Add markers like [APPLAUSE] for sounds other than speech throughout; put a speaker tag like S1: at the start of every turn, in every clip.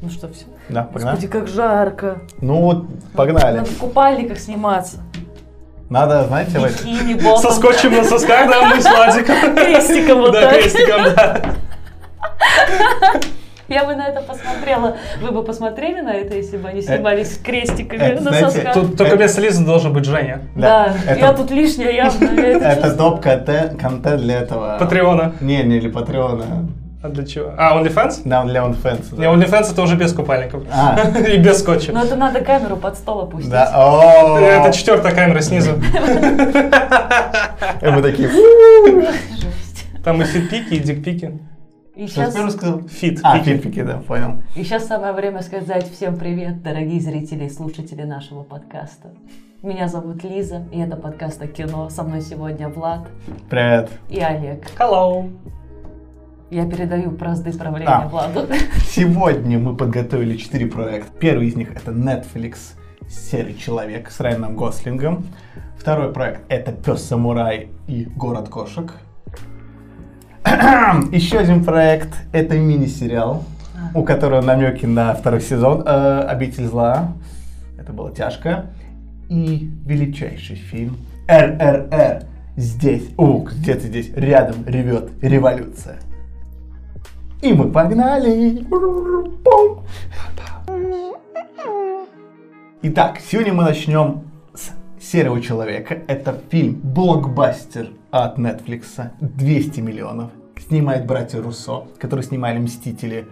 S1: Ну что, все?
S2: Да,
S1: Господи,
S2: погнали.
S1: как жарко.
S2: Ну вот, погнали.
S1: Надо в купальниках сниматься.
S2: Надо, знаете, в этом- [LAUGHS]
S1: Бикини, босс.
S2: Со скотчем на сосках, да, мы с Владиком.
S1: Крестиком вот
S2: Да,
S1: так.
S2: крестиком, да.
S1: Я бы на это посмотрела. Вы бы посмотрели на это, если бы они снимались крестиками
S2: это,
S1: на
S2: Э, знаете,
S1: сосках?
S2: тут-
S3: Только вместо Лизы должен быть Женя.
S1: Да, я
S2: Это,
S1: тут лишняя
S2: [LAUGHS]
S1: явно. я это
S2: это
S1: чувствую.
S2: топ-контент контент для этого.
S3: Патреона.
S2: Не, не для Патреона.
S3: А для чего? А, OnlyFans?
S2: Да, для OnlyFans.
S3: Не,
S2: да.
S3: OnlyFans это уже без купальников.
S2: А.
S3: [LAUGHS] И без скотча. Э,
S1: Но это надо камеру под стол опустить.
S2: Да, о
S3: Это четвертая камера снизу.
S2: И мы такие, «Фу».
S1: Жесть.
S3: Там и фитпики, и дикпики.
S1: И
S2: Что ты
S1: сейчас,
S2: первый сказал?
S3: Фит.
S2: А,
S3: пики.
S2: фитпики, да, понял.
S1: и сейчас самое время сказать всем привет, дорогие зрители и слушатели нашего подкаста. Меня зовут Лиза, и это подкаст о кино. Со мной сегодня Влад
S2: Привет.
S1: и Олег.
S3: Hello.
S1: Я передаю бразды правления
S2: А. [LAUGHS]
S1: Владу.
S2: Сегодня мы подготовили четыре проекта. Первый из них это Netflix серый человек с Райаном Гослингом. Второй проект это Пес Самурай и Город кошек. [CLEARS THROAT] Еще один проект это мини-сериал, у которого намеки на второй сезон э, Обитель зла. Это было тяжко. И величайший фильм РРР. Здесь, у, где-то здесь, рядом ревет революция. И мы погнали! Пум. Итак, сегодня мы начнем с «Серого человека». Это фильм блокбастер от Netflix, 200 миллионов. Снимает братья Руссо, которые снимали «Мстители»,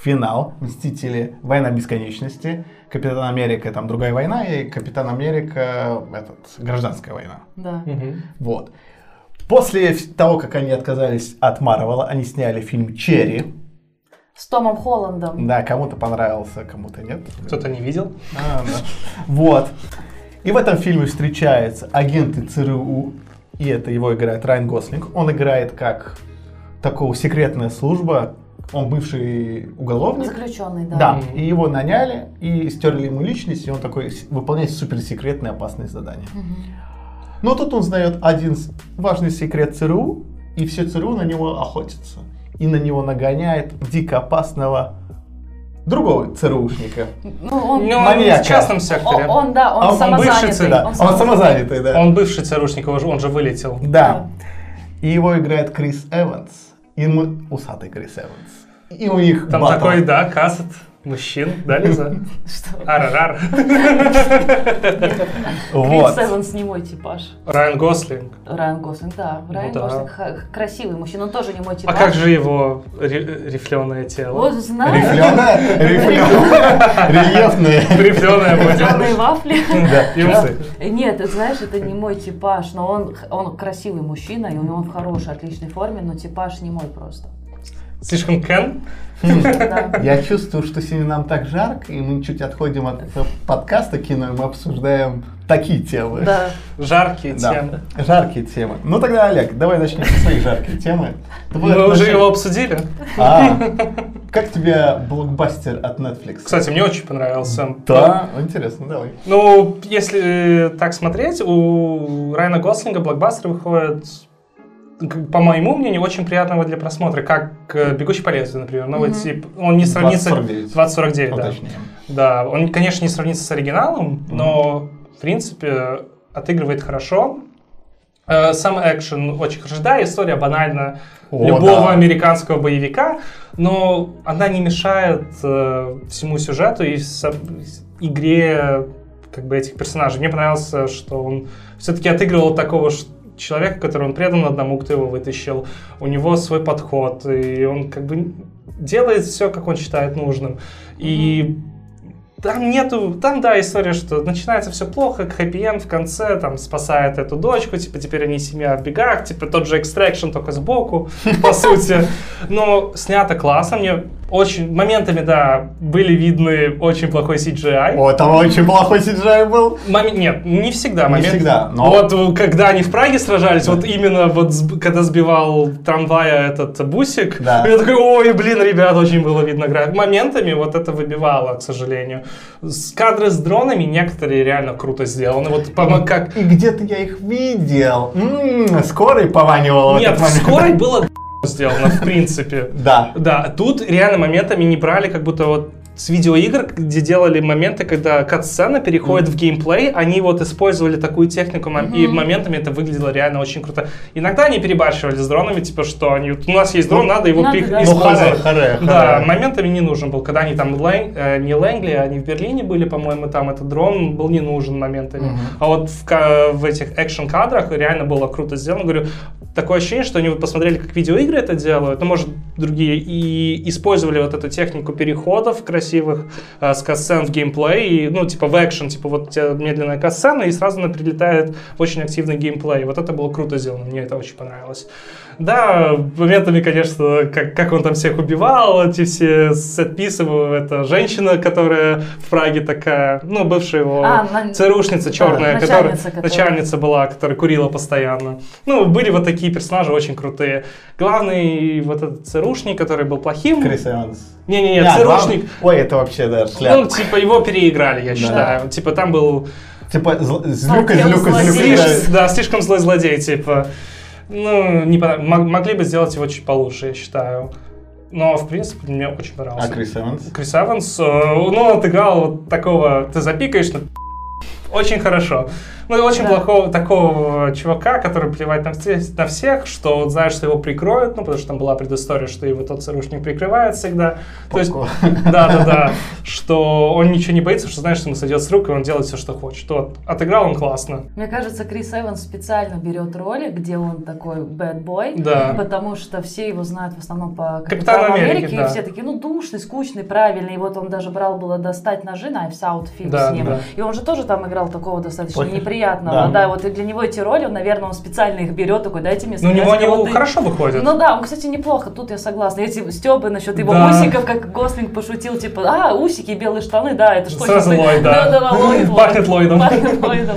S2: «Финал», «Мстители», «Война бесконечности», «Капитан Америка», там «Другая война» и «Капитан Америка», этот, «Гражданская война».
S1: Да.
S2: Вот. После вс- того, как они отказались от Марвела, они сняли фильм «Черри»,
S1: С Томом Холландом.
S2: да, кому-то понравился, кому-то нет.
S3: Кто-то не видел.
S2: А, да. Вот. И в этом фильме встречаются агенты ЦРУ, и это его играет Райан Гослинг. Он играет как такого секретная служба, он бывший уголовник.
S1: Заключенный, да.
S2: Да, и его наняли, и стерли ему личность, и он такой с- выполняет суперсекретные опасные задания. Но тут он знает один с- важный секрет ЦРУ, и все ЦРУ на него охотится. И на него нагоняет дико опасного другого ЦРУшника.
S1: Ну,
S3: Ну,
S1: он,
S3: он
S2: Маньяка.
S3: в частном секторе.
S1: он, он, да, он,
S2: А он
S1: самозанятый.
S3: бывший,
S2: Да, он самозанятый, да.
S3: Он бывший ЦРУшник, он же- он же вылетел.
S2: Да. И его играет Крис Эванс. И мы... Усатый Крис Эванс. И у них
S3: Там
S2: батл.
S3: такой, да, кассет мужчин, да, Лиза?
S1: Что?
S3: Арарар.
S2: Вот.
S1: Крис Эванс не мой типаж.
S3: Райан Гослинг.
S1: Райан Гослинг, да. Райан
S3: да.
S1: Гослинг х- красивый мужчина, он тоже не мой
S3: А
S1: типаж.
S3: как же его ре- рифленое
S1: Вот
S3: тело?
S1: [LAUGHS] знаешь,
S2: Рифленая, рифленая, рельефная.
S1: [LAUGHS]
S3: Рифленое
S1: зеленые
S3: будет.
S1: вафли.
S2: Да.
S3: И усы.
S1: Нет, ты знаешь, это не мой типаж, но он, х- он красивый мужчина, и он в хорошей, отличной форме, но типаж не мой просто.
S3: Слишком Кен?
S2: Хм.
S1: Да.
S2: Я чувствую, что сегодня нам так жарко, и мы чуть отходим от этого подкаста кино, и мы обсуждаем такие темы.
S1: Да.
S3: Жаркие
S2: Да.
S3: темы.
S2: Жаркие темы. Ну тогда, Олег, давай начнем со своей жаркой темы. Твои
S3: Мы уже
S2: отношения-
S3: его обсудили.
S2: А, как тебе блокбастер от Netflix?
S3: Кстати, мне очень понравился.
S2: Да, интересно, давай.
S3: Ну, если так смотреть, у Райана Гослинга блокбастер выходит, к- по моему мнению, очень приятного для просмотра, как э, «Бегущий по лезвию», например. Новый
S1: Мгм.
S3: тип. Он не сравнится...
S2: 2049.
S3: 2049, да.
S2: Уточним.
S3: Да, он, конечно, не сравнится с оригиналом, но, в принципе, отыгрывает хорошо. Э, Сам экшен очень хорошо. Да, история банально
S2: О,
S3: любого
S2: да.
S3: американского боевика, но она не мешает э, всему сюжету и со- игре как бы этих персонажей. Мне понравилось, э, что он все-таки отыгрывал такого ш- человека, который он предан одному, кто его вытащил. У него свой подход, и он как бы делает все, как он считает нужным. И там нету, там да, история, что начинается все плохо, хэппи-энд в конце, там, спасает эту дочку, типа, теперь они семья в бегах, типа, тот же экстракшн, только сбоку, по сути. Но снято классно, мне очень, моментами, да, были видны очень плохой CGI.
S2: О, там очень плохой CGI был.
S3: Момен- Нет, не всегда.
S2: Не
S3: момент-
S2: всегда, но-
S3: Вот э, когда они в Праге сражались, вот именно вот сб- когда сбивал трамвая этот э, бусик,
S2: Да.
S3: я такой, ой, блин, ребят, очень было видно график. Моментами вот это выбивало, к сожалению. С кадры с дронами некоторые реально круто сделаны. Вот помо- как...
S2: И где-то я их видел. М, скорой пованивал в
S3: Нет,
S2: этот момент.
S3: скорой было сделано, в принципе.
S2: Да.
S3: Да, тут реально моментами не брали, как будто вот с видеоигр, где делали моменты, когда катсцена переходит
S2: Мгм.
S3: в геймплей, они вот использовали такую технику, мом- и
S1: Мгм.
S3: моментами это выглядело реально очень круто. Иногда они перебарщивали с дронами, типа, что они, вот у нас есть дрон,
S2: Ну,
S3: надо его
S1: надо,
S3: пих-
S1: да.
S2: Ну, харе,
S3: использовать.
S2: харе,
S3: Да,
S2: харе.
S3: моментами не нужен был. Когда они там, в Лэн- э, не Лэнгли, они в Берлине были, по-моему, там этот дрон был не нужен моментами.
S2: Мгм.
S3: А вот в, ка- в этих экшн-кадрах реально было круто сделано. Говорю, такое ощущение, что они вот посмотрели, как видеоигры это делают, ну, может, другие, и использовали вот эту технику переходов красивых э, с катсцен в геймплей, и, ну, типа в экшен, типа вот у тебя медленная катсцена, и сразу она прилетает в очень активный геймплей. Вот это было круто сделано, мне это очень понравилось. Да, моментами, конечно, как, как он там всех убивал, эти все сетписы, это женщина, которая в Праге такая, ну, бывшая его...
S1: А, на-
S3: ЦРУшница черная,
S1: Да,
S3: которая,
S1: начальница, которая-
S3: начальница была, которая курила постоянно. Ну, были вот такие персонажи очень крутые. Главный вот этот ЦРУшник, который был плохим.
S2: Крис Эванс.
S3: Не-не-не,
S2: Да,
S3: ЦРУшник.
S2: главное- Ой, это вообще, да, шляпа.
S3: Ну, типа, его переиграли, я
S2: Да.
S3: считаю. Типа, там был
S2: Типа, зл- злюка,
S1: Злодей,
S2: злюка,
S1: злодей.
S2: злюка.
S3: слиш-
S2: да.
S3: да, слишком злой злодей, типа. Ну, не понрав- мог- могли бы сделать его чуть получше, я считаю. Но, в принципе, мне очень
S2: А
S3: понравился.
S2: Крис Эванс?
S3: Крис Эванс, э, ну, он отыграл вот такого, ты запикаешь, но очень хорошо. Ну, и очень
S1: Да.
S3: плохого такого чувака, который плевать на, все- на всех, что вот знаешь, что его прикроют, ну, потому что там была предыстория, что его тот сырушник прикрывает всегда. То есть, [LAUGHS]
S2: Поко.
S3: да-да-да, что он ничего не боится, что знаешь, что ему сойдет с рук, и он делает все, что хочет. Вот, отыграл он классно.
S1: Мне кажется, Крис Эванс специально берет роли, где он такой бэтбой,
S3: Да.
S1: потому что все его знают в основном по
S3: Капитану
S1: Капитану Америки,
S3: Америки, да.
S1: и все такие, ну, душный, скучный, правильный. И вот он даже брал было «Достать ножи» на Айфсаут фильм
S3: Да,
S1: с ним.
S3: да.
S1: И он же тоже там играл такого достаточно
S2: Плохих.
S1: неприятного.
S2: Да.
S1: Да. вот и для него эти роли, он, наверное, он специально их берет, такой, дайте мне
S3: Ну, у
S1: сыграть
S3: него они
S1: кого-то».
S3: хорошо выходят.
S1: Ну да, он, кстати, неплохо, тут я согласна. Эти Стебы насчет его
S3: Да.
S1: усиков, как Гослинг пошутил, типа, а, усики, белые штаны, да, это что
S3: Сразу
S1: сейчас ты-
S3: Ллойд, да. [LAUGHS]
S1: Да-да-да, Ллойд, Ллойд.
S3: Пахнет Ллойдом.
S1: Пахнет Ллойдом.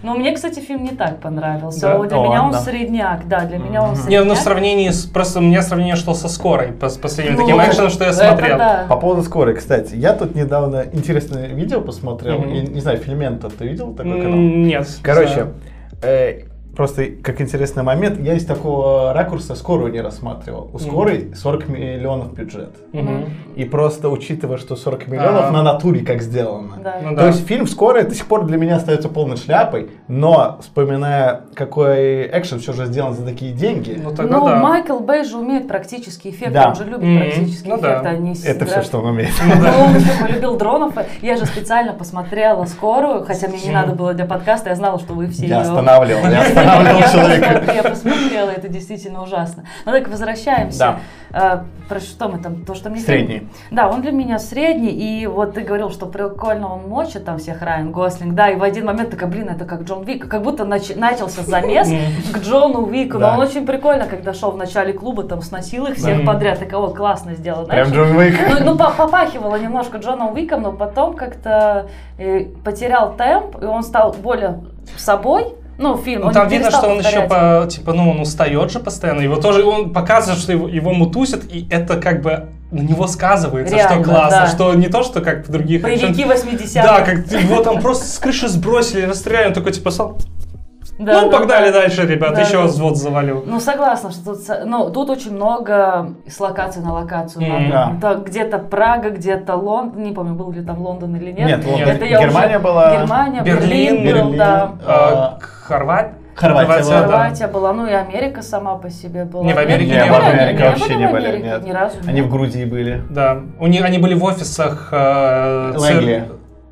S1: Но мне, кстати, фильм не так понравился.
S3: Да?
S1: О, Для
S2: О,
S1: меня он
S2: да.
S1: средняк, да, для меня он
S2: Мгм.
S3: Не, ну, в
S1: средняк.
S3: сравнении с... Просто у меня сравнение шло со скорой, по- с последним
S1: Ну,
S3: таким экшеном, что я
S1: это
S3: смотрел.
S1: да.
S2: По поводу скорой, кстати. Я тут недавно интересное видео посмотрел.
S3: Мгм.
S2: Я не знаю, Фильмента ты видел такой канал?
S3: М, Нет. не
S2: Короче,
S3: знаю.
S2: э, просто как интересный момент, я из такого ракурса скорую не рассматривал. У скорой 40 миллионов бюджет.
S3: Мгм.
S2: И просто учитывая, что 40 миллионов
S3: А.
S2: на натуре как сделано.
S1: Да.
S3: Ну
S2: То
S3: да.
S2: есть фильм «Скорая» до сих пор для меня остается полной шляпой, но вспоминая, какой экшен все же сделан за такие деньги,
S3: Ну тогда
S1: Ну,
S3: да.
S1: Майкл Бэй же умеет практический эффект,
S2: Да.
S1: он же любит
S3: Мгм.
S1: практический
S3: Ну да.
S1: эффект, а не
S2: это все,
S1: играть
S2: что он умеет.
S1: Ну, он еще полюбил дронов. Я же специально посмотрела скорую, хотя мне не надо было для подкаста, я знала, что вы все
S2: Я
S1: её-
S2: останавливал, я останавливал
S1: Я
S2: человека.
S1: посмотрела, Я посмотрела, это действительно ужасно. Ну так, возвращаемся. Э, Про что мы там? То, что мне...
S2: Средний.
S1: Да, он для меня средний, и вот ты говорил, что прикольно он мочит там всех Райан Гослинг, да, и в один момент такая, блин, это как Джон Вик, как будто нач- начался замес к Джону Вику,
S2: Да.
S1: но он очень прикольно, когда шел в начале клуба, там сносил их всех
S3: Да.
S1: подряд, такого классно сделано.
S2: Прям
S1: Знаешь,
S2: Джон Уик.
S1: ну, ну, по- попахивало немножко Джоном Уиком, но потом как-то э, потерял темп, и он стал более собой. Ну, фильм.
S3: Ну,
S1: он
S3: там видно,
S1: перестал
S3: что он еще
S1: повторять.
S3: по, типа, ну, он устает же постоянно. Его тоже, он показывает, что его, его мутусят, и это как бы на него сказывается,
S1: Реально,
S3: что классно,
S1: да.
S3: что не то, что как в других
S1: Боевики
S3: экшен-
S1: 80-х.
S3: Да, как его там просто с крыши сбросили, расстреляли, он такой типа сам.
S1: [LAUGHS] Да,
S3: ну,
S1: да,
S3: погнали
S1: да.
S3: дальше, ребят,
S1: Да,
S3: еще
S1: да.
S3: взвод завалил.
S1: Ну, согласна, что тут, со- ну, тут очень много с локации на локацию.
S3: М,
S1: надо.
S2: да.
S1: Да, где-то Прага, где-то Лондон, не помню, был ли там Лондон или нет.
S2: Нет, вот
S3: это
S1: я
S2: Германия
S1: уже-
S2: была,
S1: Германия,
S3: Берлин,
S1: Берлин, был,
S2: Берлин.
S1: да.
S2: А,
S3: А, Хорват?
S2: Хорватия
S3: Хорватия,
S2: была.
S1: Хорватия была, ну и Америка сама по себе была.
S3: Не, в Америке
S1: Нет,
S3: не
S1: были
S3: было.
S1: они,
S3: Америка
S2: вообще
S1: были
S2: не
S1: в
S2: были,
S1: Америке
S2: нет.
S1: Ни разу.
S2: Они в Грузии были.
S3: Да. У них, они были в офисах... э, цир-
S2: Лэнгли.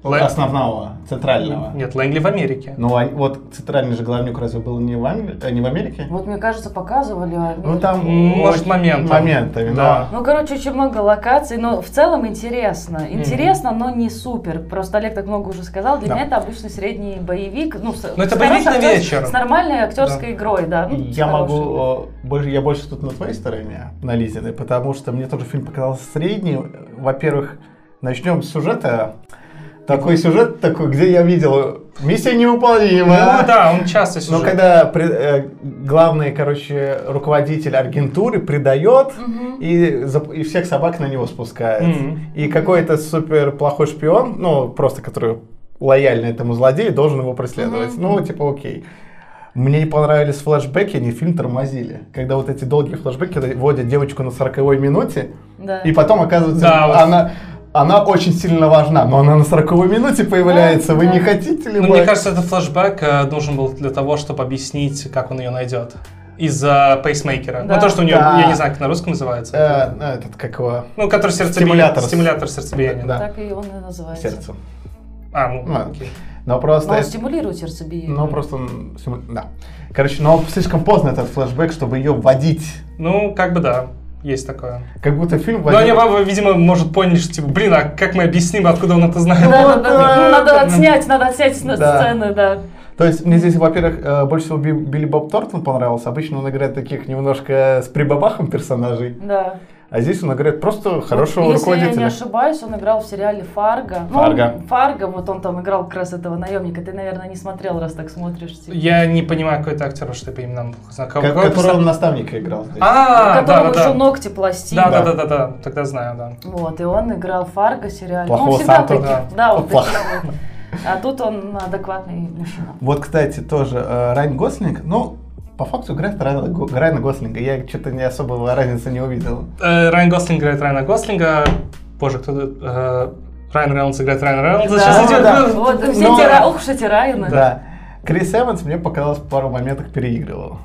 S3: Лэ-
S2: Основного, центрального.
S3: Нет, Лэнгли в Америке.
S2: Ну, а вот центральный же главнюк разве был не в, Англи- э, не в Америке?
S1: Вот, мне кажется, показывали. а
S2: Ну,
S1: нет.
S2: там...
S3: Может,
S2: очень-
S3: моментом.
S2: Моментами,
S3: Да.
S2: да.
S1: Ну, короче, очень много локаций, но в целом интересно. Интересно, но не супер. Просто Олег так много уже сказал. Для
S2: Да.
S1: меня это обычный средний боевик. Ну, с-
S3: Ну, это
S1: с
S3: боевик
S1: хорошей
S3: на
S1: актер-
S3: вечер.
S1: С нормальной актерской игрой, да. Ну,
S2: Я
S1: с хорошей.
S2: могу э, больше, я больше тут на твоей стороне, на Лизиной, потому что мне тоже фильм показался средний. Во-первых, начнем с сюжета. Такой сюжет, такой, где я видел миссия
S3: Ну
S2: неуполнима.
S3: да, он часто
S2: Но
S3: сюжет.
S2: когда пре- э, главный, короче, руководитель агентуры предает
S1: Мгм.
S2: э, и, зап- и всех собак на него спускает.
S3: Мгм.
S2: И какой-то супер плохой шпион, ну, просто который лояльно этому злодею, должен его преследовать.
S1: Мгм.
S2: Ну, типа, окей. Мне не понравились флешбеки, они фильм тормозили. Когда вот эти долгие флешбеки когда вводят девочку на 40 минуте,
S1: Да.
S2: и потом оказывается,
S3: Да, вот.
S2: она... она очень сильно важна, но она на 40 минуте появляется. Вы не хотите ли
S3: Ну,
S2: бы-
S3: мне кажется, этот флешбэк э, должен был для того, чтобы объяснить, как он ее найдет. Из-за пейсмейкера.
S1: Да.
S3: Ну, то, что у нее,
S2: Да.
S3: я не знаю, как на русском называется.
S2: Э, ну, этот, как его,
S3: Ну, который сердцебиение.
S2: Стимулятор.
S3: Стимулятор сердцебиения.
S2: Да.
S1: Так и он и называется. Ну,
S2: сердце.
S3: А, ну,
S2: Ну,
S3: окей.
S2: Но
S1: Но он
S2: просто...
S1: стимулирует сердцебиение.
S2: Ну, просто... он симу- Да. Короче, но слишком поздно этот флешбэк, чтобы ее вводить.
S3: Ну, как бы да, есть такое.
S2: Как будто фильм
S3: Но Ну, они, вам, видимо, может, поняли, что, типа, блин, а как мы объясним, откуда он это знает?
S1: Да, да,
S2: [LAUGHS]
S1: да.
S2: да.
S1: Ну, Надо отснять, надо отснять с-
S2: Да.
S1: сцены, да.
S2: То есть мне здесь, во-первых, э, больше всего Би- Билли Боб Тортон понравился. Обычно он играет таких немножко с прибабахом персонажей,
S1: Да.
S2: а здесь он играет просто хорошего
S1: Вот, Ну, Если я не
S2: руководителя.
S1: ошибаюсь, он играл в сериале «Фарго». Ну,
S2: «Фарго».
S1: «Фарго», вот он там играл как раз этого наемника. Ты, наверное, не смотрел, раз так смотришь. типа.
S3: Я не понимаю, какой это актер, что я по именам знаю.
S2: Ко-
S3: Какой
S2: Который
S3: про-
S2: он наставника играл здесь.
S3: А,
S1: У которого
S3: да, да,
S1: уже
S3: да.
S1: ногти пластины.
S3: Да, да, да, да, да, тогда знаю, да.
S1: Вот, и он играл Фарго сериал.
S2: Плохого
S1: ну, он всегда
S2: Санту,
S1: таких,
S3: да.
S1: да, вот
S2: Плох-
S1: таких вот. А тут он адекватный мужчина.
S2: Вот, кстати, тоже э, Райан Гослинг, ну, по факту играет Райана, Го- Райана Гослинга. Я что-то не особого разницы не увидел.
S3: Э, Райан Гослинг играет Райана Гослинга. Боже, кто тут, э, Райан Рейнольдс играет Райана Рейнольдса.
S1: Да,
S3: Сейчас идет.
S2: да.
S3: ну,
S1: Вот, все
S2: Но-
S1: эти, Ра- ух уж эти Райаны.
S2: Да. Крис Эванс мне показалось в пару моментах переигрывал.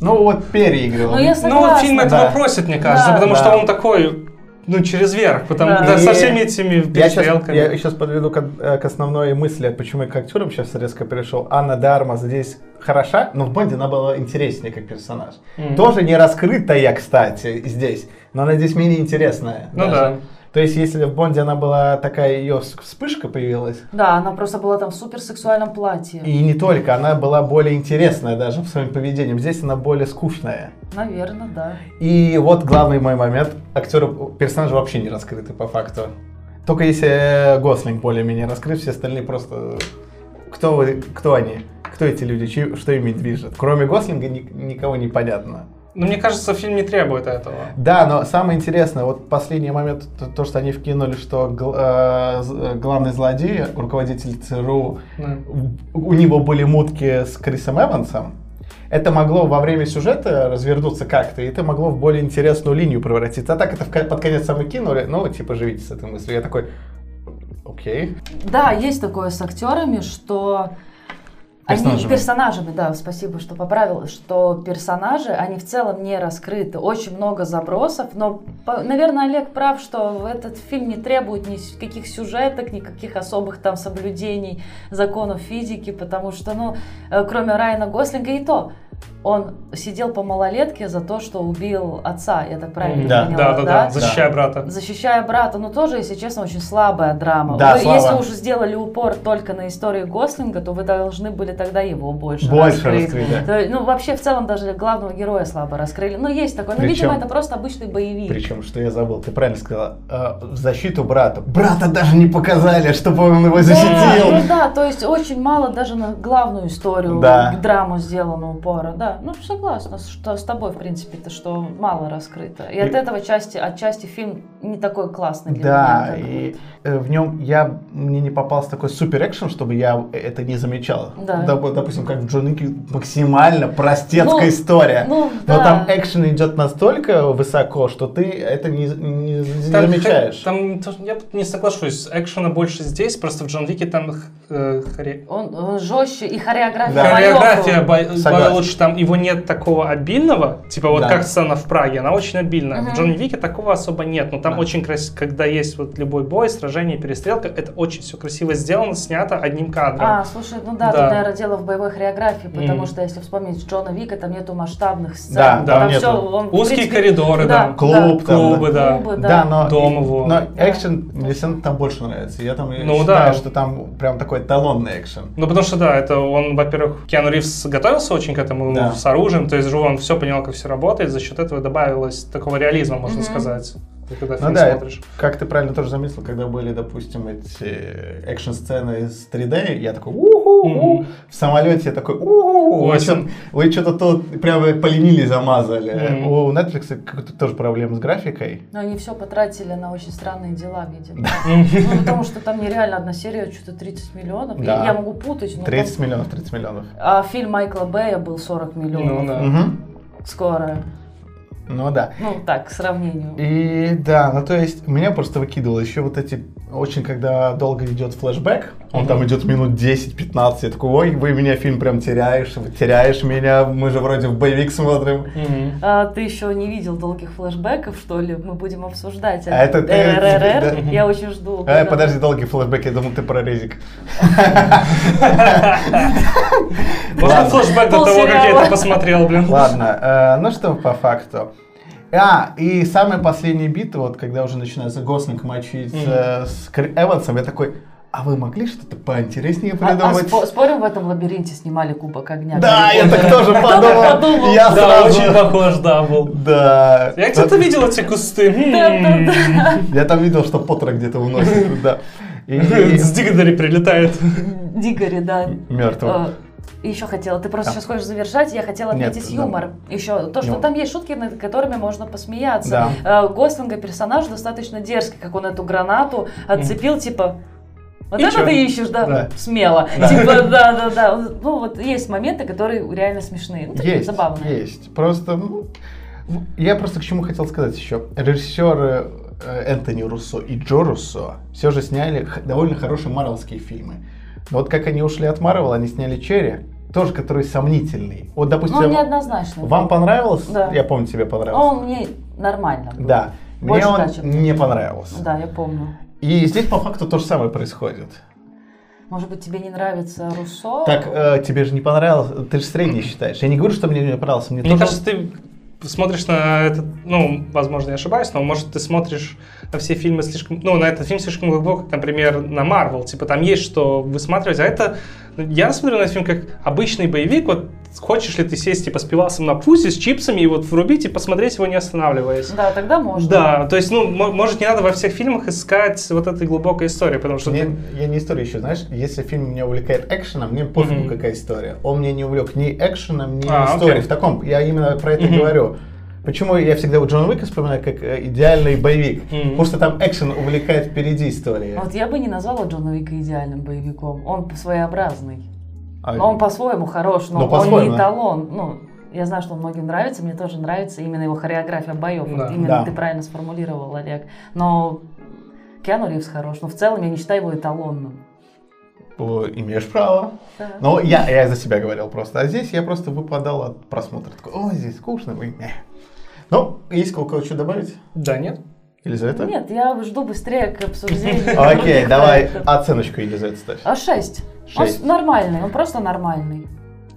S2: Ну вот переигрывал.
S1: Ну, я
S3: Ну, вот
S1: согласна.
S3: фильм
S2: это-
S3: этого
S2: Да.
S3: просит, мне кажется,
S1: Да.
S3: потому
S2: Да.
S3: что он такой, ну, через верх, потому
S1: Да.
S3: да, со
S2: И-
S3: всеми этими
S2: Я сейчас,
S3: перестрелками.
S2: я сейчас подведу к, э, к основной мысли, почему я к актерам сейчас резко перешел. Анна Дарма здесь хороша, но в Бонде она была интереснее как персонаж.
S3: Мгм.
S2: Тоже не раскрытая, кстати, здесь, но она здесь менее интересная.
S3: Ну
S2: даже.
S3: да.
S2: То есть, если в Бонде она была такая, ее вспышка появилась,
S1: Да, она просто была там в суперсексуальном платье.
S2: и не только, она была более интересная даже в своем поведении. Здесь она более скучная.
S1: Наверное, да.
S2: И вот главный мой момент. Актеры, персонажи вообще не раскрыты по факту. Только если э, Гослинг более-менее раскрыт, все остальные просто... Кто, вы- кто они? Кто эти люди? Чьи- что ими движет? Кроме Гослинга ни- никого не понятно.
S3: Но мне кажется, фильм не требует этого.
S2: Да, но самое интересное, вот последний момент, то, то, что они вкинули, что гл- э, з- э, главный злодей, руководитель ЦРУ,
S3: Да.
S2: у него были мутки с Крисом Эвансом, это могло во время сюжета развернуться как-то, и это могло в более интересную линию превратиться. А так это в ко- под конец самый кинули, ну, типа, живите с этой мыслью. Я такой, окей.
S1: Да, есть такое с актерами, что
S2: Персонажами.
S1: Они персонажами, да, спасибо, что поправил, что персонажи, они в целом не раскрыты. Очень много забросов, но, по- наверное, Олег прав, что этот фильм не требует никаких сюжеток, никаких особых там соблюдений законов физики, потому что, ну, э, кроме Райана Гослинга и то, он сидел по малолетке за то, что убил отца, я так правильно
S2: Да.
S1: поняла,
S3: Да, да, да, защищая брата.
S1: Защищая брата, но тоже, если честно, очень слабая драма.
S2: Да,
S1: Вы-
S2: слабо.
S1: Если уже сделали упор только на истории Гослинга, то вы должны были тогда его больше,
S2: Больше
S1: раскрыть.
S2: раскрыть, да.
S1: То есть, ну, вообще, в целом, даже главного героя слабо раскрыли. Ну, есть такой. Ну,
S2: Причем-
S1: видимо, это просто обычный боевик.
S2: Причем, что я забыл, ты правильно сказала, э, в защиту брата. Брата даже не показали, чтобы он его защитил.
S1: Да, ну да, то есть очень мало даже на главную историю,
S2: Да.
S1: драму сделано упора, да. Ну, согласна, что с тобой, в принципе, то что мало раскрыто. И от
S2: И-
S1: этого части, отчасти фильм не такой классный для
S2: Да,
S1: меня. как-
S2: и э, в нем я мне не попался такой супер экшен, чтобы я это не замечал.
S1: Да.
S2: Доп- допустим, как в Джон Уике максимально простецкая
S1: Ну,
S2: история.
S1: Ну,
S2: Но
S1: да.
S2: там экшен идет настолько высоко, что ты это не, не- не
S3: Там-
S2: замечаешь.
S3: Там, то- я не соглашусь, экшена больше здесь, просто в Джон Вике там э, хоре-
S1: Он, он жестче, и хореография
S2: Да.
S1: боёв.
S3: Хореография бо-
S2: Согласен.
S3: бо- лучше, там его нет такого обильного, типа вот
S2: Да.
S3: как сцена в Праге, она очень обильная.
S1: Мгм.
S3: В Джон Вике такого особо нет, но там
S2: Да.
S3: очень красиво, когда есть вот любой бой, сражение, перестрелка, это очень все красиво сделано, снято одним кадром.
S1: А, слушай, ну да, тут,
S3: Да.
S1: наверное, дело в боевой хореографии, потому
S3: Мгм.
S1: что, если вспомнить Джона Вика, там нету масштабных сцен.
S2: Да,
S3: да,
S1: там
S2: нету.
S1: всё, он, в
S3: Узкие
S1: принципе,
S3: коридоры,
S1: да,
S3: да.
S2: Клуб, там,
S3: Клубы, да.
S1: клубы, Ну да.
S2: Да, но,
S3: Дом его.
S2: но
S1: Да.
S2: экшен мне все равно там больше нравится. Я там
S3: Ну
S2: считаю,
S3: да.
S2: что там прям такой талонный экшен.
S3: Ну, потому что, да, это он, во-первых, Киану Ривз готовился очень к этому
S2: Да.
S3: с оружием, то есть же он все понимал, как все работает, за счет этого добавилось такого реализма, можно
S1: Мгм.
S3: сказать. Ты когда
S2: Ну
S3: фильм
S2: да,
S3: смотришь.
S2: [LAUGHS] Как ты правильно тоже заметил, когда были, допустим, эти экшн-сцены из 3D, я такой у
S3: Мгм.
S2: в самолете я такой у
S3: Очень.
S2: вы что-то тут прямо поленили, замазали.
S3: Мгм.
S2: У Netflix как-то тоже проблемы с графикой.
S1: Но они все потратили на очень странные дела, видимо.
S3: Мгм.
S1: Ну, потому что там нереально одна серия, что-то 30 миллионов. Я-
S2: Да.
S1: Я могу путать,
S3: Ну
S1: но там-
S2: 30 миллионов, 30 миллионов.
S1: А фильм Майкла Бэя был 40 миллионов.
S3: Ну да.
S2: Мгм.
S1: Скоро.
S2: Ну да.
S1: Ну, так, к сравнению.
S2: И да, ну то есть меня просто выкидывало еще вот эти очень, когда долго идет флешбэк, он
S3: Мгм.
S2: там идет минут 10-15, я такой, ой, вы меня фильм прям теряешь, вы теряешь меня, мы же вроде в боевик смотрим.
S3: Мгм.
S1: А, ты еще не видел долгих флешбэков, что ли? Мы будем обсуждать.
S2: А это ты-
S1: РРР.
S3: да.
S1: Я очень жду.
S2: Э,
S1: когда-
S2: подожди, долгий флешбэк, я думал, ты про резик.
S3: Можно
S2: Ладно.
S3: флешбэк до того, как я
S1: Полсериала.
S3: это посмотрел, блин.
S2: [LAUGHS] Ладно, э, ну что по факту. А, и самая последняя битва, вот когда уже начинается Гослинг мочить э, с Кр- Эвансом, я такой, а вы могли что-то поинтереснее
S1: А- а
S2: придумать?
S1: спо- спорим, в этом лабиринте снимали Кубок огня?
S2: Да,
S1: Гарри
S2: я так
S1: Поттера?
S2: тоже
S1: Кто бы
S2: подумал.
S1: подумал?
S2: Я
S3: Да,
S2: сразу.
S3: очень похож, да, был.
S2: Да.
S3: Я где-то видел эти кусты. М.
S1: Да-да-да.
S2: Я там видел, что Поттера где-то уносит туда.
S1: [LAUGHS]
S2: И
S3: С Дигдари прилетает.
S1: Дигори, да. Э,
S2: мертвым.
S1: Еще хотела, ты просто
S2: А.
S1: сейчас хочешь завершать, я хотела
S2: Нет,
S1: отметить
S2: да.
S1: юмор. Еще то, что
S2: Юмор.
S1: там есть шутки, над которыми можно посмеяться.
S2: Да.
S1: Э, Гослинга персонаж достаточно дерзкий, как он эту гранату отцепил, типа. Вот
S3: И
S1: это
S3: чё?
S1: ты ищешь, да?
S2: Да.
S1: Смело. [LAUGHS]
S2: Да.
S1: Типа, да, да, да. Ну, вот есть моменты, которые реально смешные. Ну, такие
S2: Есть,
S1: забавные.
S2: есть. Просто, ну, я просто к чему хотел сказать еще. Режиссеры э, Энтони Руссо и Джо Руссо все же сняли х- довольно хорошие марвелские фильмы. Но вот как они ушли от Марвел, они сняли Черри, тоже который сомнительный. Вот,
S1: Ну,
S2: допустим,
S1: неоднозначно.
S2: вам понравилось?
S1: Да.
S2: Я помню, тебе понравилось.
S1: Он мне нормально. был.
S2: Да. Мне
S1: Больше
S2: он
S1: да, чем-
S2: не понравился.
S1: Да, я помню.
S2: И здесь по факту то же самое происходит.
S1: Может быть, тебе не нравится Руссо?
S2: Так, э, тебе же не понравилось, ты же средний считаешь. Я не говорю, что мне не понравилось, мне
S3: Мне
S2: тоже-
S3: кажется, ты смотришь на этот, ну, возможно, я ошибаюсь, но, может, ты смотришь на все фильмы слишком, ну, на этот фильм слишком глубоко, как, например, на Марвел, типа, там есть что высматривать, а это, я смотрю на этот фильм как обычный боевик, вот, хочешь ли ты сесть, типа, с пивасом на пузе, с чипсами, и вот врубить, и посмотреть его, не останавливаясь.
S1: Да, тогда можно.
S3: Да, то есть, ну, мо- может, не надо во всех фильмах искать вот этой глубокой истории, потому что...
S2: Мне-
S3: ты-
S2: я не историю еще, знаешь, если фильм меня увлекает экшеном, мне пофигу,
S3: Мгм.
S2: какая история. Он меня не увлек ни экшеном, ни
S3: А,
S2: историей.
S3: окей.
S2: В таком, я именно про это и
S3: Мгм.
S2: говорю. Почему я всегда у Джона Уика вспоминаю как э, идеальный боевик?
S3: Мгм.
S2: Потому что там экшен увлекает впереди истории.
S1: Вот я бы не назвала Джона Уика идеальным боевиком. Он своеобразный.
S2: А-
S1: Но он по-своему хорош, но
S2: Ну,
S1: он
S2: по-своему.
S1: не эталон. Ну, я знаю, что многим нравится, мне тоже нравится именно его хореография боев. Вот
S3: Да.
S1: именно
S2: Да.
S1: ты правильно сформулировал, Олег. Но Киану Ривз хорош, но в целом я не считаю его эталонным.
S2: О, имеешь право.
S1: Да.
S2: Но я, я за себя говорил просто. А здесь я просто выпадал от просмотра. Такой, о, здесь скучно. Вы. не». Ну, есть у кого что добавить?
S3: Да, нет?
S2: Елизавета?
S1: Нет, я жду быстрее к обсуждению. [LAUGHS]
S2: [LAUGHS] Окей,
S1: других
S2: давай
S1: проектов.
S2: оценочку Елизавета ставь.
S1: А шесть. Он
S2: Шесть.
S1: с- нормальный, он просто нормальный.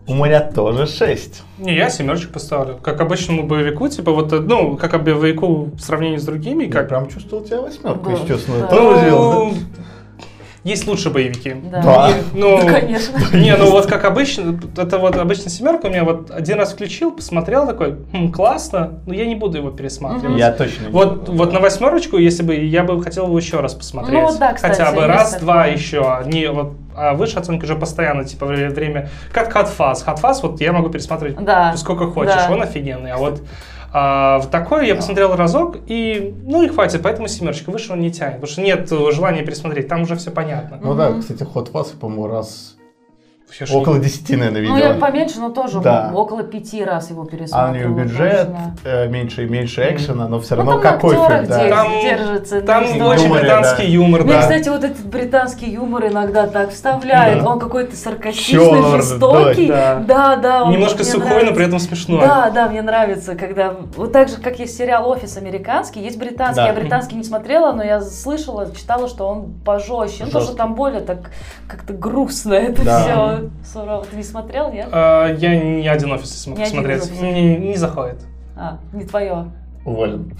S2: У меня тоже 6.
S3: Не, я семерочек поставлю. Как обычному боевику, типа вот, э, ну, как боевику в сравнении с другими,
S2: Я
S3: как...
S2: прям чувствовал тебя восьмерку,
S1: Да,
S2: если честно.
S1: да.
S2: Тоже
S3: Ну,
S2: сделал.
S3: Есть лучшие боевики.
S1: Да.
S2: Да.
S3: Ну,
S1: Ну, [LAUGHS] конечно.
S3: не, ну вот как обычно, это вот обычно семерка у меня вот один раз включил, посмотрел такой, «Хм, классно, но я не буду его пересматривать.
S2: Я точно не
S3: Вот,
S2: знаю.
S3: вот на восьмерочку, если бы я бы хотел его еще раз посмотреть.
S1: Ну вот да, кстати,
S3: Хотя бы
S1: есть
S3: раз,
S1: такое.
S3: два еще. Не, вот, а выше оценки уже постоянно, типа вре- время. Как хатфас. Хатфас, вот я могу пересматривать
S1: Да.
S3: сколько хочешь,
S1: Да.
S3: он офигенный. А вот а, в такой я посмотрел разок, и ну и хватит, поэтому семерочка выше он не тянет, потому что нет э, желания пересмотреть, там уже все понятно.
S2: Ну да,
S1: Мгм.
S2: кстати, ход вас, по-моему, раз
S3: Вообще, что-
S2: около 10, наверное,
S1: Ну, я
S2: видел.
S1: поменьше, но тоже ну,
S2: Да.
S1: около пяти раз его
S2: А у
S1: пересматривала.
S2: нее бюджет,
S1: точно.
S2: э, меньше и меньше
S3: Мгм.
S2: экшена, но все
S1: Ну,
S2: равно
S1: там на
S2: какой
S1: актерах
S2: фильм, да.
S1: здесь
S3: Там-
S1: держится.
S3: Там
S1: на
S2: Ну,
S1: истории.
S3: очень
S2: юморе,
S3: британский
S2: да.
S3: юмор,
S1: Мне,
S3: да.
S1: Ну, кстати, вот этот британский юмор иногда так вставляет.
S2: Да.
S1: Он какой-то саркастичный,
S2: Чёрт,
S1: жестокий.
S3: да.
S1: Да, да. он
S3: Немножко
S1: мне
S3: сухой,
S1: нравится.
S3: но при этом смешной.
S1: Да, да, мне нравится, когда... Вот так же, как есть сериал «Офис» американский, есть британский.
S2: Да.
S1: Я британский не смотрела, но я слышала, читала, что он пожестче. Ну, тоже
S2: Жёсткий.
S1: там более так как-то грустно это
S2: Да.
S1: все. Сурово. Ты не смотрел, нет?
S3: А, я ни один офис не смог
S1: Ни один
S3: посмотреть.
S1: офис.
S3: Не, не заходит.
S1: А, не твое.
S2: Уволен.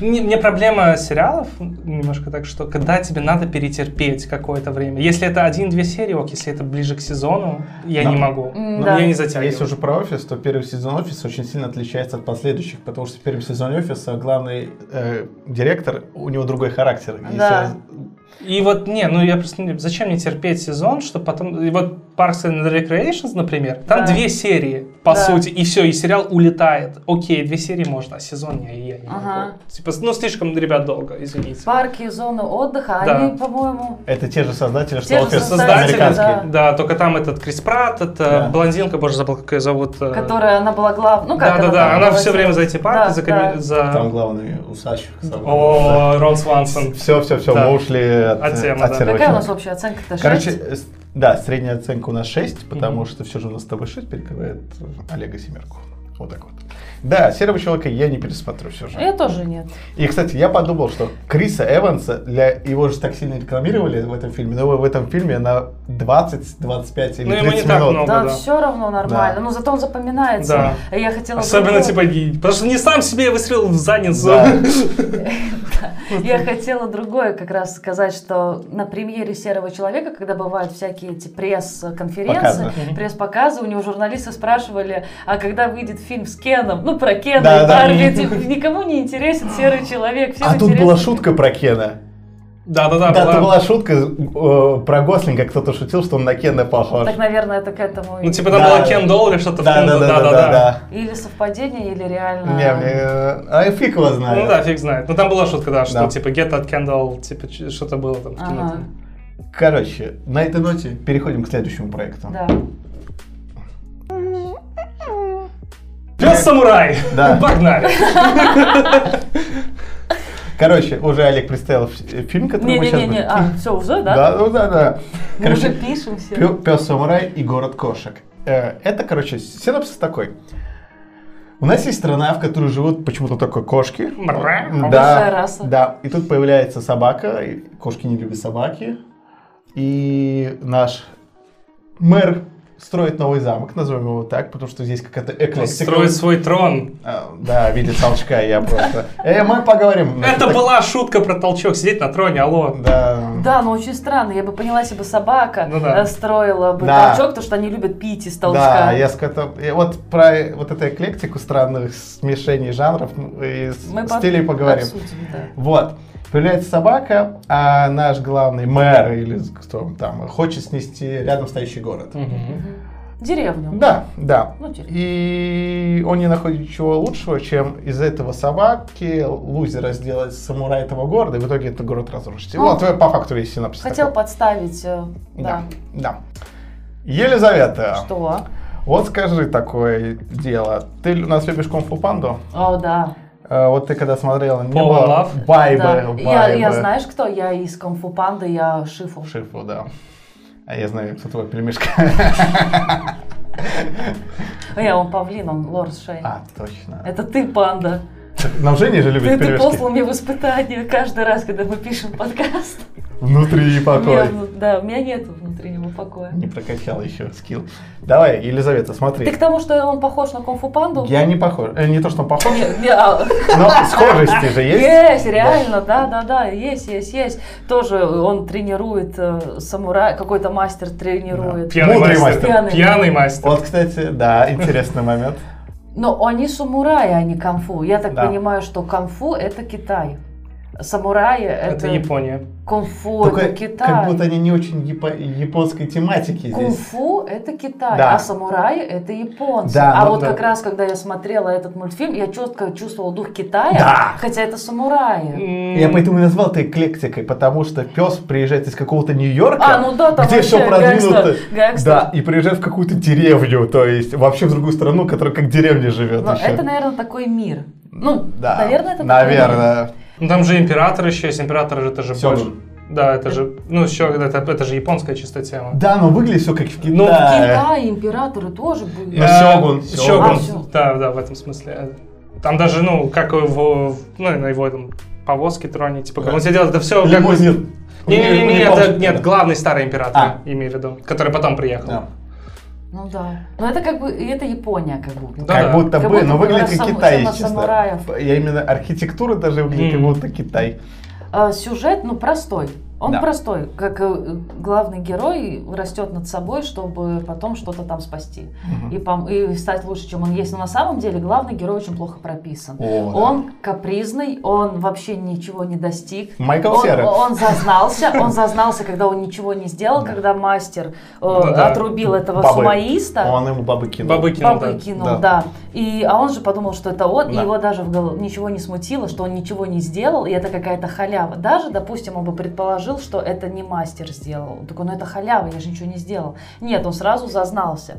S3: Не- Мне проблема сериалов немножко так, что когда тебе надо перетерпеть какое-то время. Если это один-две серии, ок, если это ближе к сезону, я
S2: Да.
S3: не могу.
S1: М,
S3: Но
S1: да.
S3: Я не
S2: Если
S3: затягиваю.
S2: уже про офис, то первый сезон офиса очень сильно отличается от последующих, потому что в первом сезоне офиса главный э, директор, у него другой характер. Если
S1: Да.
S3: И вот, не, ну я просто, не- зачем мне терпеть сезон, что потом... И вот Parks and Recreations, например, там
S1: Да.
S3: две серии. по
S1: Да.
S3: сути, и все, и сериал улетает. Окей, две серии можно, а сезон я, я не
S1: Ага.
S3: могу. Типа, ну, слишком, ребят, долго, извините.
S1: Парки, зоны отдыха,
S3: Да.
S1: они, по-моему,
S2: Это те же создатели, что
S1: Те же
S2: офис
S1: создатели,
S2: американский.
S3: Да, только там этот Крис Пратт, это
S2: Да.
S3: блондинка, боже, забыл, как ее зовут. э,
S1: которая она была главной. Ну, как
S3: да, да,
S1: она
S3: да,
S1: там
S3: она
S1: была?
S3: все время за эти парки,
S1: Да,
S3: за, ками-
S1: да.
S3: за-
S2: Там главный усач.
S3: О, Рон Свансон.
S2: Все, все, все,
S3: Да.
S2: мы ушли от,
S3: От темы, да.
S2: серого
S1: Какая у нас
S2: человека.
S1: общая оценка-то?
S2: Короче,
S1: Шесть?
S2: э, с- да, средняя оценка у нас 6, потому
S3: Мгм.
S2: что все же у нас с тобой 6 перекрывает э, Олега Семерку. Вот так вот. Да, серого человека я не пересмотрю все же.
S1: Я тоже нет.
S2: И, кстати, я подумал, что Криса Эванса, для его же так сильно рекламировали в этом фильме, но в этом фильме на 20, 25 или
S3: Ну, ему не
S2: 30
S3: так
S2: минут.
S3: много.
S1: Да,
S3: да.
S1: все равно нормально.
S2: Да.
S1: Ну, зато он запоминается. А Я хотела
S3: Особенно
S1: другого.
S3: типа гений. Потому что не сам себе выстрелил в задницу.
S2: Да.
S1: [LAUGHS]
S2: А
S1: Я хотела другое как раз сказать, что на премьере «Серого человека», когда бывают всякие эти пресс-конференции,
S2: Показы.
S3: Мгм.
S1: пресс-показы, у него журналисты спрашивали, а когда выйдет фильм с Кеном, ну, про Кена
S2: Да,
S1: и
S2: да.
S1: Барби, типа, никому не интересен «Серый человек». всем
S2: А тут
S1: интересен-
S2: была шутка про Кена.
S3: Да, да,
S2: Да,
S3: да.
S2: тут
S3: была.
S2: была шутка э, про Гослинга, кто-то шутил, что он на Кена похож.
S1: Так, наверное, это к этому... и-
S3: Ну, типа там
S2: Да.
S3: была Кен Долл или что-то в
S2: Да,
S3: том-
S2: да, да, да, да, да.
S1: Или совпадение, или реально...
S2: Не, мне, э, а фиг его знает.
S3: Ну да, фиг знает. Ну там была шутка, да, что
S2: Да.
S3: типа Get от Candle, типа ч- что-то было там в
S1: Ага,
S3: кино.
S2: Короче, на этой ноте переходим к следующему проекту.
S1: да.
S3: Пес самурай!
S2: Да. [LAUGHS]
S3: [LAUGHS] Погнали!
S2: Короче, уже Олег представил ф- э, фильм, который мы сейчас
S1: Не-не-не, а, все, уже, да?
S2: Да, ну да, да.
S1: Мы
S2: Короче,
S1: уже пишем все.
S2: Пес самурай и город кошек. Э, Это, короче, синопсис такой. У нас есть страна, в которой живут почему-то только кошки.
S3: Мра.
S1: Большая раса.
S2: Да. И тут появляется собака. и Кошки не любят собаки. И наш мэр строит новый замок, назовем его так, потому что здесь какая-то
S3: Он
S2: эклектика.
S3: Строит Типа, свой трон.
S2: А, Да, в виде толчка я просто. Э, мы поговорим.
S3: Это
S2: Так,
S3: была шутка про толчок, сидеть на троне, алло.
S2: Да.
S1: Да, но очень странно. Я бы поняла, если бы собака
S3: Ну да.
S1: э, строила бы
S2: Да.
S1: толчок, потому что они любят пить из толчка.
S2: Да, я скотов... и вот про вот эту эклектику странных смешений жанров ну, и с-
S1: Мы по-
S2: стилей поговорим.
S1: обсудим, да.
S2: Вот. Появляется собака, а наш главный мэр или кто он там хочет снести рядом стоящий город.
S3: Мгм.
S1: Мгм. Деревню.
S2: Да, да.
S1: Ну, деревню.
S2: И он не находит ничего лучшего, чем из этого собаки лузера сделать самурай этого города, и в итоге этот город разрушить. И
S1: Ну,
S2: Вот по факту весь синапсис.
S1: Хотел
S2: такой.
S1: подставить, э,
S2: Да,
S1: да.
S2: да. Елизавета,
S1: Что?
S2: вот скажи такое дело. Ты у нас любишь кунг-фу панду?
S1: О, да.
S2: Э, Вот ты когда смотрела, не
S3: Paul
S2: было
S3: Love?
S2: вайбы,
S1: Да. Я, я
S2: вайбы.
S1: знаешь кто? Я из Кунг-фу Панды, я Шифу.
S2: Шифу, да. А я знаю, кто твой
S1: [LAUGHS]
S2: пельмешка.
S1: Я, Э, он павлин, он лорд Шей.
S2: А, точно.
S1: Это ты, панда.
S2: Нам Женя же
S1: Ты,
S2: любит
S1: ты
S2: пельмешки.
S1: послал мне воспитание каждый раз, когда мы пишем подкаст.
S2: Внутри
S1: Мне
S2: покой.
S1: вну- да, у меня нет внутреннего покоя.
S2: Не прокачал еще скилл. Давай, Елизавета,
S1: Ты
S2: смотри.
S1: к тому, что он похож на Кунг-фу Панду?
S2: Я не похож. э, Не то, что он похож,
S1: Не- не, а,
S2: но схожести же есть.
S1: Есть,
S2: Да.
S1: реально, да, да, да, есть, есть, есть. Тоже он тренирует э, самурай, какой-то мастер тренирует.
S3: Пьяный
S2: Мудрый
S3: мастер.
S1: мастер.
S3: Пьяный мастер.
S2: Вот, кстати, да, интересный момент.
S1: Но они самураи, а не камфу. Я так
S2: Да.
S1: понимаю, что камфу это Китай. Самураи это,
S3: Это Япония.
S1: кунг-фу,
S2: Только
S1: это Китай.
S2: как будто они не очень япо- японской тематики здесь.
S1: Кунг-фу это Китай,
S2: Да.
S1: а самураи это японцы.
S2: Да,
S1: а
S2: ну
S1: вот
S2: да.
S1: как раз, когда я смотрела этот мультфильм, я четко чувствовала дух Китая,
S2: Да.
S1: хотя это самураи.
S2: Я поэтому и назвал это эклектикой, потому что пес приезжает из какого-то Нью-Йорка,
S1: А, ну да, там
S2: где все
S1: вообще
S2: продвинуто.
S1: гэнгстер, гэнгстер.
S2: Да, и приезжает в какую-то деревню, то есть вообще в другую страну, которая как деревня живет
S1: Но
S2: еще.
S1: это, наверное, такой мир. Ну,
S2: да,
S1: наверное, это такой мир.
S2: Наверное.
S3: Ну там же император еще есть, император же это же
S2: Сёгун.
S3: больше. Да, это же, ну еще это, это же японская чисто тема.
S2: Да, но выглядит все как в Китае.
S3: Ну, в
S1: Китай, императоры тоже были.
S2: Ну,
S3: Э,
S2: сёгун,
S1: сёгун.
S3: Сёгун,
S1: А, сёгун.
S3: да, да, в этом смысле. Там даже, ну, как его, ну, на его там повозке троне, типа, как он сидел, это все...
S2: Лимузин.
S3: Не-не-не, это,
S2: Японский,
S3: нет,
S2: да.
S3: главный старый император,
S2: А.
S3: имею в виду, который потом приехал.
S2: Да.
S1: Ну да. Но это как бы, и это Япония как будто.
S3: Да.
S2: Как будто
S1: Как
S2: бы,
S1: будто
S2: но
S1: бы
S2: выглядит
S1: сам-
S2: как Китай,
S1: тема
S2: если честно.
S1: самураев.
S2: Я именно архитектура даже выглядит как
S3: Мгм.
S2: будто Китай.
S1: А, сюжет, ну, простой. Он
S2: Да.
S1: простой, как э, главный герой растет над собой, чтобы потом что-то там спасти и, пом- и стать лучше, чем он есть. Но на самом деле главный герой очень плохо прописан.
S2: О, да.
S1: Он капризный, он вообще ничего не достиг.
S2: Майкл
S1: Он,
S2: Серый.
S1: он зазнался,
S2: [LAUGHS]
S1: он зазнался, когда он ничего не сделал, когда мастер э,
S3: Ну да.
S1: отрубил этого
S2: Бабы.
S1: сумоиста.
S2: Он ему бабы кинул.
S3: Бабы кинул,
S1: Бабы
S3: да.
S1: кинул,
S2: Да.
S1: да. И, а он же подумал, что это он, и
S2: Да.
S1: его даже в голов- ничего не смутило, что он ничего не сделал, и это какая-то халява. Даже, допустим, он бы предположил, что это не мастер сделал. Он такой, ну это халява, я же ничего не сделал. Нет, он сразу зазнался.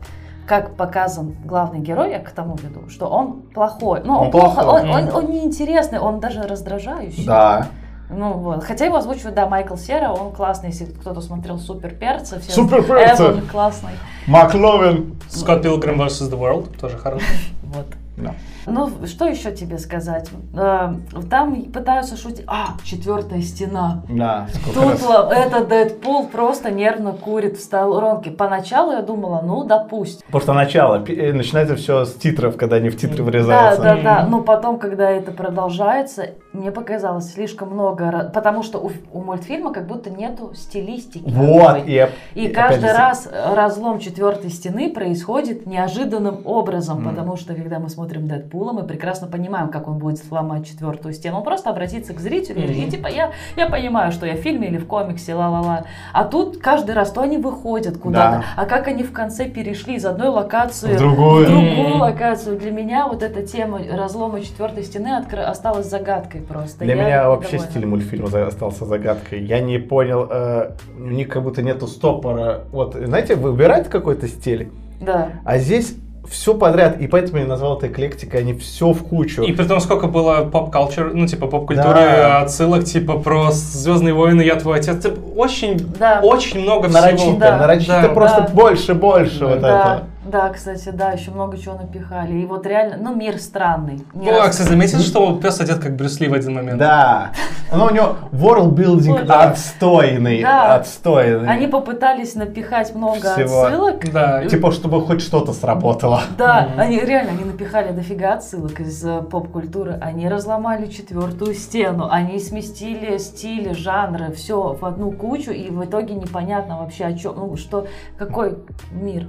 S1: Как показан главный герой, я к тому веду, что он плохой. Ну, он,
S2: Он
S1: плохо,
S2: плохой.
S1: он, он- он неинтересный, он даже раздражающий.
S2: Да.
S1: Ну вот. Хотя его озвучивает, да, Майкл Сера, он классный, если кто-то смотрел Супер Перца, все
S2: Супер Перца!
S1: Эван классный.
S2: Макловин.
S3: Скотт Пилгрим vs. The World тоже хороший.
S1: Вот.
S2: Да.
S1: Ну, что еще тебе сказать? Э, Там пытаются шутить. А, четвертая стена.
S2: Да. сколько
S1: Тут
S2: раз.
S1: л- этот Дэдпул просто нервно курит в сторонке. Поначалу я думала, ну, допустим.
S2: Просто начало. Пи- э, Начинается все с титров, когда они в титры
S1: Да,
S2: врезаются.
S1: да,
S3: Мгм.
S1: да. Но потом, когда это продолжается, мне показалось слишком много, ра- потому что у, ф- у мультфильма как будто нету стилистики.
S2: Вот.
S1: такой.
S2: И,
S1: И
S2: опять
S1: каждый
S2: же,
S1: раз э, разлом четвертой стены происходит неожиданным образом,
S2: Мгм.
S1: потому что когда мы смотрим Дэдпула, мы прекрасно понимаем, как он будет сломать четвертую стену. Он просто обратится к зрителю и
S3: Мгм.
S1: говорит, типа, я, я понимаю, что я в фильме или в комиксе, ла-ла-ла. А тут каждый раз то они выходят куда-то, а как они в конце перешли из одной локации
S2: в
S1: в
S2: другую.
S1: другую
S3: Мгм.
S1: локацию. Для меня вот эта тема разлома четвертой стены откры- осталась загадкой просто.
S2: Для
S1: Я
S2: меня вообще
S1: недовольна.
S2: стиль мультфильма за- остался загадкой. Я не понял, э, у них как будто нету стопора. Вот, знаете, выбирают какой-то стиль,
S1: Да.
S2: а здесь все подряд, и поэтому я назвал это эклектикой, они все в кучу.
S3: И при том, сколько было поп-культуры, ну, типа, поп-культуры,
S2: Да.
S3: отсылок, типа, про «Звездные войны», «Я твой отец». Типа, Очень,
S1: Да.
S3: очень много всего.
S2: нарочито,
S1: Да,
S2: нарочито
S3: да.
S2: просто
S1: Да.
S2: больше, больше вот
S1: Да,
S2: этого.
S1: да, кстати, да, еще много чего напихали. И вот реально, ну, мир странный. Не
S3: О, а,
S1: раз-
S3: кстати, заметил, что пес одет как Брюс Ли в один момент?
S2: Да. Но у него world building
S1: Ой, да.
S2: отстойный,
S1: Да.
S2: отстойный.
S1: Они попытались напихать много
S2: Всего.
S1: отсылок.
S3: Да.
S2: Типа, чтобы хоть что-то сработало.
S1: Да,
S3: Мгм.
S1: они реально они напихали дофига отсылок из э, поп-культуры. Они разломали четвертую стену, они сместили стили, жанры, все в одну кучу, и в итоге непонятно вообще о чем, ну что, какой мир,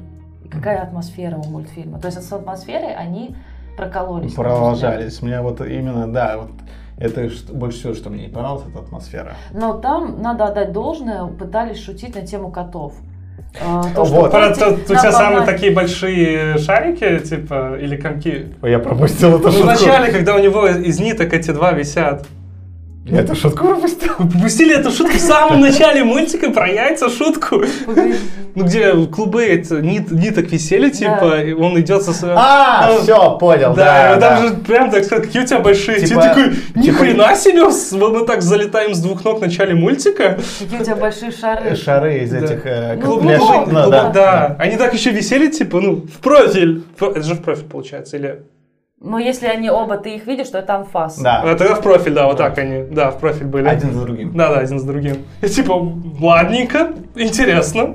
S1: какая атмосфера у мультфильма. То есть с атмосферой они прокололись. на мой взгляд.
S2: Продолжались. Мне вот именно, да, вот это что- больше всего, что мне не понравилось, это атмосфера.
S1: Но там, надо отдать должное, пытались шутить на тему котов. Э,
S2: Вот.
S3: Про
S1: котики
S3: то- у тебя самые
S1: напоминают-
S3: такие большие шарики, типа, или комки.
S2: Ой, Я пропустил эту
S3: Ну,
S2: шутку.
S3: вначале, когда у него из ниток эти два висят. [LAUGHS]
S2: Я эту шутку пропустил.
S3: Вы пропустили эту шутку в самом начале мультика про яйца шутку.
S1: Погоди.
S3: Ну, где клубы эти, нит- ниток висели, типа,
S1: Да.
S3: и он идет со своим...
S2: А,
S3: Ну,
S2: все, понял, да.
S3: и там же прям так сказать, какие у тебя большие.
S2: Типа-
S3: Ты такой, ни
S2: типа-
S3: хрена себе, с- мы так залетаем с двух ног в начале мультика.
S1: Какие у тебя большие шары.
S2: Э, Шары из
S3: Да.
S2: этих... э,
S1: Ну,
S2: как
S1: клубок,
S2: для
S1: клубок,
S2: шин- ну, да.
S3: Они так еще висели, типа, ну, в профиль. Ф- Это же в профиль получается, или...
S1: Но если они оба, ты их видишь, то это анфас.
S2: Да.
S3: А, тогда в профиль, да, вот так они, да, в профиль были.
S2: Один за другим.
S3: Да, да, один с другим. И типа, ладненько, интересно,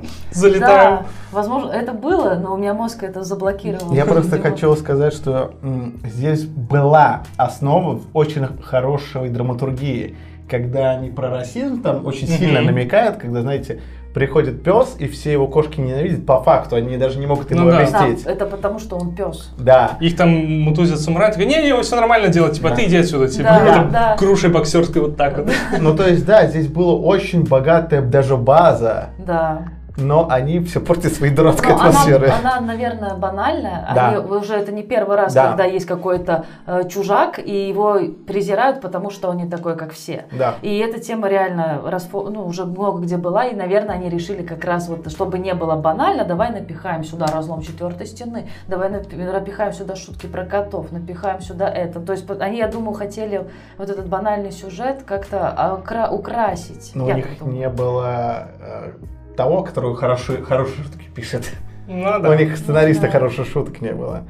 S1: Да,
S3: залетаем.
S1: возможно, это было, но у меня мозг это заблокировал.
S2: Я просто
S1: Видимо.
S2: хочу сказать, что м, здесь была основа в очень хорошей драматургии, когда они про расизм там очень сильно
S3: Мгм.
S2: намекают, когда, знаете, приходит пес, и все его кошки ненавидят по факту, они даже не могут ему
S3: Ну да.
S1: Да,
S2: объяснить.
S1: это потому, что он пес.
S2: Да.
S3: Их там мутузят с умра, такой, не-не, все нормально делать, типа,
S2: Да.
S3: ты иди отсюда, типа,
S1: Да,
S3: это
S1: да.
S3: крушей боксерской вот так вот.
S2: Ну, то есть, да, здесь была очень богатая даже база,
S1: Да.
S2: но они все портят своей дурацкой
S1: Ну,
S2: атмосферой.
S1: она, она, наверное, банальная.
S2: Да.
S1: Они, уже это не первый раз,
S2: Да.
S1: когда есть какой-то э, чужак, и его презирают, потому что он не такой, как все.
S2: Да.
S1: И эта тема реально расфо- ну, уже много где была, и, наверное, они решили как раз вот, чтобы не было банально, давай напихаем сюда разлом четвертой стены, давай напи- напихаем сюда шутки про котов, напихаем сюда это. То есть по- они, я думаю, хотели вот этот банальный сюжет как-то окра- украсить.
S2: Но
S1: Я
S2: Ну, у
S1: так
S2: них
S1: думаю.
S2: не было э, того, который хорошие, хорошие шутки пишет.
S3: Ну
S2: У
S3: да.
S2: них сценариста
S1: Ну да.
S2: хороших шуток не было.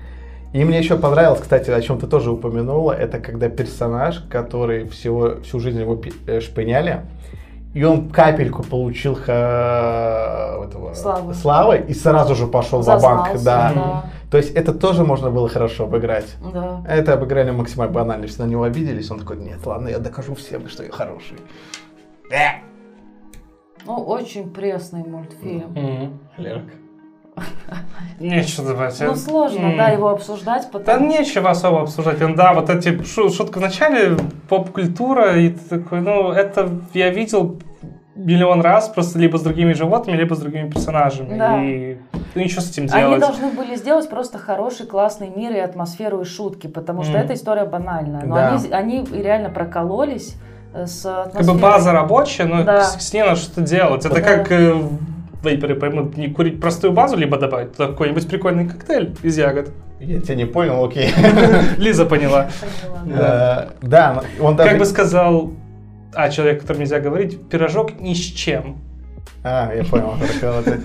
S2: И мне еще понравилось, кстати, о чем ты тоже упомянула, это когда персонаж, который всего, всю жизнь его пи- э, шпыняли, и он капельку получил ха- этого-
S1: Славы.
S2: славы и сразу же пошел за банк.
S1: Зазнался,
S2: Да.
S1: да.
S2: То есть это тоже можно было хорошо обыграть.
S1: Да.
S2: Это обыграли максимально банально, все на него обиделись. Он такой, нет, ладно, я докажу всем, что я хороший. Э.
S1: Ну, очень пресный мультфильм.
S2: Лерк.
S3: Нечего добавить.
S1: Ну, сложно,
S3: М.
S1: да, его обсуждать,
S3: Да
S1: потому
S3: нечего особо обсуждать. Ну Да, вот эти шу- шутка в начале, поп-культура, и ты такой, ну, это я видел миллион раз, просто либо с другими животными, либо с другими персонажами.
S1: Да.
S3: И ну, ничего с этим
S1: Они
S3: делать.
S1: должны были сделать просто хороший, классный мир и атмосферу, и шутки, потому что
S3: Мгм.
S1: эта история банальная. Но
S2: Да.
S1: они, они реально прокололись э, с
S3: Как бы
S1: атмосферой.
S3: база рабочая, но
S1: Да.
S3: с, с ней надо что-то делать. Это
S1: Да.
S3: как э, вейперы поймут, не курить простую базу, либо добавить туда какой-нибудь прикольный коктейль из ягод.
S4: Я тебя не понял, окей.
S3: Лиза поняла.
S1: Поняла.
S2: Э, Да, он даже...
S3: Как бы сказал, а человек, которому нельзя говорить, пирожок ни с чем.
S4: А, я понял, только вот это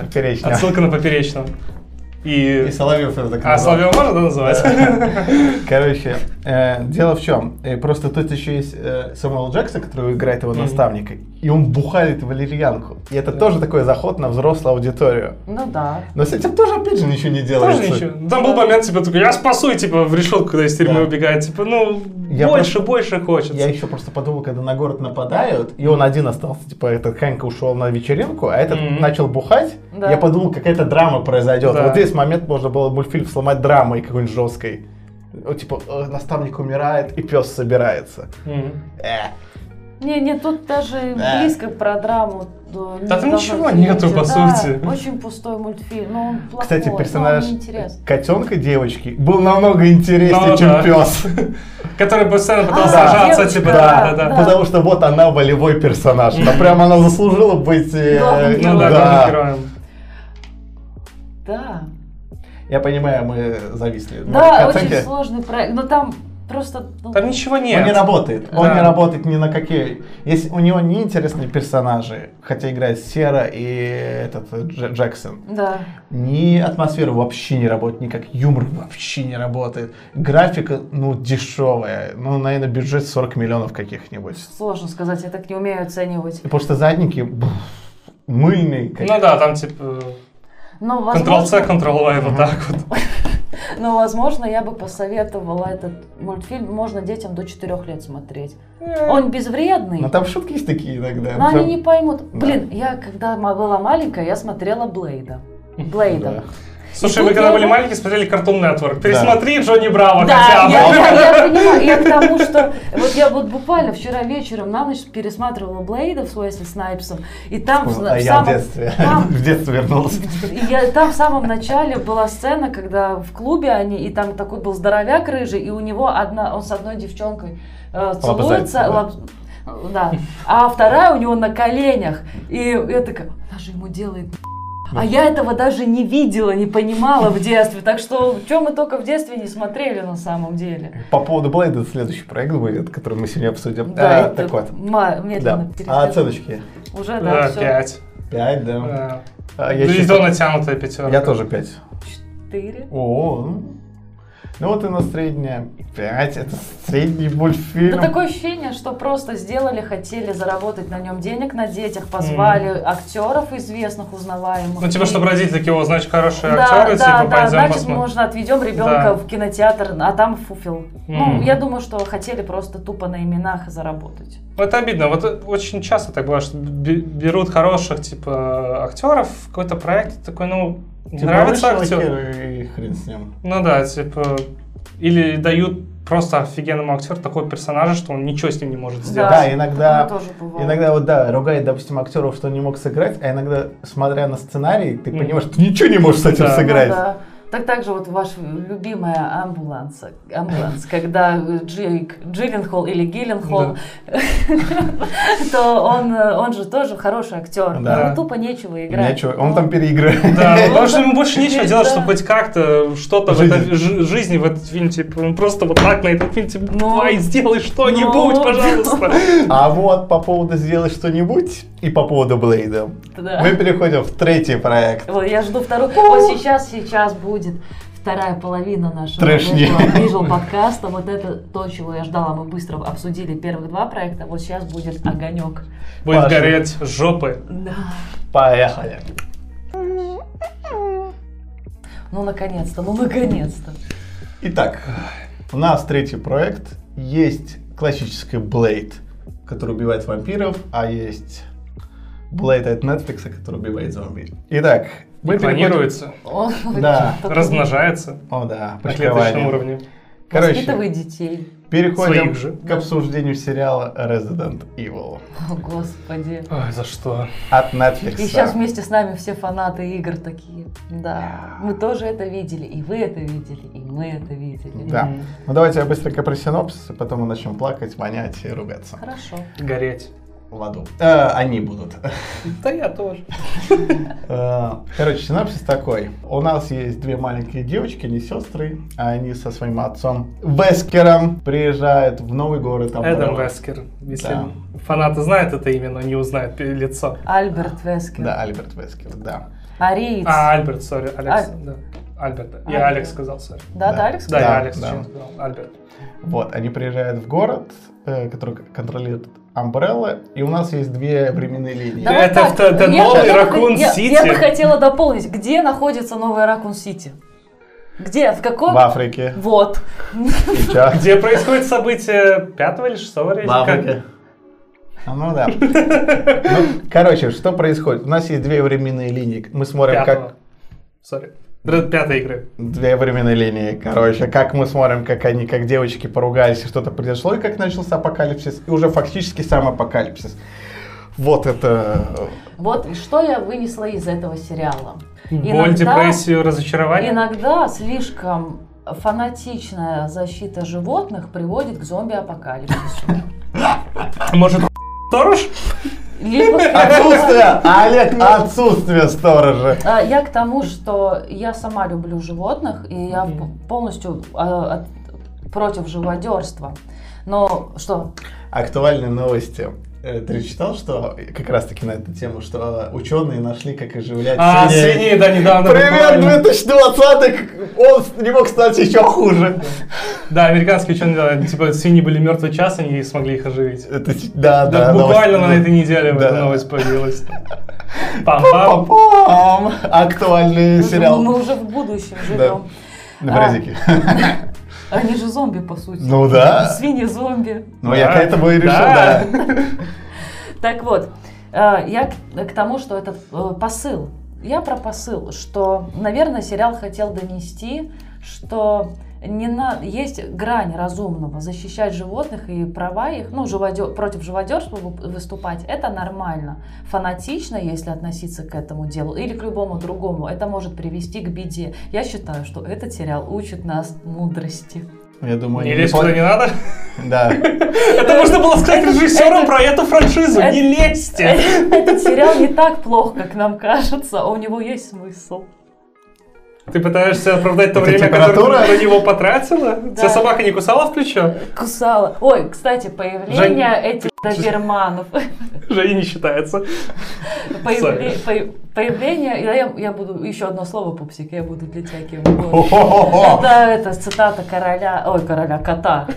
S4: поперечная.
S3: Отсылка на поперечном.
S4: И
S3: И...
S4: Соловьев это так
S3: А
S4: назвал.
S3: Соловьева можно да, [LAUGHS] называть?
S2: Короче, э, дело в чем. э, просто тут еще есть э, Сэмюэл Джексон, который играет его
S3: Мгм.
S2: наставника, и он бухает валерьянку. И это тоже такой заход на взрослую аудиторию.
S1: Ну да.
S2: Но с этим тоже, опять же, ничего не делается.
S3: Тоже ничего. Там был момент, типа, такой, я спасу, и, типа, в решетку, когда из
S2: Да.
S3: тюрьмы убегает. Типа, ну,
S2: Я
S3: больше, больше
S2: Я
S3: хочется.
S2: еще просто подумал, когда на город нападают, и он один остался, типа, этот Хэнк ушел на вечеринку, а этот
S3: Мгм.
S2: начал бухать,
S1: Да.
S2: я подумал, какая-то драма произойдет.
S3: Да.
S2: Вот здесь момент можно было мультфильм сломать драмой какой-нибудь жесткой. Вот, типа, э, наставник умирает, и пес собирается.
S3: М.
S2: Э.
S1: Не, не, тут даже
S2: Да.
S1: близко про драму. э, не
S3: Да там
S1: должно
S3: ничего
S1: идти
S3: нету,
S1: речи.
S3: по
S1: Да,
S3: сути.
S1: Очень пустой мультфильм. Ну, он плохой,
S2: Кстати,
S1: но он
S2: персонаж
S1: неинтересный.
S2: котенка девочки был намного интереснее,
S3: Ну
S2: чем
S3: да.
S2: пес.
S3: Который постоянно пытался
S2: Да.
S3: сражаться,
S1: Девочка,
S3: [LAUGHS] типа,
S1: да,
S3: да, да, да.
S1: да.
S2: Потому что вот она волевой персонаж. Она прям она заслужила быть. э,
S1: Главным
S3: Ну да, главным героем.
S1: Да.
S2: Я понимаю, мы зависли. на
S1: Да,
S2: котенке.
S1: очень сложный проект. Но там просто... ну,
S3: Там ничего
S2: Он не
S3: нет.
S2: работает. Он
S3: Да.
S2: не работает ни на какие. Если у него не интересные персонажи, хотя играет Сера и этот э, Дж- Джексон,
S1: Да.
S2: ни атмосфера вообще не работает, ни как юмор вообще не работает. Графика, ну, дешевая. Ну, наверное, бюджет 40 миллионов каких-нибудь.
S1: Сложно сказать, я так не умею оценивать.
S2: И Потому что задники бф, мыльные. как-
S3: Ну да, там, типа,
S1: Но,
S3: Ctrl-C,
S1: возможно,
S3: Ctrl-Y, вот так вот.
S1: но, Ну, возможно, я бы посоветовала этот мультфильм можно детям до 4 лет смотреть. Он безвредный.
S2: Но Ну, там шутки есть такие иногда.
S1: Но
S2: Там-
S1: они не поймут. Блин, я когда ма- была маленькая, я смотрела Блейда.
S2: Да.
S1: Блейда.
S3: Э, Слушай,
S1: И
S3: мы
S1: тут
S3: когда
S1: я-
S3: были маленькие, смотрели Cartoon Network. Пересмотри Джонни Браво
S1: Да,
S3: хотя
S1: я,
S3: бы. [LAUGHS]
S1: я- я понимаю. Я к тому, что вот я вот буквально вчера вечером на ночь пересматривала Блейда в Суэсли Снайпсом, и там в, зна-
S2: А
S1: в
S2: я в
S1: самом...
S2: детстве.
S1: Там-
S2: [LAUGHS] В детстве вернулся.
S1: И я, там в самом начале была сцена, когда в клубе они, и там такой был здоровяк рыжий, и у него одна, он с одной девчонкой э, целуется,
S2: да.
S1: лап- да. а вторая у него на коленях, и я такая, она же ему делает а я этого даже не видела, не понимала в детстве. Так что, чем мы только в детстве не смотрели на самом деле.
S2: По поводу Блейда следующий проект будет, который мы сегодня обсудим.
S1: Да,
S2: А,
S1: это
S2: так вот.
S1: ма- медленно
S2: Да.
S1: перехожу.
S2: А оценочки?
S1: Уже, да,
S3: Да,
S1: всё.
S3: пять.
S2: Пять, да.
S3: Да.
S2: А,
S3: Да
S2: я
S3: и
S2: щас-
S3: то натянутая пятерка.
S2: Я тоже пять.
S1: Четыре.
S2: О, ну. ну вот и на средняя. Пять, это средний мультфильм.
S1: Да такое ощущение, что просто сделали, хотели заработать на нем денег на детях, позвали актеров известных, узнаваемых.
S3: Ну, типа,
S1: И-
S3: чтобы родители такие, о, значит, хорошие
S1: да,
S3: актеры,
S1: да,
S3: типа,
S1: да,
S3: пойдем
S1: значит,
S3: посмотрим.
S1: можно отведем ребенка
S3: Да.
S1: в кинотеатр, а там фуфел. Ну,
S3: Мгм.
S1: я думаю, что хотели просто тупо на именах заработать.
S3: Ну, Это обидно. Вот э, очень часто так бывает, что бе- берут хороших, типа, актеров в какой-то проект, такой, ну, не
S2: Типа,
S3: нравится
S2: вышел
S3: актер.
S2: И хрен с ним.
S3: Ну да, типа, или дают просто офигенному актеру такой персонажа, что он ничего с ним не может сделать.
S2: Да, иногда-
S1: такое тоже бывало.
S2: Иногда вот да, ругает, допустим, актеров, что он не мог сыграть, а иногда, смотря на сценарий, ты
S3: Мгм.
S2: понимаешь, ты ничего не можешь с этим
S3: Да.
S1: Ну
S2: сыграть.
S1: да. Так также вот ваш любимая амбуланс, амбуланс, когда Джейк Джилленхол или Гилленхол, то он, э, он же тоже хороший актер,
S2: Да.
S1: ему тупо нечего играть.
S2: Нечего, он там переигрывает. [LAUGHS]
S3: Да, ну потому что ему больше нечего делать,
S1: Да.
S3: чтобы хоть как-то что-то в
S2: Жизнь.
S3: этой жи- жизни, в этот фильм, типа, он просто вот так на этот фильм, типа,
S1: Ну.
S3: давай, сделай что-нибудь,
S1: Ну.
S3: пожалуйста.
S2: [LAUGHS] А вот по поводу «Сделай что-нибудь» и по поводу Блейда.
S1: Да.
S2: Мы переходим в третий проект.
S1: Вот я жду вторую. Вот сейчас, сейчас будет вторая половина нашего
S2: Трэшни.
S1: этого Visual подкаста. Вот это то, чего я ждала. Мы быстро обсудили первых два проекта. Вот сейчас будет огонек.
S3: Будет
S2: Паша.
S3: гореть жопы.
S1: Да.
S2: Поехали.
S1: Ну наконец-то, ну наконец-то.
S2: Итак, у нас третий проект. Есть классический Блейд, который убивает вампиров, а есть Блейд от Netflix, который убивает зомби. Итак, мы переходим...
S3: Планируется,
S1: Он
S2: Да.
S1: такой-
S3: размножается
S2: О, да,
S3: на клеточном
S2: почкование.
S3: уровне.
S2: Короче,
S1: Воспитывает детей.
S2: переходим
S3: своих же.
S2: к обсуждению сериала Resident Evil
S1: О, господи.
S3: Ой, за что?
S2: от Netflix.
S1: И сейчас вместе с нами все фанаты игр такие. Да, мы тоже это видели, и вы это видели, и мы это видели.
S2: Да.
S3: М,
S2: Ну давайте я быстренько про синопсис, и потом мы начнем плакать, вонять и ругаться.
S1: Хорошо.
S3: Гореть.
S2: В аду. Э, они будут.
S3: Да я тоже.
S2: Э, Короче, синопсис такой. У нас есть две маленькие девочки, не сестры, а они со своим отцом Вескером приезжают в новый город.
S3: Эдам
S2: Амбрелла.
S3: Вескер. Если
S2: Да.
S3: фанаты знают это имя, но не узнают пе- лицо.
S1: Альберт Вескер.
S2: Да, Альберт Вескер, да.
S1: Ариец.
S3: А, Альберт, сори, Алекс.
S1: Аль-
S3: да. Альберт. да.
S1: Альберт.
S3: Я Алекс сказал, сори.
S1: Да,
S2: да.
S1: да, Алекс?
S3: Да,
S2: Да,
S3: я Алекс
S2: да.
S3: почему-то сказал. Альберт.
S2: Вот, они приезжают в город, э, который контролирует Амбрелла, и у нас есть две временные линии.
S1: Да
S3: Это
S1: вот
S3: в
S1: так.
S3: Т-
S1: Я бы-
S3: Новый
S1: я бы-
S3: Ракун
S1: я-
S3: Сити.
S1: Я бы хотела дополнить, где находится новый Ракун Сити? Где? В каком?
S2: В Африке.
S1: Вот.
S2: И чё?
S3: Где происходит событие 5 или 6 рейтинга?
S2: А, Ну да. Ну, короче, что происходит? У нас есть две временные линии. Мы смотрим, как
S3: 5 Сори. Р- Пятой игры.
S2: две временные линии, короче, как мы смотрим, как они, как девочки поругались, и что-то произошло, и как начался апокалипсис, и уже фактически сам апокалипсис. Вот это...
S1: Вот что я вынесла из этого сериала.
S3: Боль, депрессию, разочарование.
S1: Иногда слишком фанатичная защита животных приводит к зомби-апокалипсису.
S2: [LAUGHS]
S3: А Может, сторож?
S1: Либо...
S2: Отсутствие! Олег, отсутствие сторожа!
S1: А, Я к тому, что я сама люблю животных, и я
S3: Мгм.
S1: п- полностью а, от- против живодерства. Но что?
S2: Актуальные новости. Э, Ты читал, что как раз-таки на эту тему, что ученые нашли, как оживлять
S3: А,
S2: свиней?
S3: свиньи, да, недавно.
S2: Привет,
S3: буквально.
S2: 2020 Он с- не мог стать еще хуже.
S3: Да, американские ученые, да, типа, свиньи были мертвы час, они не смогли их оживить.
S2: Это с- да, да,
S3: Да, буквально
S2: новость.
S3: на этой неделе
S2: Да.
S3: эта
S2: [LAUGHS]
S3: новость появилась. Пам-пам.
S2: Пам-пам. Актуальный
S1: Мы же-
S2: сериал.
S1: Мы уже в будущем живем.
S2: На
S1: а.
S2: паразике.
S1: Они же зомби, по сути.
S2: Ну да.
S1: Свиньи-зомби.
S2: Ну, я
S3: Да.
S2: к этому и решил,
S3: Да.
S2: да.
S1: Так вот, э, я к- к тому, что этот э, посыл. Я про посыл, что, наверное, сериал хотел донести, что не на... есть грань разумного. Защищать животных и права их, ну, живодер... против живодерства вып- выступать, это нормально. Фанатично, если относиться к этому делу или к любому другому, это может привести к беде. Я считаю, что этот сериал учит нас мудрости.
S2: Я думаю,
S3: Не
S2: они
S3: лезь
S2: пон-
S3: куда не надо.
S2: Да.
S3: Это можно было сказать режиссерам про эту франшизу.
S1: это-
S3: Не лезьте.
S1: Этот сериал не так плох, как нам кажется, а у него есть смысл.
S3: Ты пытаешься оправдать то
S2: Это
S3: время,
S2: температура?
S3: которое ты на него потратила? Тебя
S1: Да.
S3: собака не кусала в плечо?
S1: Кусала. Ой, кстати, появление этих доберманов.
S3: Женя не считается.
S1: Появле- по- Появление, я, я- я буду, еще одно слово, пупсик, я буду для тебя кем угодно.
S2: Хо-хо-хо-хо.
S1: Это, это цитата короля, ой, короля, кота.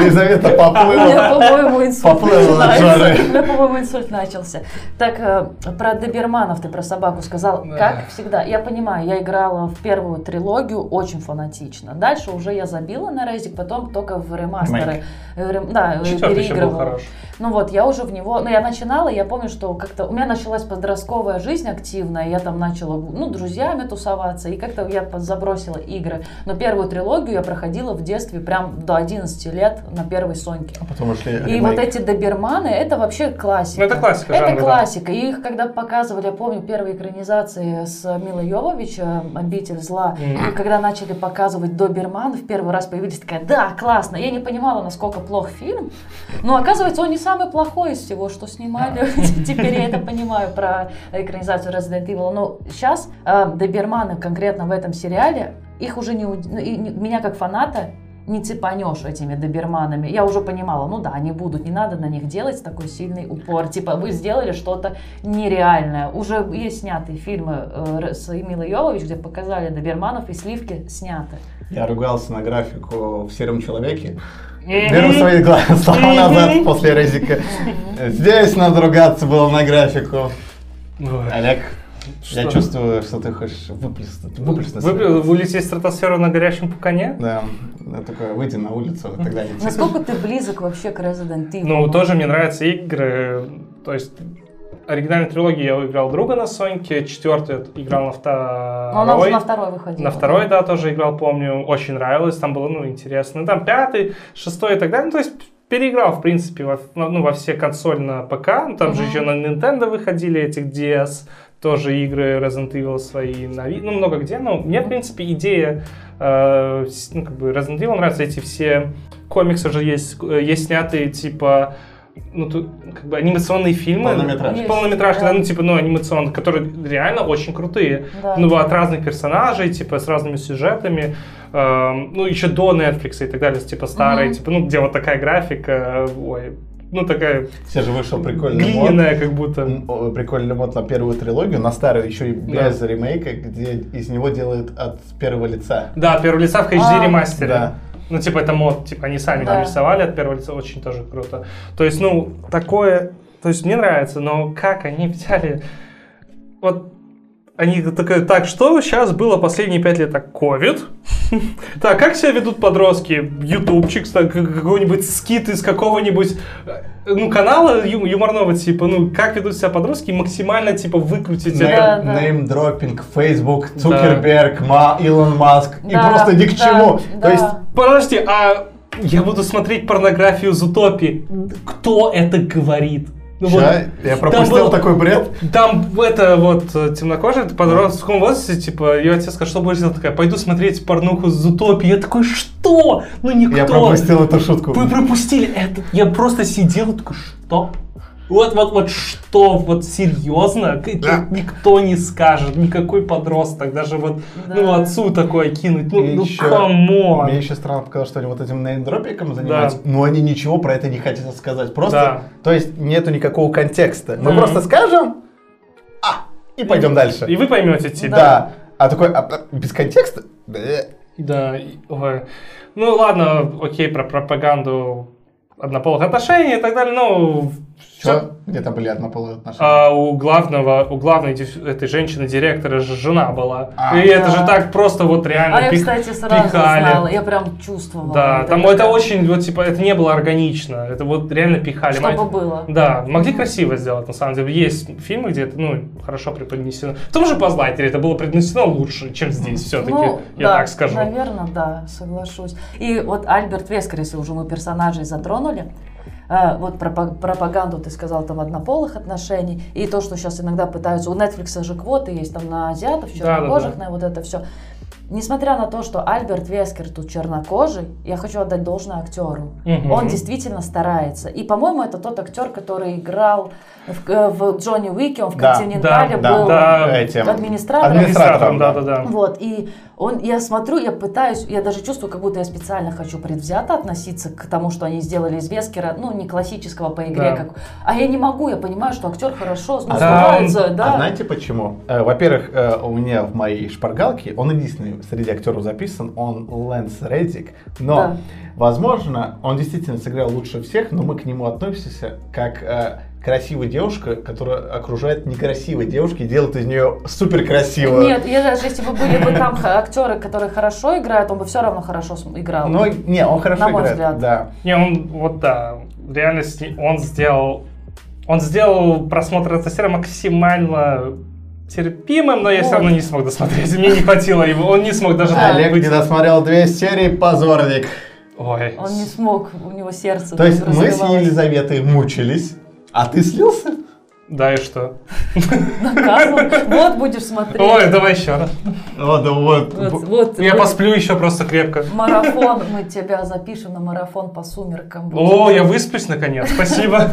S2: Елизавета
S1: У меня,
S2: поплыла.
S1: по-моему, инсульт
S2: Поплыла от
S1: начался.
S2: жары.
S1: У меня, по-моему, инсульт начался. Так, э, про доберманов ты про собаку сказал.
S3: Да.
S1: Как всегда, я понимаю, я играла в первую трилогию очень фанатично. Дальше уже я забила на резик, потом только в ремастеры. э, рем- Да, э,
S3: Четвертый еще был
S1: переигрывала.
S3: хорош.
S1: Ну вот, я уже в него, ну я начинала, я помню, что как-то у меня началась подростковая жизнь активная, я там начала, ну, друзьями тусоваться, и как-то я под- забросила игры. Но первую трилогию я проходила в детстве прям до 11 лет на первой Соньке.
S2: Потом ушли
S1: И
S2: ремейк.
S1: вот эти доберманы, это вообще классика.
S3: Ну, это классика
S1: Это
S3: жанра, да.
S1: классика. И их когда показывали, я помню, первые экранизации с Милой Йовович, э, «Обитель зла»,
S3: Мгм.
S1: и когда начали показывать доберманов, в первый раз появились, такая, да, классно. Я не понимала, насколько плох фильм, но оказывается, он не самый плохой из всего, что снимали. [LAUGHS] Теперь я это понимаю про экранизацию Resident Evil. Но сейчас э, доберманы конкретно в этом сериале, их уже не... уд- ну, и не- Меня как фаната не цепанешь этими доберманами. Я уже понимала, ну да, они будут, не надо на них делать такой сильный упор. Типа, вы сделали что-то нереальное. Уже есть снятые фильмы э, с Эмилой Йовович, где показали доберманов, и сливки сняты.
S2: Я ругался на графику в «Сером человеке».
S1: Э,
S3: Мгм.
S2: Беру свои гла- слова
S3: Мгм.
S2: назад после резика. Здесь надо ругаться было на графику.
S3: Ой,
S2: Олег, я
S3: что?
S2: чувствую, что ты хочешь выплеснуть. Выплеснуть.
S3: Выпл- Вылететь из стратосферы на горящем пукане?
S2: Да, я такой, выйди на улицу, тогда лети.
S1: Насколько ты близок вообще к Resident Evil?
S3: Ну, тоже мне нравятся игры, То есть оригинальную трилогию я играл друга на Соньке, четвертую играл на
S1: Но она уже
S3: второй.
S1: на второй выходила.
S3: На второй, да, тоже играл, помню, очень нравилось, там было, ну, интересно. Ну, Там пятый, шестой и так далее, ну, то есть переиграл, в принципе, во, ну, во все консольно ПК, ну, там же
S1: Мгм.
S3: еще на Nintendo выходили этих DS, тоже игры Resident Evil свои, на Ви- ну, много где, но мне, в принципе, идея, э, с- ну, как бы, Resident Evil нравится, эти все комиксы же есть, э, есть снятые, типа, ну, тут, как бы, анимационные фильмы.
S5: Полнометражки.
S3: Полнометражки, да,
S1: Да.
S3: ну, типа, ну, анимационные, которые реально очень крутые.
S1: Да.
S3: Ну, от разных персонажей, типа, с разными сюжетами. Эм, ну, еще до Netflix и так далее, типа, старые,
S1: Мгм.
S3: типа, ну, где вот такая графика, э, ой, ну, такая
S2: [LAUGHS] Все же вышел прикольный мод.
S3: глиняная, как будто.
S2: М, о, Прикольный мод на первую трилогию, на старую, еще и
S3: Да.
S2: без ремейка, где из него делают от первого лица.
S3: Да, первого лица в HD
S1: А.
S3: ремастере.
S2: Да.
S3: Ну, типа, это мод, типа, они сами
S1: Да.
S3: там рисовали от первого лица, очень тоже круто. То есть, ну, такое, то есть, мне нравится, но как они взяли, вот, они такое, так, что сейчас было последние пять лет? Так, ковид. [LAUGHS] Так, как себя ведут подростки? Ютубчик, так, какой-нибудь скит из какого-нибудь, э, ну, канала ю- юморного, типа, ну, как ведут себя подростки, и максимально, типа, выкрутить
S1: Да,
S3: это.
S1: да.
S2: Неймдропинг, Facebook, Цукерберг, Ма- Илон Маск. И
S1: Да,
S2: просто ни к
S1: да,
S2: чему. То
S1: да.
S2: есть
S3: Подожди, а я буду смотреть порнографию из утопии. Кто это говорит? Ну вот,
S2: ща я пропустил
S3: был-
S2: такой бред.
S3: там это вот э, темнокожая в подростковом возрасте, типа, ее отец сказал, что будешь делать? Такая, пойду смотреть порнуху из утопии. Я такой, что? Ну никто.
S2: Я пропустил эту шутку.
S3: Вы пропустили это. Я просто сидел такой, что? Вот, вот, вот что, вот серьезно, К-
S2: Да.
S3: никто не скажет, никакой подросток, даже вот, ну,
S1: Да.
S3: отцу такое кинуть, ну,
S2: И
S3: ну,
S2: еще-
S3: камон.
S2: Мне еще странно показалось, что они вот этим неймдропиком занимаются, но они ничего про это не хотят сказать.
S3: Да.
S2: Просто, то есть нету никакого контекста. Мы
S3: Мгм.
S2: просто скажем, а, и пойдем дальше.
S3: И вы поймете, типа.
S2: Да. А такой, а, а, без контекста? Да.
S3: Да, и- ой. Ну ладно, окей, про пропаганду однополых отношений и так далее, ну... всё.
S2: Что? Где-то были однополые отношения.
S3: А у главного, у главной дис- этой женщины-директора же жена была.
S2: А.
S3: и это же
S1: Да.
S3: так просто вот реально
S1: А я,
S3: пих-
S1: кстати, сразу
S3: пихали.
S1: знала, я прям чувствовала.
S3: Да, там
S1: как-
S3: это очень, вот типа, это не было органично, это вот реально пихали.
S1: Чтобы
S3: Мать-
S1: было.
S3: Да, могли красиво сделать, на самом деле. Есть фильмы, где это, ну, хорошо преподнесено. В том же Пазлайтере это было преподнесено лучше, чем здесь все-таки,
S1: Ну,
S3: я
S1: да,
S3: так скажу.
S1: Наверное, да, соглашусь. И вот Альберт Вескер, если уже мы персонажей затронули, э, вот про паг- пропаганду ты сказал там однополых отношений, и то, что сейчас иногда пытаются, у Netflix же квоты есть там на азиатов,
S3: Да, да,
S1: чернокожих, на вот это все. Несмотря на то, что Альберт Вескер тут чернокожий, я хочу отдать должное актеру.
S3: Мгм.
S1: Он действительно старается. И, по-моему, это тот актер, который играл в, э, в Джонни Уике, он в
S2: Да,
S1: Континентале
S3: да,
S1: Э, был
S3: да.
S2: Этим.
S1: администратором.
S3: администратором,
S2: Администратором,
S3: да,
S2: да.
S3: да, да.
S1: Вот, и он, я смотрю, я пытаюсь, я даже чувствую, как будто я специально хочу предвзято относиться к тому, что они сделали из Вескера, ну, не классического по игре,
S3: Да.
S1: как, а я не могу, я понимаю, что актер хорошо, ну,
S3: Да,
S1: старается, да.
S2: А знаете почему? Э, Во-первых, э, у меня в моей шпаргалке, он единственный среди актеров записан, он Лэнс Реддик, но,
S1: Да.
S2: возможно, он действительно сыграл лучше всех, но мы к нему относимся как э, красивая девушка, которая окружает некрасивой девушки и делает из нее супер красивую.
S1: Нет, я даже если бы были бы там х- актеры, которые хорошо играют, он бы все равно хорошо см- играл.
S2: Но, не, он хорошо
S1: На мой
S2: играет,
S1: взгляд.
S2: да.
S3: Не, он вот да, в реальности он сделал, он сделал просмотр этого сериала максимально терпимым, но я все
S1: Вот.
S3: равно не смог досмотреть, мне не хватило его, он не смог даже там
S2: Олег
S3: быть.
S2: не досмотрел две серии, позорник.
S3: Ой.
S1: Он не смог, у него сердце
S2: То есть мы с
S1: разрывалось.
S2: Елизаветой мучились, а ты слился?
S3: Да и что?
S1: Наказан. Вот будешь смотреть.
S3: Ой, давай еще раз.
S2: Вот, вот.
S1: Вот, вот,
S3: Я
S1: вот.
S3: посплю еще просто крепко.
S1: Марафон, мы тебя запишем на марафон по сумеркам.
S3: О, я высплюсь наконец, спасибо.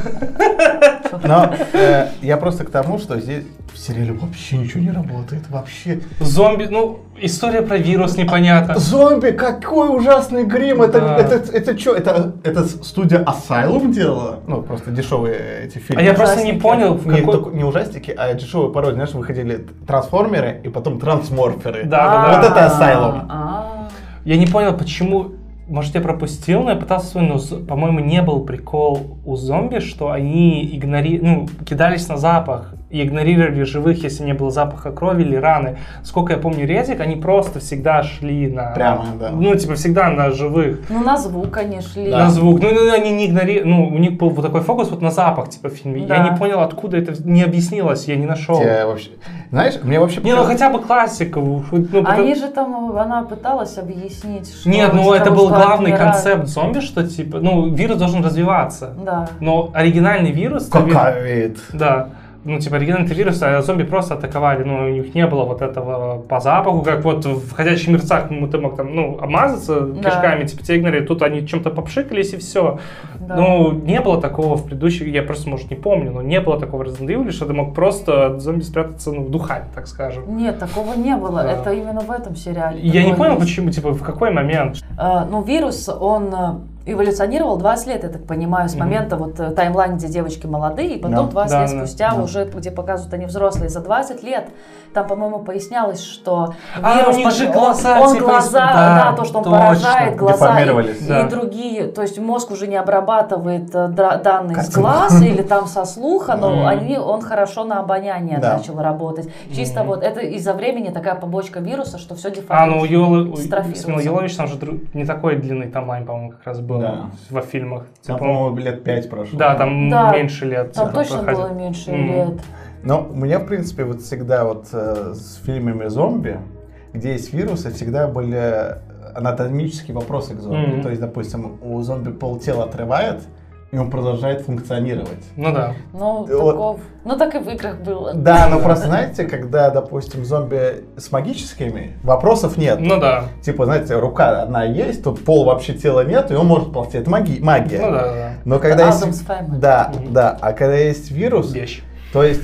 S2: Но э, я просто к тому, что здесь в сериале вообще ничего не работает, вообще.
S3: Зомби, ну, история про вирус непонятна.
S2: Зомби, какой ужасный грим! Это,
S3: Да.
S2: это, это что? Это, это студия Asylum делала? Ну, просто дешевые эти фильмы.
S3: А я просто не
S1: Ужасники.
S3: понял, в
S2: не,
S3: какой...
S2: только- не ужастики, а дешевые пародии. Знаешь, выходили трансформеры и потом трансморферы.
S3: Да, да, да.
S2: Вот это Asylum.
S1: А,
S3: Я не понял, почему... Может, я пропустил, но я пытался вспомнить, но, з- по-моему, не был прикол у зомби, что они игнори... ну, кидались на запах. и игнорировали живых, если не было запаха крови или раны. Сколько я помню резик, они просто всегда шли на...
S2: Прямо, да.
S3: Ну, типа, всегда на живых.
S1: Ну, на звук они шли.
S3: На звук. Ну, ну, они не игнорировали. Ну, у них был вот такой фокус вот на запах, типа, в фильме.
S1: Да.
S3: Я не понял, откуда это... Не объяснилось, я не нашел.
S2: Я вообще... Знаешь, мне вообще...
S3: Не, ну хотя бы классика. ну, хоть, ну, потому-
S1: Они же там, она пыталась объяснить, что...
S3: Нет, ну
S1: из-за
S3: это
S1: того,
S3: был
S1: что
S3: главный
S1: отмирают.
S3: концепт зомби, что типа, ну, вирус должен развиваться.
S1: Да.
S3: Но оригинальный вирус...
S2: Каковид.
S3: Да. Ну, типа, оригинальный вирус, а зомби просто атаковали, но у них не было вот этого по запаху, как вот в «Ходячих мерцах» ну, ты мог там, ну, обмазаться кишками, типа, тебя игнорили, тут они чем-то попшикались и все.
S1: Да.
S3: Ну, не было такого в предыдущих, я просто, может, не помню, но не было такого в Resident Evil, что ты мог просто от зомби спрятаться, ну, духами, так скажем.
S1: Нет, такого не было.
S3: Да.
S1: Это именно в этом сериале.
S3: Я не
S1: такое
S3: понял,
S1: есть.
S3: почему, типа, в какой момент?
S1: Э, Ну, вирус, он э, эволюционировал 20 лет, я так понимаю, с
S3: Мгм.
S1: момента вот э, таймлайн, где девочки молодые, и потом
S2: Да.
S1: 20
S3: Да,
S1: лет
S3: да,
S1: спустя
S2: да.
S1: уже, где показывают они взрослые, за 20 лет, там, по-моему, пояснялось, что
S3: А,
S1: вирус,
S3: у них же
S1: он-
S3: глаза,
S1: он,
S3: типа,
S1: глаза,
S3: из-
S1: да,
S3: да,
S1: то, что он
S3: точно,
S1: поражает глаза и,
S2: деформировались.
S1: и
S3: Да.
S1: другие, то есть мозг уже не обрабатывает э, дра- данные с
S3: [LAUGHS]
S1: глаз или там со слуха, но
S3: Мгм.
S1: они, он хорошо на обоняние
S2: Да.
S1: начал работать. Чисто
S3: Мгм.
S1: вот это из-за времени такая побочка вируса, что все
S3: А, ну, у
S1: деформируется.
S3: Йолы, у
S1: Строфироваться.
S3: Смила Йолович там же дру- не такой длинный таймлайн, по-моему, как раз был
S2: Да.
S3: во фильмах.
S2: Там,
S3: Типа,
S2: по-моему, лет пять прошло.
S3: Да, там
S1: Да.
S3: меньше лет.
S1: Там
S3: типа,
S1: точно
S3: проходит.
S1: было меньше
S3: Мгм.
S1: лет.
S2: Но у меня, в принципе, вот всегда вот э, с фильмами зомби, где есть вирусы, всегда были э, анатомические вопросы к зомби.
S3: Мгм.
S2: То есть, допустим, у зомби полтела отрывает, и он продолжает
S3: [LAUGHS]
S2: функционировать.
S3: Ну да.
S1: Ну,
S2: Вот.
S1: таков- ну, так и в играх было.
S2: Да,
S3: ну,
S1: [LAUGHS]
S2: но просто, знаете, когда, допустим, зомби с магическими, вопросов нет.
S3: Ну да.
S2: Типа, знаете, рука одна есть, тут пол вообще тела нет, и он может ползти. Это маги- магия.
S3: Ну да,
S2: Но когда
S1: Адамс
S2: есть...
S1: Family.
S2: Да,
S3: Мгм.
S2: да. А когда есть
S3: да.
S2: вирус,
S3: Вещь.
S2: то есть,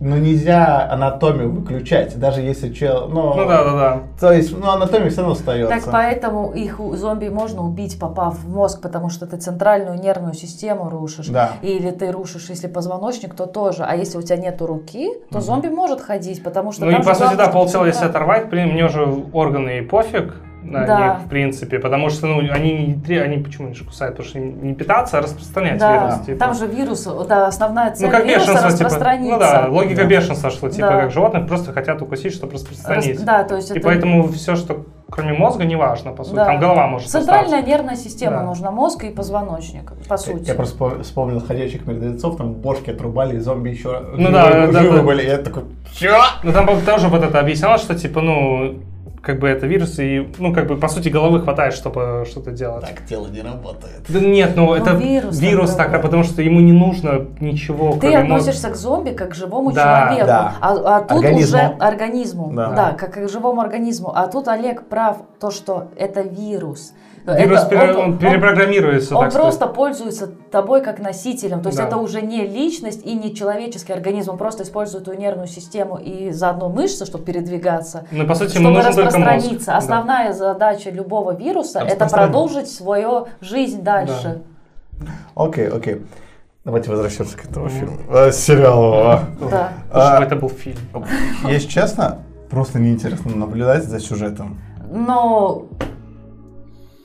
S2: ну нельзя анатомию выключать, даже если чел... Ну,
S3: Ну да, да, да.
S2: То есть, ну анатомия все равно остается.
S1: Так поэтому их у- зомби можно убить, попав в мозг, потому что ты центральную нервную систему рушишь.
S2: Да.
S1: Или ты рушишь, если позвоночник, то тоже. А если у тебя нету руки, то зомби может ходить, потому что...
S3: Ну
S1: там
S3: и
S1: же
S3: по сути,
S1: главное,
S3: да,
S1: что
S3: полтела, если
S1: центра-
S3: оторвать, блин, мне уже органы и пофиг на
S1: Да.
S3: них, в принципе, потому что, ну, они не тре- они почему не кусают, потому что им не питаться, а распространять
S1: Да,
S3: вирус, типа.
S1: там же вирус, да, основная цель
S3: ну, как
S1: вируса
S3: бешенство, типа.
S1: распространиться.
S3: Ну да, логика
S2: Да.
S3: бешенства, что типа
S1: Да.
S3: как животных просто хотят укусить, чтобы
S1: Рас-
S3: распространить.
S1: Да, то есть
S3: И
S1: это-
S3: поэтому все, что кроме мозга, не важно, по сути.
S1: э, да.
S3: Там голова может
S1: Центральная
S3: остаться.
S1: нервная система
S3: Да.
S1: нужна, мозг и позвоночник, по
S2: Я-
S1: сути.
S2: Я просто вспом- вспомнил ходячих мертвецов, там бошки отрубали, и зомби еще
S3: Ну да, да,
S2: живы
S3: да.
S2: были. И Я такой,
S3: Ну там по- тоже вот это объяснялось, что типа, ну, как бы это вирус, и, ну, как бы, по сути, головы хватает, чтобы что-то делать.
S2: так тело не работает.
S3: Да нет, ну, это
S1: А вирус
S3: вирус,
S1: он
S3: так,
S1: такой.
S3: а потому что ему не нужно ничего,
S1: Ты
S3: кроме мозга.
S1: относишься к зомби как к живому
S3: Да,
S1: человеку,
S2: да.
S1: А, а тут
S2: Организму.
S1: уже организму, да,
S2: Да.
S1: как, как к живому организму. А тут Олег прав, то что это вирус.
S3: Вирус
S1: Это
S3: пере-
S1: он-
S3: он
S1: он-
S3: перепрограммируется,
S1: Он
S3: так сказать.
S1: просто пользуется тобой как носителем, то есть
S3: Да.
S1: это уже не личность и не человеческий организм, он просто использует твою нервную систему и заодно мышцы, чтобы передвигаться,
S3: Ну, по сути, ему
S1: чтобы
S3: нужен только мозг.
S1: распространиться.
S3: Да.
S1: Основная задача любого вируса это
S2: Распространение.
S1: продолжить свою жизнь дальше.
S2: Окей, окей. Давайте возвращаться к этому
S3: Мгм.
S2: фильму. Э, сериалу.
S1: да.
S3: Лучше
S2: А.
S3: бы это был фильм.
S2: Если честно, просто неинтересно наблюдать за сюжетом.
S1: Но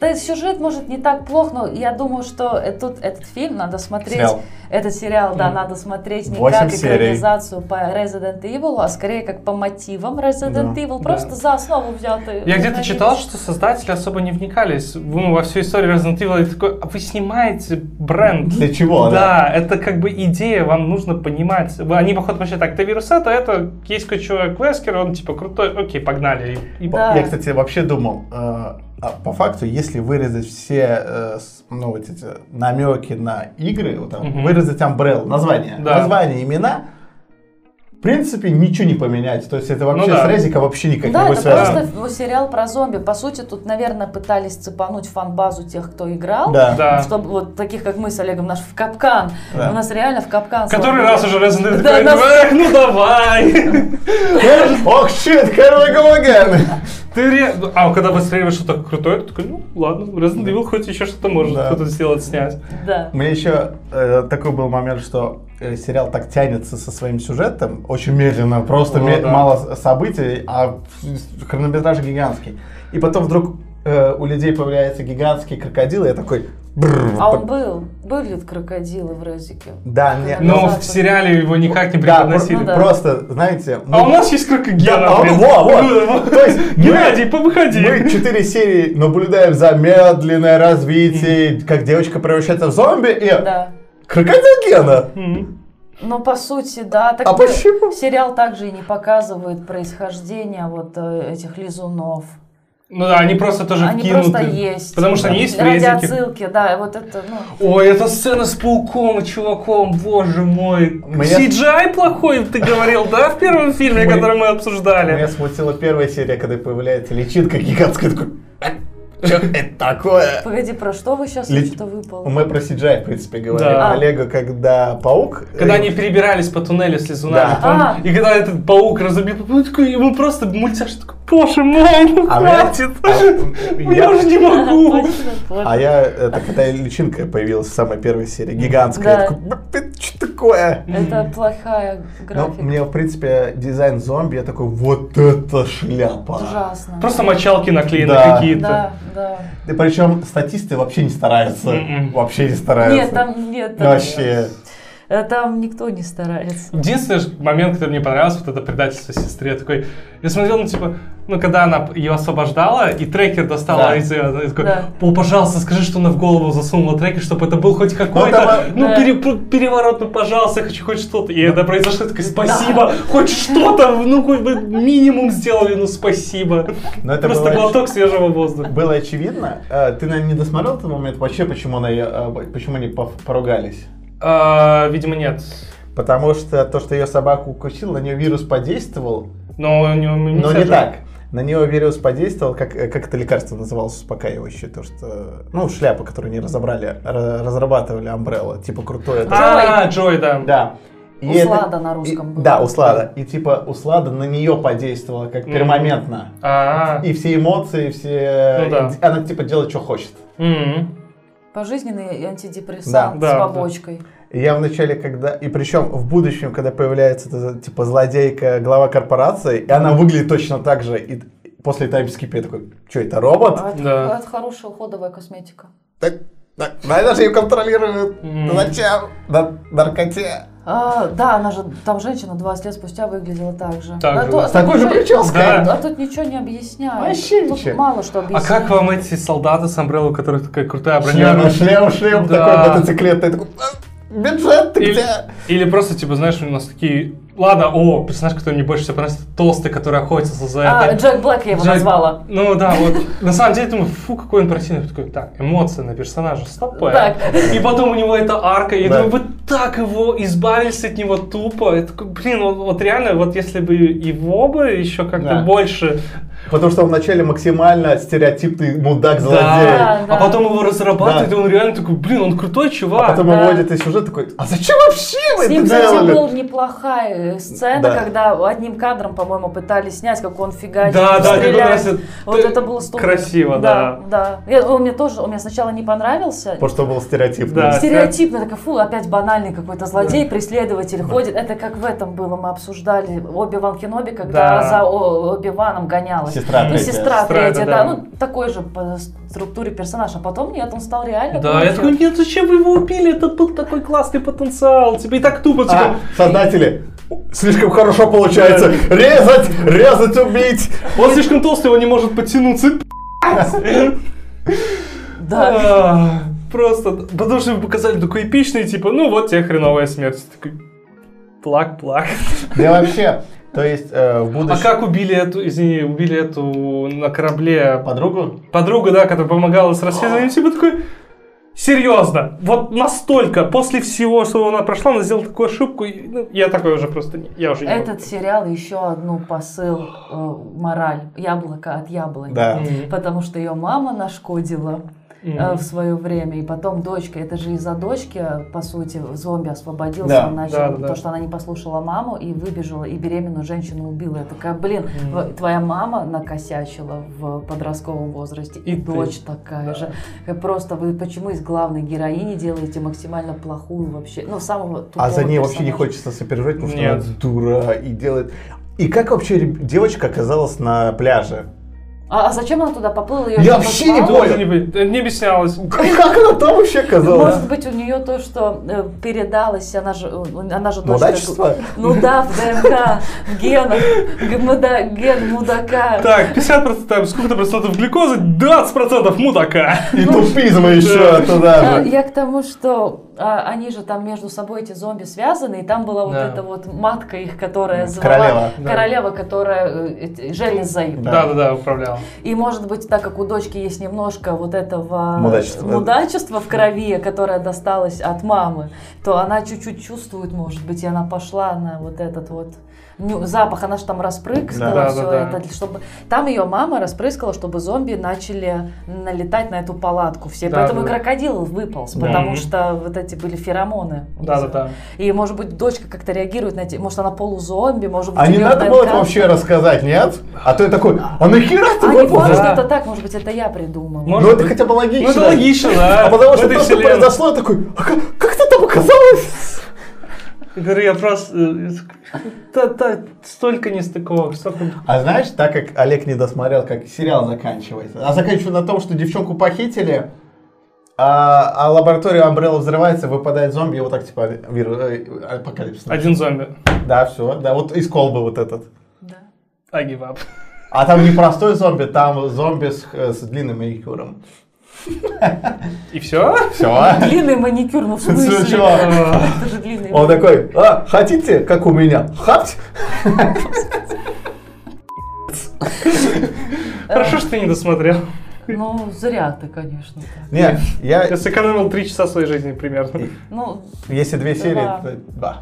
S1: да, сюжет может не так плох, но я думаю, что э- тут этот фильм надо смотреть,
S2: Сериал.
S1: этот сериал, да,
S3: Мгм.
S1: надо смотреть не
S2: Восемь
S1: как
S2: серий.
S1: экранизацию по Resident Evil, а скорее как по мотивам Resident
S2: Да.
S1: Evil, просто
S3: Да.
S1: за основу взятые.
S3: Я где-то
S1: Находились.
S3: читал, что создатели особо не вникались ну, во всю историю Resident Evil. И такой, а вы снимаете бренд.
S2: Для чего,
S3: Да, это как бы идея, вам нужно понимать. Вы- Они, походу, вообще так, ты вируса, то это есть какой человек Вескер, он типа крутой, окей, погнали. И- и-
S1: Да.
S2: Типа, Я, кстати, вообще думал, э, а по факту, если вырезать все э, с- ну, вот эти намеки на игры, вот там,
S3: Мгм.
S2: вырезать Umbrella, название,
S3: Да.
S2: название, имена, в принципе, ничего не поменять. То есть это вообще
S3: да.
S2: с резика вообще никак
S1: Да,
S2: не будет
S1: это
S2: связано.
S1: просто ф- сериал про зомби. По сути, тут, наверное, пытались цепануть фан-базу тех, кто играл.
S2: Да.
S3: Да.
S1: Чтобы вот таких, как мы с Олегом, наш в капкан.
S2: Да.
S1: У нас реально в капкан.
S3: Который
S1: свалили.
S3: раз уже Resident Evil
S1: Да,
S3: такой,
S1: нас-
S3: «Эх, ну давай! [LAUGHS]
S2: Ох, щит, Кэрол Галаган!
S3: Ты ре- А когда выстреливаешь что-то крутое, ты такой, ну ладно, Resident Evil хоть еще что-то может
S2: Да.
S3: кто-то сделать, снять.
S1: Да.
S2: У меня еще э, такой был момент, что э, сериал так тянется со своим сюжетом очень медленно, просто
S3: О,
S2: ме-
S3: да.
S2: мало с- событий, а ф- хронометраж гигантский. И потом вдруг э, у людей появляются гигантские крокодилы, я такой... «Бррр».
S1: А он был, были крокодилы в Резике.
S2: Да, мне...
S1: Ну,
S3: Но в сериале его никак не
S2: да, про-
S3: преподносили.
S1: ну да.
S2: просто, знаете...
S3: А у
S2: мы-
S3: нас есть крокогена.
S2: Ну, Да, а,
S3: блин.
S2: во, вот.
S3: Ну,
S2: То есть, мы-
S3: [LAUGHS] Геннадий, повыходи.
S2: Мы четыре серии наблюдаем за медленное развитие, как девочка превращается в зомби и...
S1: Да.
S2: Крокодил Гена!
S3: Мгм.
S1: Ну, по сути, да. Так
S2: А
S1: бы
S2: почему?
S1: Сериал также и не показывает происхождение вот э, этих лизунов.
S3: Ну да, они просто тоже
S1: они
S3: вкинуты.
S1: просто есть.
S3: Потому что они есть в
S1: Ради
S3: резике.
S1: отсылки, да, вот это, ну,
S3: Ой, эта сцена с пауком и чуваком, боже мой.
S2: Меня-
S3: CGI плохой, ты говорил, да, в первом фильме,
S2: Мы-
S3: который мы обсуждали?
S2: Меня смутила первая серия, когда появляется личинка гигантская. Такой, «А, чё это такое?
S1: погоди, про что вы сейчас
S2: Лит-
S1: что выпало?
S2: Мы про CGI, в принципе, говорили.
S3: Да.
S2: Олега, когда паук...
S3: Когда
S2: э,
S3: они перебирались по туннелю с лизунами,
S2: Да.
S1: А.
S3: там, и когда этот паук разобил, ну, такой, ему просто мультяшный такой, боже мой, ну
S2: А
S3: хватит,
S2: а,
S3: я уже не
S1: [LAUGHS]
S3: могу.
S1: Точно, точно.
S2: А я, это когда личинка появилась в самой первой серии, гигантская.
S1: Да.
S2: Я такой, «Б- это что такое?
S1: Это плохая
S2: Ну,
S1: графика.
S2: мне, в принципе, дизайн зомби, я такой, вот это шляпа.
S1: Ужасно.
S3: Просто мочалки наклеены
S2: Да.
S3: какие-то.
S1: Да, да.
S2: И причем статисты вообще не стараются.
S3: Мгм.
S2: Вообще не стараются.
S1: Нет, там нет.
S2: Ну, Вообще.
S1: Э, Там никто не старается.
S3: Единственный ж момент, который мне понравился, вот это предательство сестре. Такой, я смотрел, ну, типа, ну, когда она ее освобождала, и трекер достала
S2: Да.
S3: из ее, она такой,
S1: Да.
S3: о, пожалуйста, скажи, что она в голову засунула трекер, чтобы это был хоть какой-то,
S2: там,
S3: ну,
S1: Да.
S3: пере- пр- переворот, ну, пожалуйста, я хочу хоть что-то. И это произошло, я такой, спасибо, хоть что-то, ну, хоть бы минимум сделали, ну, спасибо.
S2: Но это
S3: Просто
S2: было-
S3: глоток свежего воздуха.
S2: Было очевидно. Э, Ты, наверное, не досмотрел этот момент вообще, почему, она, её, э, почему они пов- поругались?
S3: А, видимо, нет.
S2: Потому что то, что ее собаку укусил, на нее вирус подействовал,
S3: Но, Ну, не,
S2: но не так. На нее вирус подействовал, как, э, как это лекарство называлось, успокаивающее, то что... Ну, шляпа, которую не разобрали, ра- разрабатывали Umbrella, типа крутое. это-
S3: А, Джой, да.
S2: Да. И
S1: Услада на
S2: и-
S1: русском была.
S2: да, услада. И типа услада на нее подействовала как
S3: Мгм.
S2: пермоментно.
S3: А,
S2: И все эмоции, все...
S3: Ну да.
S2: и Она типа делает, что хочет.
S3: м.
S1: Пожизненный антидепрессант
S3: Да,
S1: с
S3: да,
S1: побочкой.
S2: И Я вначале, когда... И причем в будущем, когда появляется, эта, типа, злодейка, глава корпорации, и она выглядит точно так же. И после таймскипа я такой, что это, робот?
S1: А Это,
S3: Да.
S1: это хорошая уходовая косметика.
S2: Так, так, наверное, же ее контролируют.
S3: М.
S2: Зачем? На наркоте.
S1: А, да, она же, там женщина 20 лет спустя выглядела так же.
S3: Так
S1: А
S3: же,
S1: то-
S3: да.
S1: а
S2: С такой
S1: тут
S2: же
S1: ничего-
S2: прической.
S3: Да.
S1: А тут ничего не объясняют.
S2: Вообще
S1: тут
S2: ничего.
S1: мало что
S3: А
S1: объясняют.
S3: как вам эти солдаты с Umbrella, у которых такая крутая броня?
S2: ну, Шлем, шлем, шлем,
S3: Да.
S2: такой мотоциклетный. Такой, «А, бюджет ты
S3: Или-
S2: где?
S3: Или просто, типа, знаешь, у нас такие... Ладно, о, персонаж, который мне больше всего понравился, это толстый, который охотится за
S1: А,
S3: этой-
S1: Джек Блэк я его
S3: Джек-
S1: назвала.
S3: Ну да, вот. На самом деле, думаю, фу, какой он противный. Такой, так, эмоции на персонажа, стопэ.
S1: Так.
S3: И потом у него эта арка, и я
S2: Да.
S3: думаю, вы так его избавились от него тупо. Я такой, блин, вот, вот реально, вот если бы его бы еще как-то
S2: Да.
S3: больше...
S2: Потому что он вначале максимально стереотипный мудак-злодей.
S1: Да, да.
S3: А потом его разрабатывают,
S2: Да.
S3: и он реально такой, блин, он крутой
S2: А
S3: чувак.
S2: потом
S1: Да.
S2: выводит из сюжета такой, а зачем вообще вы
S1: С ним,
S2: это
S1: кстати,
S2: делали?
S1: была неплохая э, сцена,
S2: Да.
S1: когда одним кадром, по-моему, пытались снять, как он фигачит,
S3: Да, да, как он
S1: стреляет.
S3: раз это-
S1: Вот это было столько.
S3: Красиво, да.
S1: Да, Я- он мне тоже, он мне сначала не понравился.
S2: Потому что был стереотипный.
S3: Да.
S1: Стереотипно, такой, фу, опять банальный какой-то злодей, преследователь ходит. Это как в этом было, мы обсуждали Оби-Ван Кеноби, когда
S3: Да.
S1: за О- Оби-Ваном гонялась.
S2: Сестра
S1: Ну,
S2: третья.
S1: сестра
S3: Сестра,
S1: третья,
S3: да,
S1: да.
S3: да.
S1: Ну, такой же по структуре персонаж. А потом нет, он стал реально...
S3: Да, я такой,
S1: крутым.
S3: нет, зачем вы его убили? Это был такой классный потенциал. Тебе и так тупо,
S2: А,
S3: типа,
S2: создатели, слишком хорошо получается. Резать, резать, убить.
S3: он слишком толстый, он не может подтянуться. [LAUGHS]
S1: Да.
S3: А, Просто, потому что вы показали такой эпичный, типа, ну вот тебе хреновая смерть. Ты Такой, плак-плак.
S2: Да вообще, то есть э, в
S3: А
S2: будущем...
S3: как убили эту, извини, убили эту на корабле
S2: Подругу?
S3: подругу, да, которая помогала с
S1: А.
S3: расследованием, типа такой, серьезно, вот настолько, после всего, что она прошла, она сделала такую ошибку, и, ну, я такой уже просто, не- я уже не могу.
S1: Этот сериал еще одну посыл, э, мораль, яблоко от яблони.
S2: Да.
S3: М,
S1: Потому что ее мама нашкодила
S3: м.
S1: э, в свое время, и потом дочка, это же из-за дочки, по сути, зомби освободился,
S2: Да,
S1: он начал,
S3: да, да,
S1: потому
S3: да.
S1: что она не послушала маму и выбежала, и беременную женщину убила. Я такая, блин, в- твоя мама накосячила в подростковом возрасте, и,
S3: И ты.
S1: дочь такая же. Э, Просто вы почему из главной героини делаете максимально плохую вообще, ну, самого
S2: А за
S1: тупого
S2: ней вообще не
S1: персонажа?
S2: хочется сопереживать, потому что
S3: Нет.
S2: она дура и делает... И как вообще реб- девочка оказалась на пляже? [LAUGHS]
S1: А, а зачем она туда поплыла? Ее
S2: Я
S1: же
S2: вообще не
S1: послала?
S2: понял.
S3: Тоже не, бы- не объяснялось.
S2: Как она там вообще оказалась?
S1: Может быть, у нее то, что э, передалось, она же, э, она
S2: Ну, а
S1: же дочка-
S2: Мудачество?
S1: Ну да, в ДНК, в генах, г- муда- ген мудака.
S3: Так, 50%, там, сколько-то процентов глюкозы, 20% мудака.
S2: И тупизм еще
S3: Да.
S1: А,
S2: туда же.
S1: Я к тому, что а, они же там между собой эти зомби связаны, и там была вот
S3: Да.
S1: эта вот матка их, которая звала
S2: Королева.
S3: Да.
S1: королева, которая э, эти- железой.
S2: Да.
S3: Да-да-да, управлял.
S1: И может быть, так как у дочки есть немножко вот этого
S2: Мудачества.
S1: мудачества в крови, которое досталось от мамы, то она чуть-чуть чувствует, может быть, и она пошла на вот этот вот ню- запах, она же там распрыскала
S3: Да, да,
S1: все
S3: да.
S1: это, чтобы там ее мама распрыскала, чтобы зомби начали налетать на эту палатку все,
S3: Да,
S1: поэтому
S3: да,
S1: и
S3: да.
S1: крокодил выполз,
S2: Да.
S1: потому
S3: Мгм.
S1: что вот эти были феромоны. у них.
S3: Да-да-да.
S1: И может быть дочка как-то реагирует на эти, может она полузомби, может быть
S2: А не
S1: её
S2: надо было это
S1: ДНК.
S2: вообще рассказать, нет? А то я такой, а нахера ты
S1: А не
S2: выполз?
S1: важно,
S3: Да.
S1: это так, может быть, это я придумала.
S3: Может,
S2: Ну это хотя бы логично.
S3: Ну это логично, да.
S2: А потому что
S3: В этой
S2: то, что
S3: вселенной.
S2: произошло, я такой, а как, как ты там оказалась?
S3: Я говорю, я просто... э, Да, да, столько нестыковок, столько...
S2: А знаешь, так как Олег не досмотрел, как сериал заканчивается, а заканчивается на том, что девчонку похитили, а, а лаборатория Umbrella взрывается, выпадает зомби, и вот так типа виру- э, апокалипсис.
S3: Один зомби.
S2: Да, все, да, вот из колбы вот этот.
S1: Да.
S3: I give up.
S2: А там не простой зомби, там зомби с, э, с длинным маникюром.
S3: И все?
S1: Э.
S2: Все.
S1: Длинный маникюр, ну в
S2: [LAUGHS]
S1: смысле?
S2: Чё?
S1: Это же длинный
S2: Он такой, а, хотите, как у меня? Хать!
S3: Хорошо, что ты не досмотрел.
S1: Ну, зря ты, конечно. так.
S2: Нет,
S3: Я
S2: я,
S3: сэкономил три часа своей жизни примерно.
S1: Ну,
S2: если две серии,
S1: Да.
S2: то да.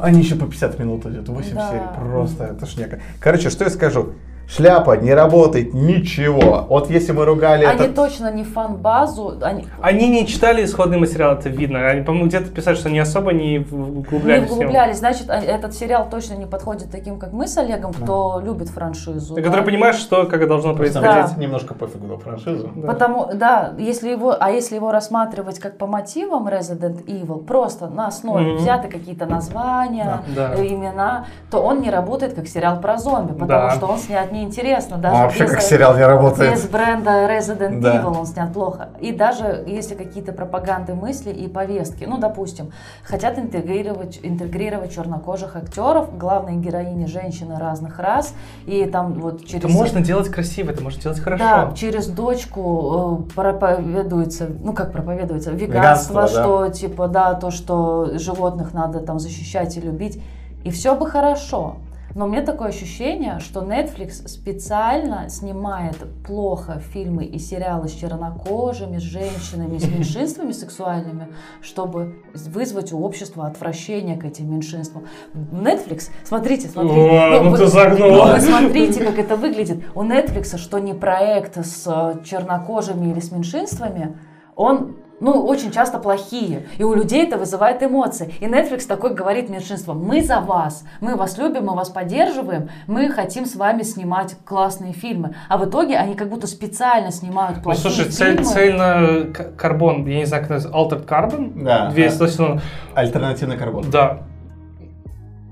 S2: Они еще по 50 минут идут, 8
S1: Да.
S2: серий, просто тошняка. Короче, что я скажу? Шляпа не работает, ничего. Вот если мы ругали
S1: они
S2: это...
S1: точно не фан-базу, они
S3: Они не читали исходный материал, это видно. Они, по-моему, где-то писали, что они особо не в-
S1: не
S3: углублялись. в тему.
S1: углублялись. Значит, а- этот сериал точно не подходит таким, как мы с Олегом, кто любит франшизу.
S3: Ты,
S1: да.
S3: Который понимаешь, что как должно
S2: Просто
S3: происходить.
S2: мне немножко пофигу на франшизу.
S3: Да.
S1: Потому, да, если его, а если его рассматривать как по мотивам Resident Evil, просто на основе
S3: Мгм.
S1: взяты какие-то названия,
S3: Да.
S1: э, имена, то он не работает как сериал про зомби, потому
S3: Да.
S1: что он снят неинтересно. Даже
S2: А вообще
S1: без
S2: как
S1: э-
S2: сериал не
S1: Без
S2: работает.
S1: бренда Resident
S2: Да.
S1: Evil он снят плохо. И даже если какие-то пропаганды мысли и повестки, ну, допустим, хотят интегрировать, интегрировать чернокожих актеров, главные героини женщины разных рас, и там вот через...
S3: Это можно делать красиво, это можно делать хорошо. Ну,
S1: Да, через дочку э, проповедуется, ну как проповедуется,
S2: Веганство,
S1: веганство,
S2: да.
S1: что типа, да, то, что животных надо там защищать и любить, и все бы хорошо. Но мне такое ощущение, что Netflix специально снимает плохо фильмы и сериалы с чернокожими, с женщинами, с меньшинствами сексуальными, чтобы вызвать у общества отвращение к этим меньшинствам. Netflix, смотрите, смотрите.
S3: О, ну
S1: вы-
S3: ты загнула.
S1: вы смотрите, как это выглядит. У Netflix, что не проект с э, чернокожими или с меньшинствами, он ну, очень часто плохие. И у людей это вызывает эмоции. И Netflix такой говорит меньшинствам, мы за вас, мы вас любим, мы вас поддерживаем, мы хотим с вами снимать классные фильмы. А в итоге они как будто специально снимают
S3: Ну,
S1: плохие
S3: слушай, цель,
S1: фильмы. на
S3: цельно к- карбон, я не знаю, как называется, Altered Carbon?
S2: Да.
S3: 200 сезонов.
S2: Альтернативный карбон.
S3: Да.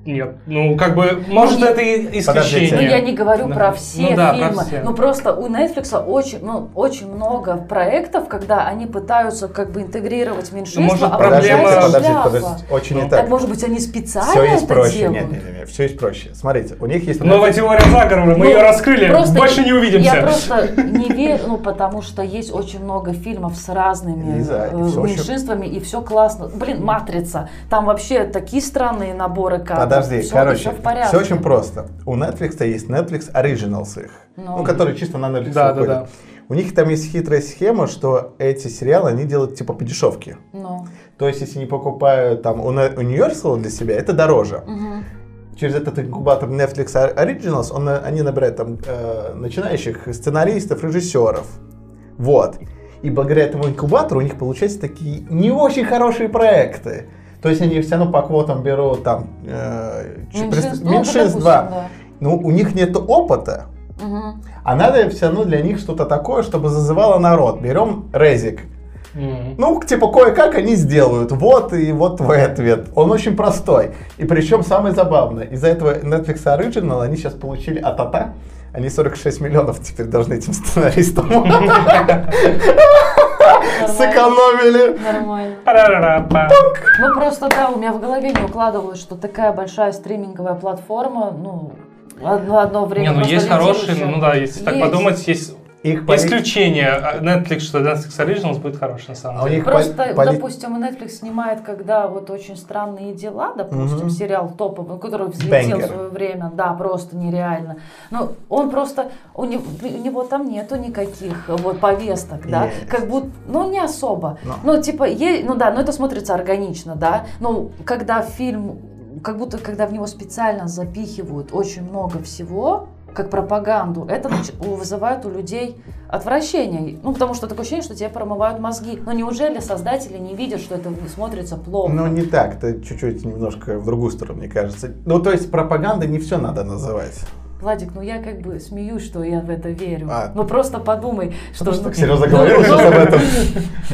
S3: Нет, ну как бы, может это и
S2: Подождите.
S1: Ну, я
S3: исключение.
S1: не говорю
S3: Ну,
S1: про
S3: ну
S1: все
S3: да, про
S1: фильмы.
S3: все.
S1: Ну, просто у Netflix очень, ну, очень много проектов, когда они пытаются как бы интегрировать меньшинство,
S3: Ну, может,
S1: а
S2: Подождите,
S3: Проблема-
S1: получается
S2: подождите,
S1: шляпа. Ну,
S2: подождите. Очень не
S1: Так,
S2: так.
S1: может быть, они специально
S2: Все есть
S1: это
S2: проще.
S1: делают?
S2: Нет, нет, нет, все есть проще. Смотрите, у них есть...
S3: Новая теория заговора, мы
S1: Ну,
S3: ее раскрыли,
S1: просто
S3: больше не увидимся.
S1: Я просто не верю, ну, потому что есть очень много фильмов с разными
S2: Лиза, и
S1: э,
S2: всё очень-
S1: меньшинствами, и все классно. Блин, «Матрица», там вообще такие странные наборы кадров.
S2: Подожди,
S1: Всё-
S2: короче,
S1: всё в порядке.
S2: все очень просто. У Netflix есть Netflix Originals их,
S1: Ну.
S2: ну, которые чисто на Netflix
S3: Да, да,
S2: выходят.
S3: да.
S2: У них там есть хитрая схема, что эти сериалы они делают типа по дешевке.
S1: Ну,
S2: То есть, если не покупаю там у Не- Universal для себя, это дороже.
S1: мгм.
S2: Через этот инкубатор Netflix Originals он, на- они набирают там э, начинающих сценаристов, режиссеров. Вот. И благодаря этому инкубатору у них получаются такие не очень хорошие проекты. То есть они все равно по квотам берут там э, ч-
S1: Меньшинств-
S2: пред-
S1: ну,
S2: меньшинств,
S1: допустим,
S2: да.
S1: да.
S2: Ну, у них нет опыта.
S1: Мгм.
S2: А надо все равно для них что-то такое, чтобы зазывало народ. Берем Резик.
S3: Мгм.
S2: Ну, типа, кое-как они сделают. Вот и вот твой ответ. Он очень простой. И причем самое забавное, из-за этого Netflix Original они сейчас получили атата. Они 46 миллионов теперь должны этим сценаристам.
S1: Ну,
S2: Сэкономили.
S1: Нормально.
S3: Парарарапа.
S1: Ну просто да, у меня в голове не укладывалось, что такая большая стриминговая платформа, ну, одно, одно время.
S3: Не, ну
S1: просто
S3: есть
S1: летела
S3: хорошие,
S1: еще.
S3: ну да, если так
S1: Есть.
S3: подумать, есть
S2: Их поли-
S3: исключение А Netflix, что Netflix Originals будет хороший
S2: А
S3: на
S2: у
S3: самом деле.
S2: них
S1: Просто,
S2: поли- поли-
S1: допустим, Netflix снимает, когда вот очень странные дела, допустим,
S2: Мгм.
S1: сериал топовый, который взлетел
S2: Бэнгер.
S1: в свое время, да, просто нереально. Ну, он просто, у него, у него там нету никаких э, вот повесток, да,
S2: Есть.
S1: как будто, ну, не особо.
S2: Но.
S1: Ну, типа, е- ну да, но это смотрится органично, да, но когда фильм, как будто когда в него специально запихивают очень много всего, как пропаганду, это нач- у- вызывает у людей отвращение. Ну, потому что такое ощущение, что тебе промывают мозги. Но неужели создатели не видят, что это смотрится плохо?
S2: Ну, не так, это чуть-чуть немножко в другую сторону, мне кажется. Ну, то есть пропаганда не все надо называть.
S1: Владик, ну я как бы смеюсь, что я в это верю.
S2: А.
S1: Ну просто подумай, что...
S2: Потому что
S1: ну-
S2: так серьезно говорил
S1: Ну,
S2: сейчас об этом.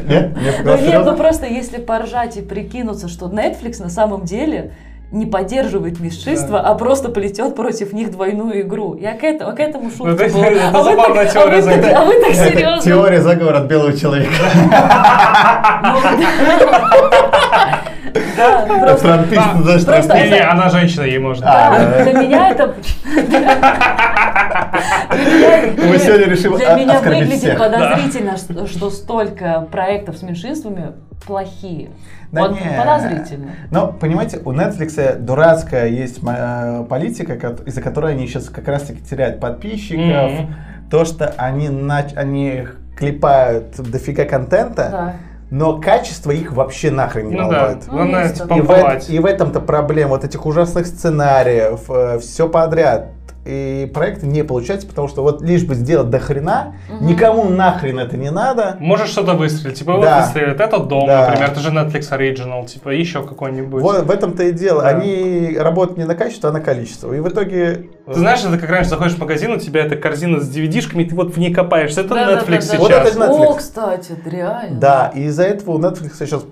S2: Нет? Мне
S1: Ну нет,
S2: показалось
S1: ну
S2: серьезно.
S1: просто если поржать и прикинуться, что Netflix на самом деле не поддерживает меньшинство, а просто плетет против них двойную игру. Я к этому, к этому шутка
S2: Ну,
S3: это-
S1: была.
S3: это
S1: А вы
S3: забавная
S1: так-
S3: теория
S1: а вы так-
S3: заговора.
S1: А вы так
S2: Это
S1: серьезно? [LAUGHS]
S2: теория заговора от белого человека.
S1: Ну, Да, просто-
S2: Трампист, за что
S1: просто-
S3: Не, не, она женщина, ей можно.
S2: А,
S1: да, Для меня
S2: [LAUGHS]
S1: это...
S2: Мы сегодня решим
S1: Для
S2: о-
S1: меня
S2: оскорбить
S1: выглядит
S2: всех.
S1: подозрительно, что- что столько проектов с меньшинствами плохие.
S2: Да
S1: Вот
S2: не.
S1: подозрительно.
S2: Но, понимаете, у Netflix дурацкая есть э, политика, кот- из-за которой они сейчас как раз-таки теряют подписчиков.
S3: Мгм.
S2: То, что они, нач- они клепают дофига контента,
S1: Да.
S2: но качество их вообще нахрен не
S3: Ну да,
S2: волнует.
S3: главное,
S1: есть
S3: типа,
S1: такое.
S2: И в, эт-
S3: помывать.
S2: и в этом-то проблема вот этих ужасных сценариев, все подряд. И проекты не получаются, потому что вот лишь бы сделать до хрена,
S1: Мгм.
S2: никому нахрен это не надо.
S3: Можешь что-то выстрелить, типа вот
S2: Да.
S3: выстрелит этот дом,
S2: Да.
S3: например, это же Netflix Original, типа еще какой-нибудь.
S2: Вот в этом-то и дело.
S3: Да.
S2: Они работают не на качество, а на количество. И в итоге...
S3: Ты знаешь, это как раньше заходишь в магазин, у тебя эта корзина с DVD-шками, ты вот в ней копаешься. Это
S1: Да, да,
S3: Netflix
S1: да, да.
S3: сейчас.
S2: Вот это Netflix.
S1: О, кстати, это реально.
S2: Да, и из-за этого у Netflix сейчас...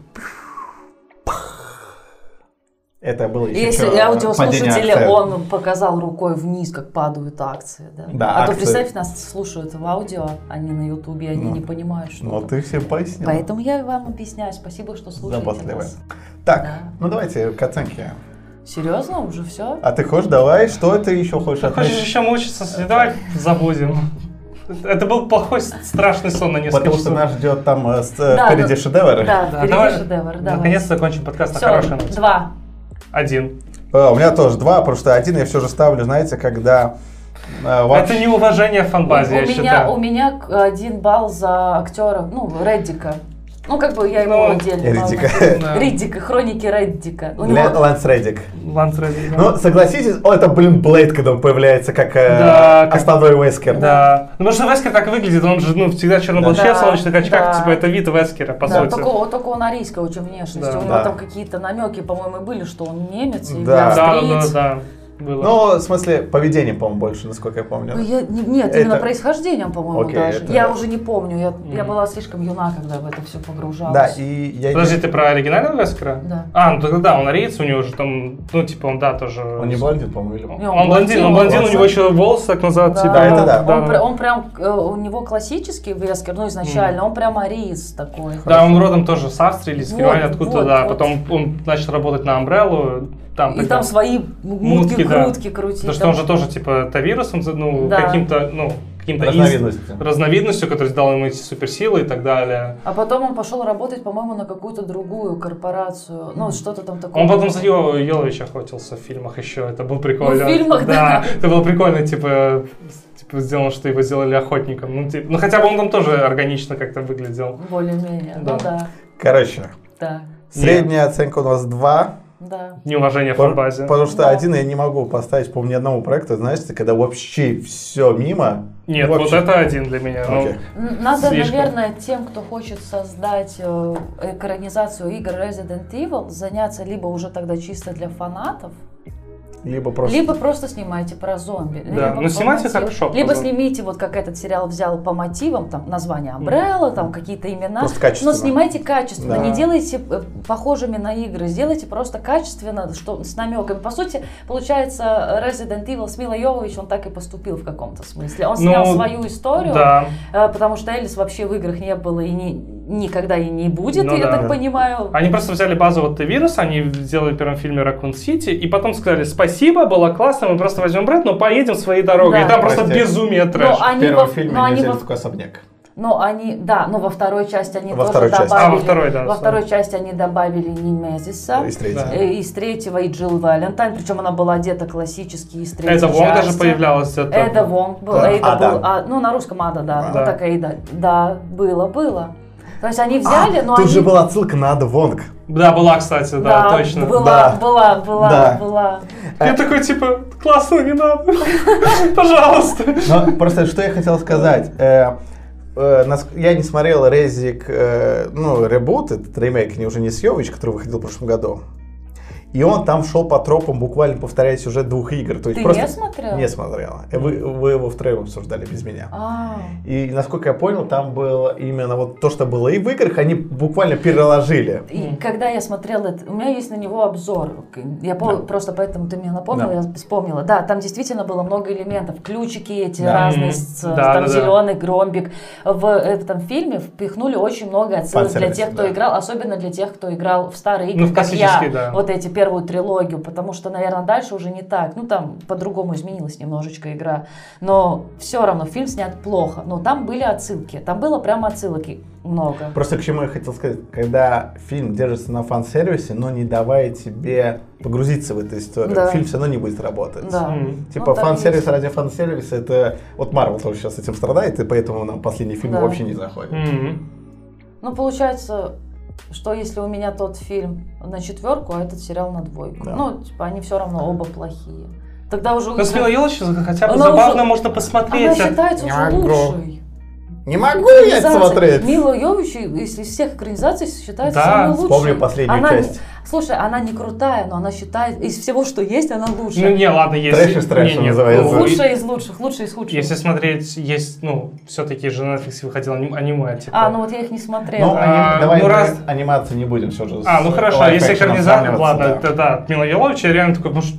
S2: Это было еще
S1: Если
S2: чё, падение
S1: аудиослушатели,
S2: акций.
S1: он показал рукой вниз, как падают акции. Да?
S2: Да,
S1: а
S2: акции.
S1: то представь, нас слушают в аудио, они на ютубе, они
S2: Ну.
S1: не понимают, что
S2: Ну,
S1: там.
S2: ты всем пояснил.
S1: Поэтому я вам объясняю. Спасибо, что слушаете
S2: Заботливая.
S1: нас.
S2: Так,
S1: Да.
S2: ну давайте к оценке.
S1: Серьезно? Уже все?
S2: А ты хочешь, давай, что ты еще хочешь
S3: Хочешь
S2: отметить?
S3: еще мучиться? с- Давай забудем. Это был плохой, страшный сон на несколько
S2: Потому что
S3: часов.
S2: нас ждет там э, с- э,
S1: Да,
S2: впереди
S1: да. Да,
S2: шедевры.
S3: Да,
S1: впереди
S3: давай.
S1: шедевр. Давай.
S3: Наконец закончим подкаст на
S1: Всё,
S3: хорошей ноте.
S1: два.
S3: Один.
S2: А, у меня тоже два, потому что один я все же ставлю, знаете, когда... э, вообще-
S3: Это неуважение фанбазе, я
S1: у, меня,
S3: считаю.
S1: у меня к- один балл за актера, ну, Реддика. Ну, как бы я ему
S3: Ну,
S1: отдельно. балл
S2: Реддика. [LAUGHS]
S1: назову.
S3: Да.
S1: Реддика, хроники Реддика. У
S2: Ля-
S1: него-
S2: Ланс Реддик.
S3: Ланс Рейдинг.
S2: Ну, согласитесь, о, это, блин, Блейд, когда он появляется как э,
S3: Да, как-
S2: основной Уэскер.
S3: Да. Ну, потому что Вескер так и выглядит, он же, ну, всегда в черном
S2: Да.
S3: плаще,
S1: Да,
S3: в солнечных очках,
S1: да.
S3: типа, это вид Вескера, по
S1: Да,
S3: сути.
S1: только, вот только он арийской очень внешностью.
S3: Да.
S1: У него
S2: Да.
S1: там какие-то намеки, по-моему, и были, что он немец и
S2: Да.
S3: Да, да, да,
S1: австриец.
S3: да, было.
S2: Ну, в смысле, поведение, по-моему, больше, насколько я помню.
S1: Ну, я- не- нет,
S2: Это-
S1: именно происхождением, по-моему,
S2: Окей,
S1: даже.
S2: это-
S1: Я уже не помню, я, я
S3: Мгм.
S1: была слишком юна, когда в это все погружалась.
S2: Да, и я...
S3: Подожди, ты про оригинального Вескера?
S1: Да.
S3: А, ну тогда да, он ариец, у него же там, ну, типа, он, да, тоже...
S2: Он не блондин, по-моему, или...
S1: Не,
S3: Он, блондин, он блондин, у него еще волосы так назад,
S1: Да.
S3: типа.
S2: Да, это да.
S1: Он, пр- он прям, э, у него классический вескер, ну, изначально, он прям ариец такой.
S3: Да, он родом тоже с Австрии или с
S1: Вот,
S3: Германии, откуда-то,
S1: вот,
S3: да.
S1: вот.
S3: Потом он начал работать на Амбреллу, там,
S1: и
S3: тогда-
S1: там свои
S3: Мутки, да.
S1: мутки-крутки крутить.
S3: потому что он же тоже, типа, это вирусом, ну,
S1: Да.
S3: каким-то, ну, каким-то из-
S2: Разновидности.
S3: разновидностью, которая дала ему эти суперсилы и так далее.
S1: А потом он пошел работать, по-моему, на какую-то другую корпорацию. Ну, что-то там такое.
S3: Он потом за Йо Йолович охотился в фильмах еще, это было прикольно.
S1: Ну, в фильмах, да.
S3: Это было прикольно, типа, с- типа, сделано, что его сделали охотником. Ну, типа, ну, хотя бы он там тоже органично как-то выглядел.
S1: Более-менее.
S3: Да.
S1: Ну да,
S2: Короче,
S1: да,
S2: средняя оценка у нас 2.
S1: да.
S3: Неуважение
S2: Пор-
S3: фанбазе.
S2: Потому что
S1: Да.
S2: один я не могу поставить, по-моему, ни одному проекту, знаешь, ты когда вообще все мимо.
S3: Нет,
S2: вообще.
S3: вот это один для меня. ну.
S2: Окей.
S1: Н- Надо,
S3: Слишком.
S1: наверное, тем, кто хочет создать э, экранизацию игр Resident Evil, заняться либо уже тогда чисто для фанатов,
S2: Либо просто...
S1: Либо просто снимайте про зомби.
S3: Да,
S1: либо
S3: но
S1: про
S3: снимайте
S1: мотив.
S3: хорошо про
S1: Либо
S3: зомби.
S1: снимите, вот как этот сериал взял по мотивам, там название Umbrella, там какие-то имена.
S2: Просто качественно.
S1: Но снимайте качественно,
S2: Да.
S1: не делайте э, похожими на игры, сделайте просто качественно, что с намеками. По сути, получается, Resident Evil с Милой Йовович, он так и поступил в каком-то смысле. Он снял
S3: Ну,
S1: свою историю,
S3: Да.
S1: э, потому что Элис вообще в играх не было и не- никогда и не будет,
S3: Ну
S1: я
S3: да.
S1: так понимаю.
S3: Они просто взяли базу вот вирус, они сделали в первом фильме Ракун Сити, и потом сказали, спасибо, было классно, мы просто возьмем бред, но поедем своей дорогой.
S1: Да.
S3: И там просто
S2: Прости.
S3: безумие
S1: Но
S3: трэш.
S2: В
S1: Ну, они,
S2: первом
S1: во-
S2: фильме
S1: но
S2: они
S1: они
S2: взяли
S1: во-
S2: такой особняк.
S1: Но они, да, но во второй части они
S2: Во
S1: тоже
S2: второй части.
S1: добавили.
S3: А, во второй, да,
S1: Во
S3: да.
S1: второй части они добавили Немезиса.
S2: Из третьего.
S3: Да.
S1: э, Из третьего и Джилл Валентайн, причем она была одета классически из третьей
S3: Эда Вонг А даже
S1: части.
S3: появлялась. Это...
S1: Эда Вонг был,
S2: Да.
S1: Эйда
S2: Ада.
S1: был, а, ну на русском Ада, да,
S3: Да.
S1: ну такая Эйда, да, было, было. То есть они взяли, но
S2: А, Тут
S1: они...
S2: же была отсылка на Ада Вонг.
S3: Да, была, кстати, да,
S1: да,
S3: точно.
S1: Была,
S2: Да.
S1: была, была,
S2: Да.
S1: была.
S3: Я такой, типа, классно, не надо, [LAUGHS] пожалуйста.
S2: Но просто что я хотел сказать. Э, э, нас- Я не смотрел Резик, э, ну, ребут, этот ремейк не уже не съемыч, который выходил в прошлом году. И он там шел по тропам, буквально повторяя сюжет двух игр. То есть
S1: Ты
S2: просто
S1: не смотрел?
S2: Не смотрела. Э, Вы, вы его втроем обсуждали без меня.
S1: А,
S2: И насколько я понял, там было именно вот то, что было и в играх, они буквально переложили.
S1: И когда я смотрела, это- у меня есть на него обзор. К- Я пом- просто поэтому ты мне напомнил,
S2: Да.
S1: я вспомнила. Да, там действительно было много элементов. Ключики эти
S2: Да.
S1: разные,
S3: Мгм.
S1: с-
S3: Да,
S1: там
S3: да, да.
S1: зеленый громбик. В этом фильме впихнули очень много отсылок для
S2: Фан-сервис,
S1: тех, кто
S2: да.
S1: играл, особенно для тех, кто играл в старые игры,
S3: Ну, в
S1: как я,
S3: классические, да.
S1: вот эти первую трилогию, потому что, наверное, дальше уже не так. Ну, там по-другому изменилась немножечко игра. Но все равно фильм снят плохо. Но там были отсылки, там было прям отсылок и много.
S2: Просто к чему я хотел сказать, когда фильм держится на фан-сервисе, но не давая тебе погрузиться в эту историю,
S1: Да.
S2: фильм все равно не будет работать.
S1: Да.
S3: М.
S2: Типа
S1: Ну, так и
S2: фан-сервис
S1: есть.
S2: ради фан-сервиса, это вот Марвел тоже сейчас этим страдает, и поэтому нам последний фильм
S1: Да.
S2: вообще не заходит.
S3: М.
S1: Ну, получается, что если у меня тот фильм на четверку, а этот сериал на двойку?
S2: Да.
S1: Ну, типа, они все равно оба плохие. Тогда уже...
S3: Ну, с Милой Йовович хотя бы
S1: Она
S3: забавно
S1: уже-
S3: можно
S1: Она
S3: посмотреть.
S1: считается
S2: Не
S1: уже
S2: могу.
S1: лучшей.
S2: Не могу я это А смотреть!
S1: Мила Йович из из всех экранизаций считается
S3: Да,
S1: самой лучшей.
S2: Вспомни последнюю
S1: Она-
S2: часть.
S1: Слушай, она не крутая, но она считает... Из всего, что есть, она
S3: Ну,
S1: лучшая.
S3: не, ладно, если...
S2: Трэш из трэша
S3: не, не,
S2: называется.
S3: ну, и-
S1: Лучшая из лучших, лучшая из худших.
S3: Если смотреть, есть, ну, все-таки же на Netflix выходил аним- аниме, типа.
S1: А, ну вот я их не смотрела.
S2: Ну,
S3: А,
S2: аним- давай
S3: ну,
S2: мы
S3: раз-
S2: анимацию не будем, все же.
S3: А, ну
S2: с
S3: хорошо,
S2: лайф-экшеном
S3: если экранизация,
S2: сравниваться,
S3: ладно,
S2: да.
S3: это да, Мила Йолович, я реально такой, ну может,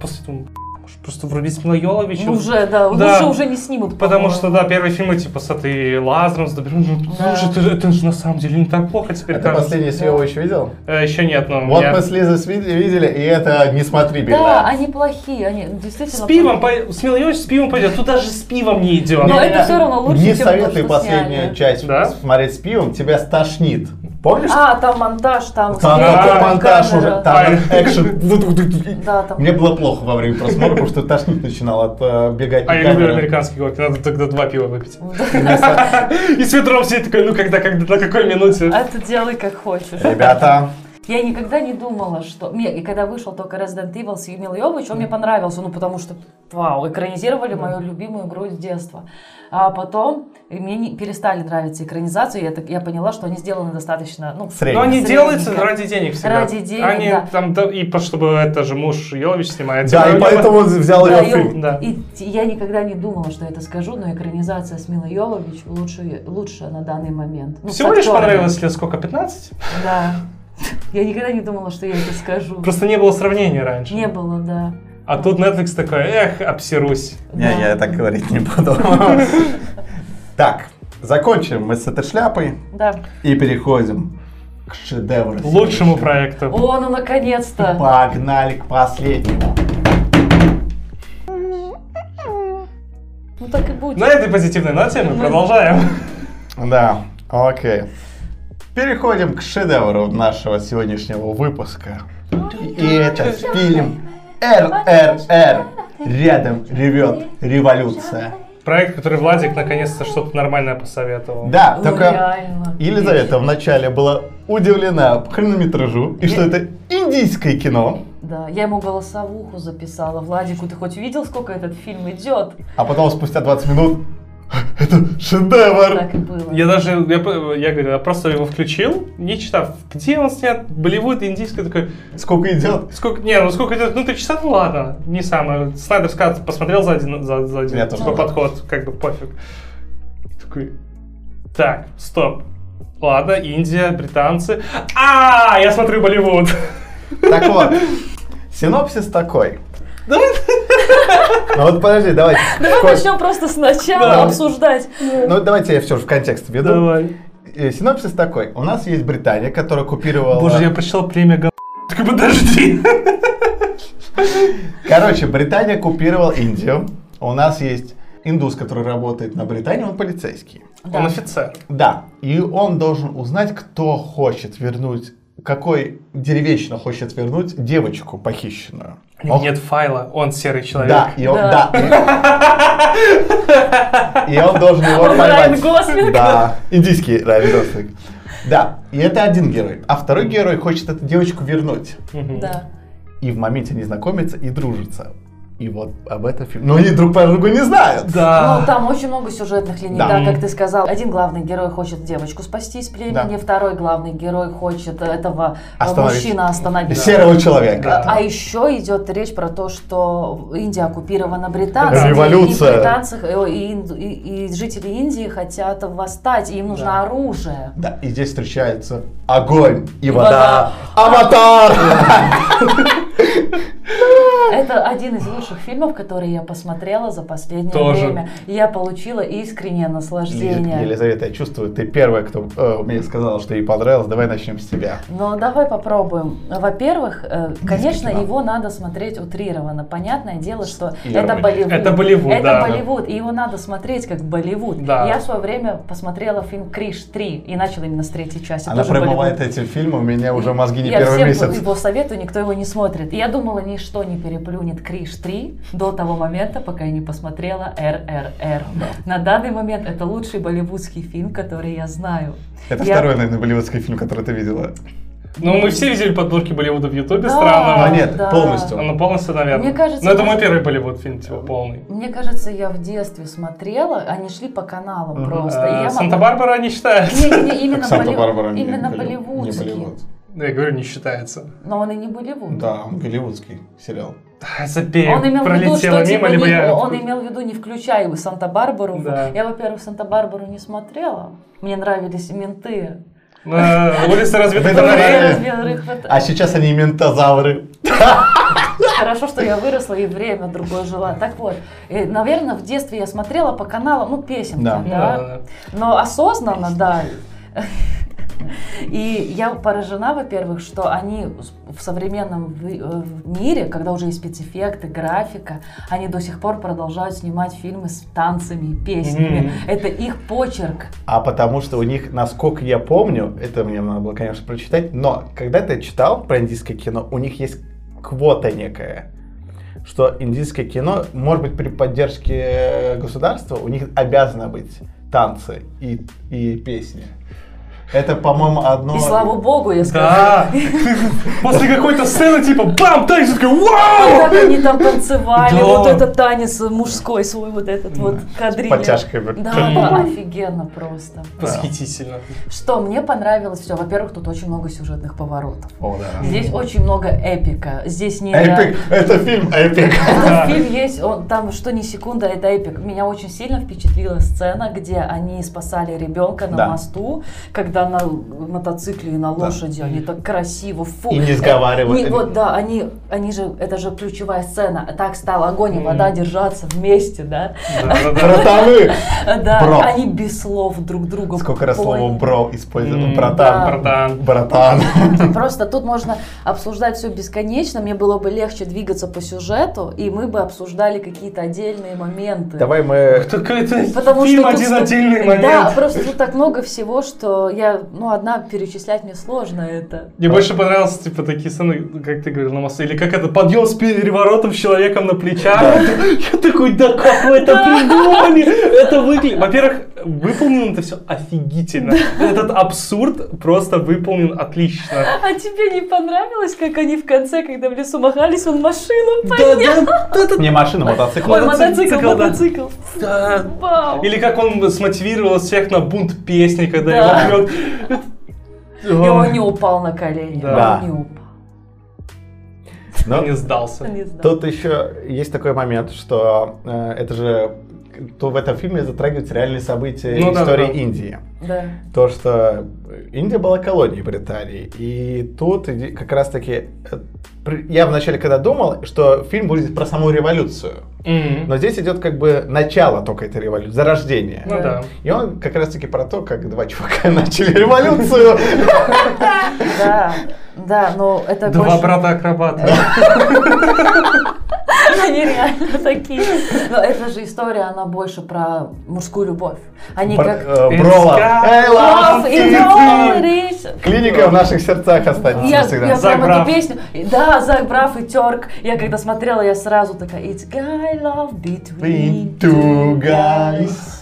S3: после этого, может, просто врубить Мила Йоловича?
S1: Ну, Уже, да,
S3: Да.
S1: лучше уже не снимут.
S3: Потому что,
S1: по-моему.
S3: да, первые фильмы, типа, с этой Лазаром, с Добрым, ну,
S1: Да.
S3: слушай, это, это же на самом деле не так плохо
S2: А
S3: теперь
S2: ты
S3: кажется.
S2: последний съем еще видел?
S3: еще нет, ну, но у
S2: Вот
S3: меня-
S2: мы с Лизой с- видели, и это не смотри,
S1: Да,
S2: беда.
S1: они плохие, они действительно
S3: С пивом, пой- с Милой Йовович с пивом пойдет, тут даже с пивом не идет.
S1: Но это все равно лучше,
S2: Не
S1: чем то,
S2: советую
S1: что
S2: последнюю
S1: сняли.
S2: часть
S3: Да?
S2: смотреть с пивом, тебя стошнит. Помнишь?
S1: А, там монтаж, там,
S2: Там
S1: свет,
S2: такой
S3: да,
S2: монтаж
S1: камера.
S2: уже, там
S3: Ай. [LAUGHS]
S2: экшен.
S1: Да, там.
S2: Мне было плохо во время просмотра, потому что тошнит начинал от э, бегать на
S3: А я люблю
S2: камеру.
S3: американский кофе, надо тогда два пива выпить. [LAUGHS] И с ведром сидит такой, ну когда, когда, на какой минуте?
S1: А ты делай как хочешь.
S3: [LAUGHS]
S2: Ребята,
S1: Я никогда не думала, что... Мне, и когда вышел только Resident Evil с Емил Йовович, он мне понравился, ну, потому что, вау, экранизировали мою любимую игру с детства. А потом и мне не- перестали нравиться экранизации, я, так, я поняла, что они сделаны достаточно... Ну,
S2: Средне.
S3: Но они
S1: средненько.
S3: делаются ради денег всегда.
S1: Ради денег,
S3: Они
S1: да.
S3: там, да, и по- чтобы это же муж Йолович снимает.
S2: да, и поэтому он взял
S1: Да,
S2: ее
S1: и,
S2: фильм.
S3: да.
S1: и т- я никогда не думала, что это скажу, но экранизация с Милой Йовович лучше, лучше на данный момент. Ну, с
S3: Всего лишь
S1: актерами.
S3: понравилось лет сколько, 15?
S1: Да. Я никогда не думала, что я это скажу.
S3: Просто не было сравнения раньше.
S1: Не было, да.
S3: А тут Netflix такой, эх, обсерусь.
S2: Не,
S1: Да.
S2: я так говорить не буду. Так, закончим мы с этой шляпой
S1: Да.
S2: и переходим к шедевру.
S3: Лучшему проекту.
S1: О, ну наконец-то!
S2: Погнали к последнему.
S1: Ну так и будет.
S3: На этой позитивной ноте мы продолжаем. [LAUGHS]
S2: Да, окей. Переходим к шедевру нашего сегодняшнего выпуска. И это фильм РРР. Рядом ревет революция.
S3: Проект, который Владик наконец-то что-то нормальное посоветовал.
S2: Да,
S1: Ну,
S2: только
S1: реально.
S2: Елизавета вначале была удивлена хронометражу и что это индийское кино,
S1: Да, я ему голосовуху записала. Владику, ты хоть видел, сколько этот фильм идет?
S2: а потом спустя 20 минут [LAUGHS] Это шедевр!
S1: Так и было.
S3: Я даже, я, п- я говорю, я просто его включил, не читав, где он снят, Болливуд, индийский такой,
S2: Сколько идет?
S3: сколько, не, ну сколько идет, ну три часа, ну ладно, не самое. Снайдер Скат посмотрел за один, за, за один
S2: Я тоже.
S3: такой подход, как бы пофиг. И Такой, так, стоп. Ладно, Индия, британцы. А, я смотрю Болливуд.
S2: Так вот, синопсис такой. Ну вот подожди, давайте.
S1: Давай
S2: Коль,
S1: начнем просто сначала
S2: Да.
S1: обсуждать.
S2: Ну давайте я все же в контекст введу.
S3: Давай.
S2: Э, Синопсис такой. У нас есть Британия, которая купировала...
S3: Боже, я прочитал премию говно. Так
S1: [LAUGHS]
S3: подожди.
S2: Короче, Британия купировала Индию. У нас есть индус, который работает на Британии, он полицейский.
S3: Он офицер.
S2: Да, и он должен узнать, кто хочет вернуть, какой деревещина хочет вернуть девочку похищенную.
S3: У него
S2: Он-
S3: Нет файла, он серый человек.
S2: Да, и он,
S1: Да.
S2: да. И он должен его
S1: Он Райан
S2: поймать.
S1: Гослинг.
S2: Да, индийский Райан Гослинг. Да, и это один герой. А второй герой хочет эту девочку вернуть.
S3: Мгм.
S1: Да.
S2: ну. И в моменте они знакомятся и дружатся. И вот об этом фильм. Но они друг про друга не знают.
S3: Да.
S1: Ну, там очень много сюжетных линий,
S2: А. Да.
S1: да. как ты сказал. Один главный герой хочет девочку спасти из племени,
S2: Да.
S1: второй главный герой хочет этого э,
S2: Остановить.
S1: мужчина остановить.
S2: Серого человека.
S3: Да.
S1: А еще идет речь про то, что Индия оккупирована британцами. И,
S2: Революция.
S1: британцы, э, и, инду- и- и жители Индии хотят восстать, и им нужно
S3: Да.
S1: оружие.
S2: Да, и здесь встречаются огонь и, вода.
S1: вода. [LAUGHS]
S2: Аватар!
S1: Это один из лучших фильмов, которые я посмотрела за последнее
S3: Тоже.
S1: время. И я получила искреннее наслаждение.
S2: Е- Елизавета, я чувствую, ты первая, кто э, мне сказала, что ей понравилось. Давай начнем с тебя.
S1: Ну, давай попробуем. Во-первых, э, конечно,
S2: кино.
S1: его надо смотреть утрированно. Понятное дело, что это
S2: Утрированно.
S1: Болливуд.
S3: Это Болливуд,
S1: Это
S3: да.
S1: Болливуд, и его надо смотреть как Болливуд.
S3: Да.
S1: Я в свое время посмотрела фильм «Криш 3» и начала именно с третьей части.
S2: Она
S1: тоже Болливуд.
S2: промывает этим фильмом, у меня уже мозги не
S1: Я
S2: первый
S1: всем
S2: месяц.
S1: его советую, никто его не смотрит. И я думала, ничто не переплюнет Криш 3 до того момента, пока я не посмотрела РРР. На данный момент это лучший болливудский фильм, который я знаю.
S2: Это
S1: Я-
S2: второй, наверное, болливудский фильм, который ты видела.
S3: Ну, мы все видели подборки Болливуда в Ютубе,
S1: Да.
S3: странно.
S2: Но А нет,
S1: да.
S2: полностью.
S3: Ну, полностью, наверное.
S1: Мне кажется,
S3: Но это мой
S1: просто-
S3: первый Болливуд фильм, типа, полный.
S1: Мне кажется, я в детстве смотрела, они шли по каналам
S2: Мгм. Э,
S1: просто. и
S3: А,
S1: я могла-
S3: Санта-Барбара не считается.
S1: Не-не-не, именно,
S2: Санта-Барбара
S1: болли-
S2: не
S1: именно
S2: Болли- не
S1: болливудский.
S2: Болливуд.
S3: Да, Ну, я говорю, не считается.
S1: Но он и не болливуд.
S2: Да, он голливудский сериал.
S3: Да, забей,
S1: Он имел в виду,
S3: пролетело
S1: что
S3: мимо,
S1: типа,
S3: либо
S1: не-
S3: я...
S1: он имел в виду, не включай его, Санта-Барбару.
S3: Да.
S1: Я, во-первых, Санта-Барбару не смотрела. Мне нравились менты.
S3: Э, Улица
S2: Вы
S3: разбитых
S2: добрались.
S3: фонарей.
S1: Разбил их вот-
S2: А сейчас они ментозавры.
S1: Хорошо, что я выросла и время другое жила. Так вот, и, наверное, в детстве я смотрела по каналам, ну, песенки,
S2: Да.
S1: да,
S3: Ну, да, да, да.
S1: но осознанно, да. И я поражена, во-первых, что они в современном ви- э, в мире, когда уже есть спецэффекты, графика, они до сих пор продолжают снимать фильмы с танцами и песнями.
S3: Мгм.
S1: Это их почерк.
S2: А потому что у них, насколько я помню, это мне надо было, конечно, прочитать, но когда-то я читал про индийское кино, у них есть квота некая, что индийское кино, может быть, при поддержке э, государства у них обязаны быть танцы и, и песни. Это, по-моему, одно...
S1: И слава богу, я скажу.
S3: Ну, а, Да. После какой-то сцены, типа, бам, так, и все такое, вау!
S1: Как они там танцевали,
S3: Да.
S1: вот этот танец мужской свой, вот этот вот кадриль.
S2: подтяжками.
S1: Да, офигенно просто.
S3: Восхитительно.
S1: Что мне понравилось все. Во-первых, тут очень много сюжетных поворотов.
S2: О, да.
S1: Здесь очень много эпика. Здесь не
S2: Эпик, это фильм эпик.
S1: Этот фильм есть, он, там что ни секунда, это эпик. Меня очень сильно впечатлила сцена, где они спасали ребенка на
S2: Да.
S1: мосту, когда на мотоцикле и на лошади. Они так красиво. Фу. Э,
S2: И не сговаривают.
S1: Не, вот, да, они, они же, это же ключевая сцена. Так стал огонь и вода держаться вместе, да?
S3: Да, да, да.
S2: Братаны!
S1: Да,
S2: Бро.
S1: они без слов друг другу.
S2: Сколько раз слово
S1: поняли.
S2: бро использовано.
S3: М,
S2: Братан.
S3: Братан.
S2: Братан.
S1: Просто тут можно обсуждать все бесконечно, мне было бы легче двигаться по сюжету, и мы бы обсуждали какие-то отдельные моменты.
S2: Давай мы...
S3: Какой-то
S1: Потому
S3: фильм
S1: что тут
S3: один
S1: сто-
S3: отдельный
S1: Да,
S3: момент.
S1: просто тут так много всего, что я, ну, одна перечислять мне сложно это.
S3: Мне больше понравилось, типа, такие сцены, как ты говорил, на мосту, или как это подъем с переворотом с [LAUGHS] человеком на плечах. Я такой, да как вы это придумали? Это выглядит... Во-первых, э, Выполнено это все офигительно. Этот абсурд просто выполнен отлично.
S1: А тебе не понравилось, как они в конце, когда в лесу махались, он машину
S3: Да,
S1: поднял?
S3: да, да, да,
S5: Не
S2: а
S5: машина, мотоцикл.
S1: Ой, мотоцикл,
S3: мотоцикл, да.
S1: мотоцикл.
S3: да.
S1: Вау.
S3: Или как он смотивировал всех на бунт песни, когда
S1: Да.
S3: его прет.
S1: И он не упал на колени.
S3: Да.
S1: Он не упал.
S2: Но
S3: не сдался.
S1: Не знаю.
S2: тут еще есть такой момент, что э, это же то в этом фильме затрагиваются реальные события
S3: Ну да,
S2: истории
S3: да.
S2: Индии.
S1: Да.
S2: то, что Индия была колонией Британии. И тут иди- как раз-таки... э, при- Я вначале когда думал, что фильм будет про саму революцию.
S3: Мгм.
S2: Но здесь идет как бы начало только этой революции, зарождение.
S3: Ну да.
S2: И он как раз-таки про то, как два чувака [LAUGHS] начали революцию.
S1: Да, да, но это
S3: Два
S1: больше-
S3: брата-акробата.
S1: Они реально такие. Но это же история, она больше про мужскую любовь. Они
S2: Бр-
S1: как...
S2: э, Брола.
S3: It's
S2: I love
S1: Love in
S2: you.
S1: all directions.
S2: Клиника в наших сердцах останется
S1: Я, я
S2: навсегда.
S1: прям
S3: Заграф.
S1: эту песню, и- да, Загбраф и Терк, я когда смотрела, я сразу такая, it's guy love
S2: We
S1: between
S2: two guys.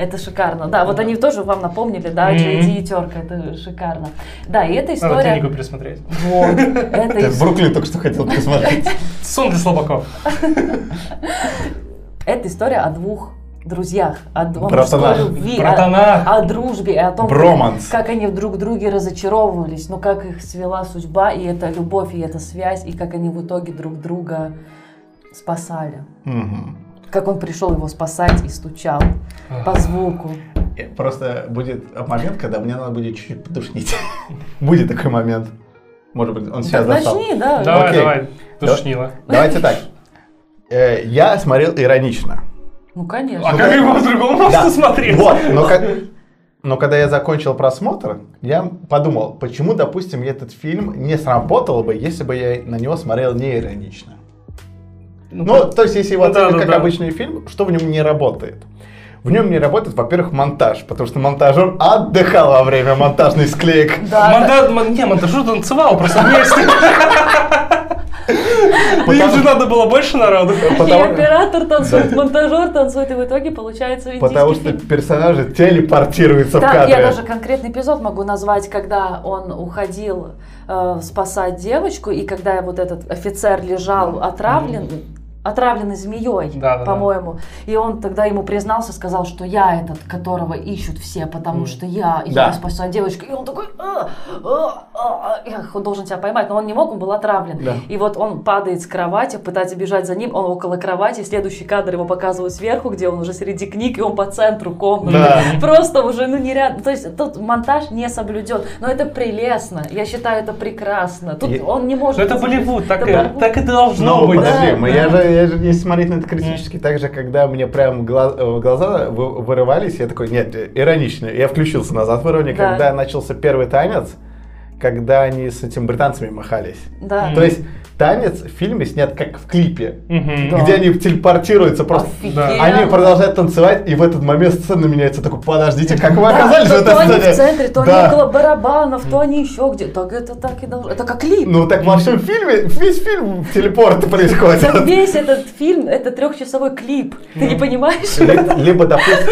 S1: Это шикарно, да, вот они тоже вам напомнили, да,
S3: Мгм.
S1: JD и Терка, это шикарно. Да, и эта
S3: Надо
S1: история...
S3: книгу пересмотреть.
S1: Вот, это
S2: Ты в Бруклин только что хотел посмотреть.
S1: [LAUGHS]
S3: Сон для слабаков.
S1: Это история о двух друзьях, о д- о
S2: Братанах.
S1: мужской любви,
S3: Братанах.
S2: а-
S1: о, о дружбе и о том, как-
S2: Броманс.
S1: как они друг в друге разочаровывались, но как их свела судьба, и эта любовь, и эта связь, и как они в итоге друг друга спасали.
S2: Мгм.
S1: Как он пришел его спасать и стучал по звуку.
S2: Э, Просто будет момент, когда мне надо будет чуть-чуть подушнить. [LAUGHS] Будет такой момент. Может быть, он сейчас
S1: Так
S2: достал.
S1: начни, да.
S3: Давай,
S2: а- Окей.
S3: давай. Душнила.
S2: Давайте так. Э, Я смотрел иронично.
S1: Ну,
S3: А
S1: конечно.
S3: как его по-другому можно
S2: Да.
S3: смотреть?
S2: Вот, но, как- но когда я закончил просмотр, я подумал, почему, допустим, этот фильм не сработал бы, если бы я на него смотрел не иронично. Ну, то есть, если его
S3: Ну да,
S2: оценивать как
S3: да, да.
S2: обычный фильм, что в нем не работает? В нем не работает, во-первых, монтаж, потому что монтажер отдыхал во время монтажных склеек.
S1: Да, да.
S3: Монда- мон- Не, монтажер танцевал просто
S2: [LAUGHS]
S3: вместе. Ну, Им же надо было больше народу.
S1: И
S2: Потому-
S1: оператор танцует, монтажер танцует, и в итоге получается индийский
S2: [LAUGHS] Потому что
S1: фильм.
S2: персонажи телепортируются в
S1: Да,
S2: кадре.
S1: я даже конкретный эпизод могу назвать, когда он уходил э, спасать девочку, и когда вот этот офицер
S2: Ну,
S1: лежал отравлен, отравленный змеей,
S3: Да-да-да.
S1: по-моему. И он тогда ему признался, сказал, что я этот, которого ищут все, потому
S3: Мгм.
S1: что я, я
S2: Да.
S1: спасла девочку. И он такой, «А, а, а, а». Эх, он должен тебя поймать, но он не мог, он был отравлен.
S2: Да.
S1: И вот он падает с кровати, пытается бежать за ним, он около кровати, следующий кадр его показывают сверху, где он уже среди книг, и он по центру комнаты.
S2: Да.
S1: Просто уже, ну, нереально. То есть тут монтаж не соблюден. Но это прелестно. Я считаю, это прекрасно. Тут
S2: Я-
S1: он не может...
S3: Ну, это Болливуд, так
S1: Это
S3: и-
S1: Болливуд.
S3: так и должно
S2: Ну,
S3: быть.
S2: подожди,
S1: да,
S2: мы-
S1: да.
S2: Я, же, я же, если смотреть на это критически, так же, когда мне прям гла- в глаза вы- вырывались, я такой, нет, иронично, я включился назад в иронию,
S1: Да.
S2: когда начался первый танец, когда они с этим британцами махались.
S1: Да.
S2: То есть танец в фильме снят как в клипе,
S3: Мгм.
S1: Да.
S2: где они телепортируются просто.
S3: Да.
S1: Офигенно.
S2: Они продолжают танцевать, и в этот момент сцена меняется. Такой, подождите, как вы
S1: Да,
S2: оказались в
S1: то,
S2: этой
S1: то они
S2: сцене?
S1: в центре, то
S2: Да.
S1: они около барабанов, то они еще где. Так это так и должно. Это как клип.
S2: Ну так во всем фильме, весь фильм
S1: [LAUGHS]
S2: телепорт происходит.
S1: Так весь этот фильм, это трехчасовой клип. Ты
S3: Ну.
S1: не понимаешь?
S2: Ле- Либо, допустим,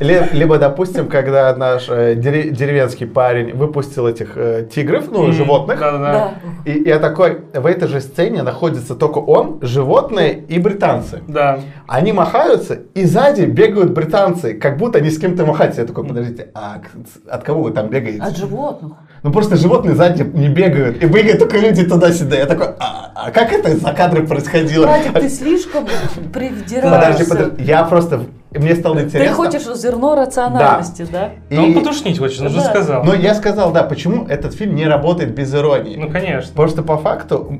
S2: либо, допустим, когда наш э, дере- деревенский парень выпустил этих э, тигров, ну,
S3: Мгм.
S2: животных,
S1: Да.
S3: Да-да-да.
S2: и я такой, в этой же сцене находится только он, животные и британцы.
S3: Да.
S2: Они махаются, и сзади бегают британцы, как будто они с кем-то махаются. Я такой, подождите, а к- от кого вы там бегаете?
S1: От животных.
S2: Ну просто животные сзади не бегают, и бегают только люди туда-сюда. Я такой, а, а как это за кадры происходило?
S1: Владик, ты слишком привдираешься.
S2: Подожди, подожди, я просто, мне стало интересно.
S1: Ты хочешь зерно рациональности, да?
S2: И- Ну,
S3: Ну, он потушнить хочет, он же
S1: Да.
S3: сказал.
S2: Но я сказал, да, почему этот фильм не работает без иронии.
S3: Ну, конечно.
S2: Потому что по факту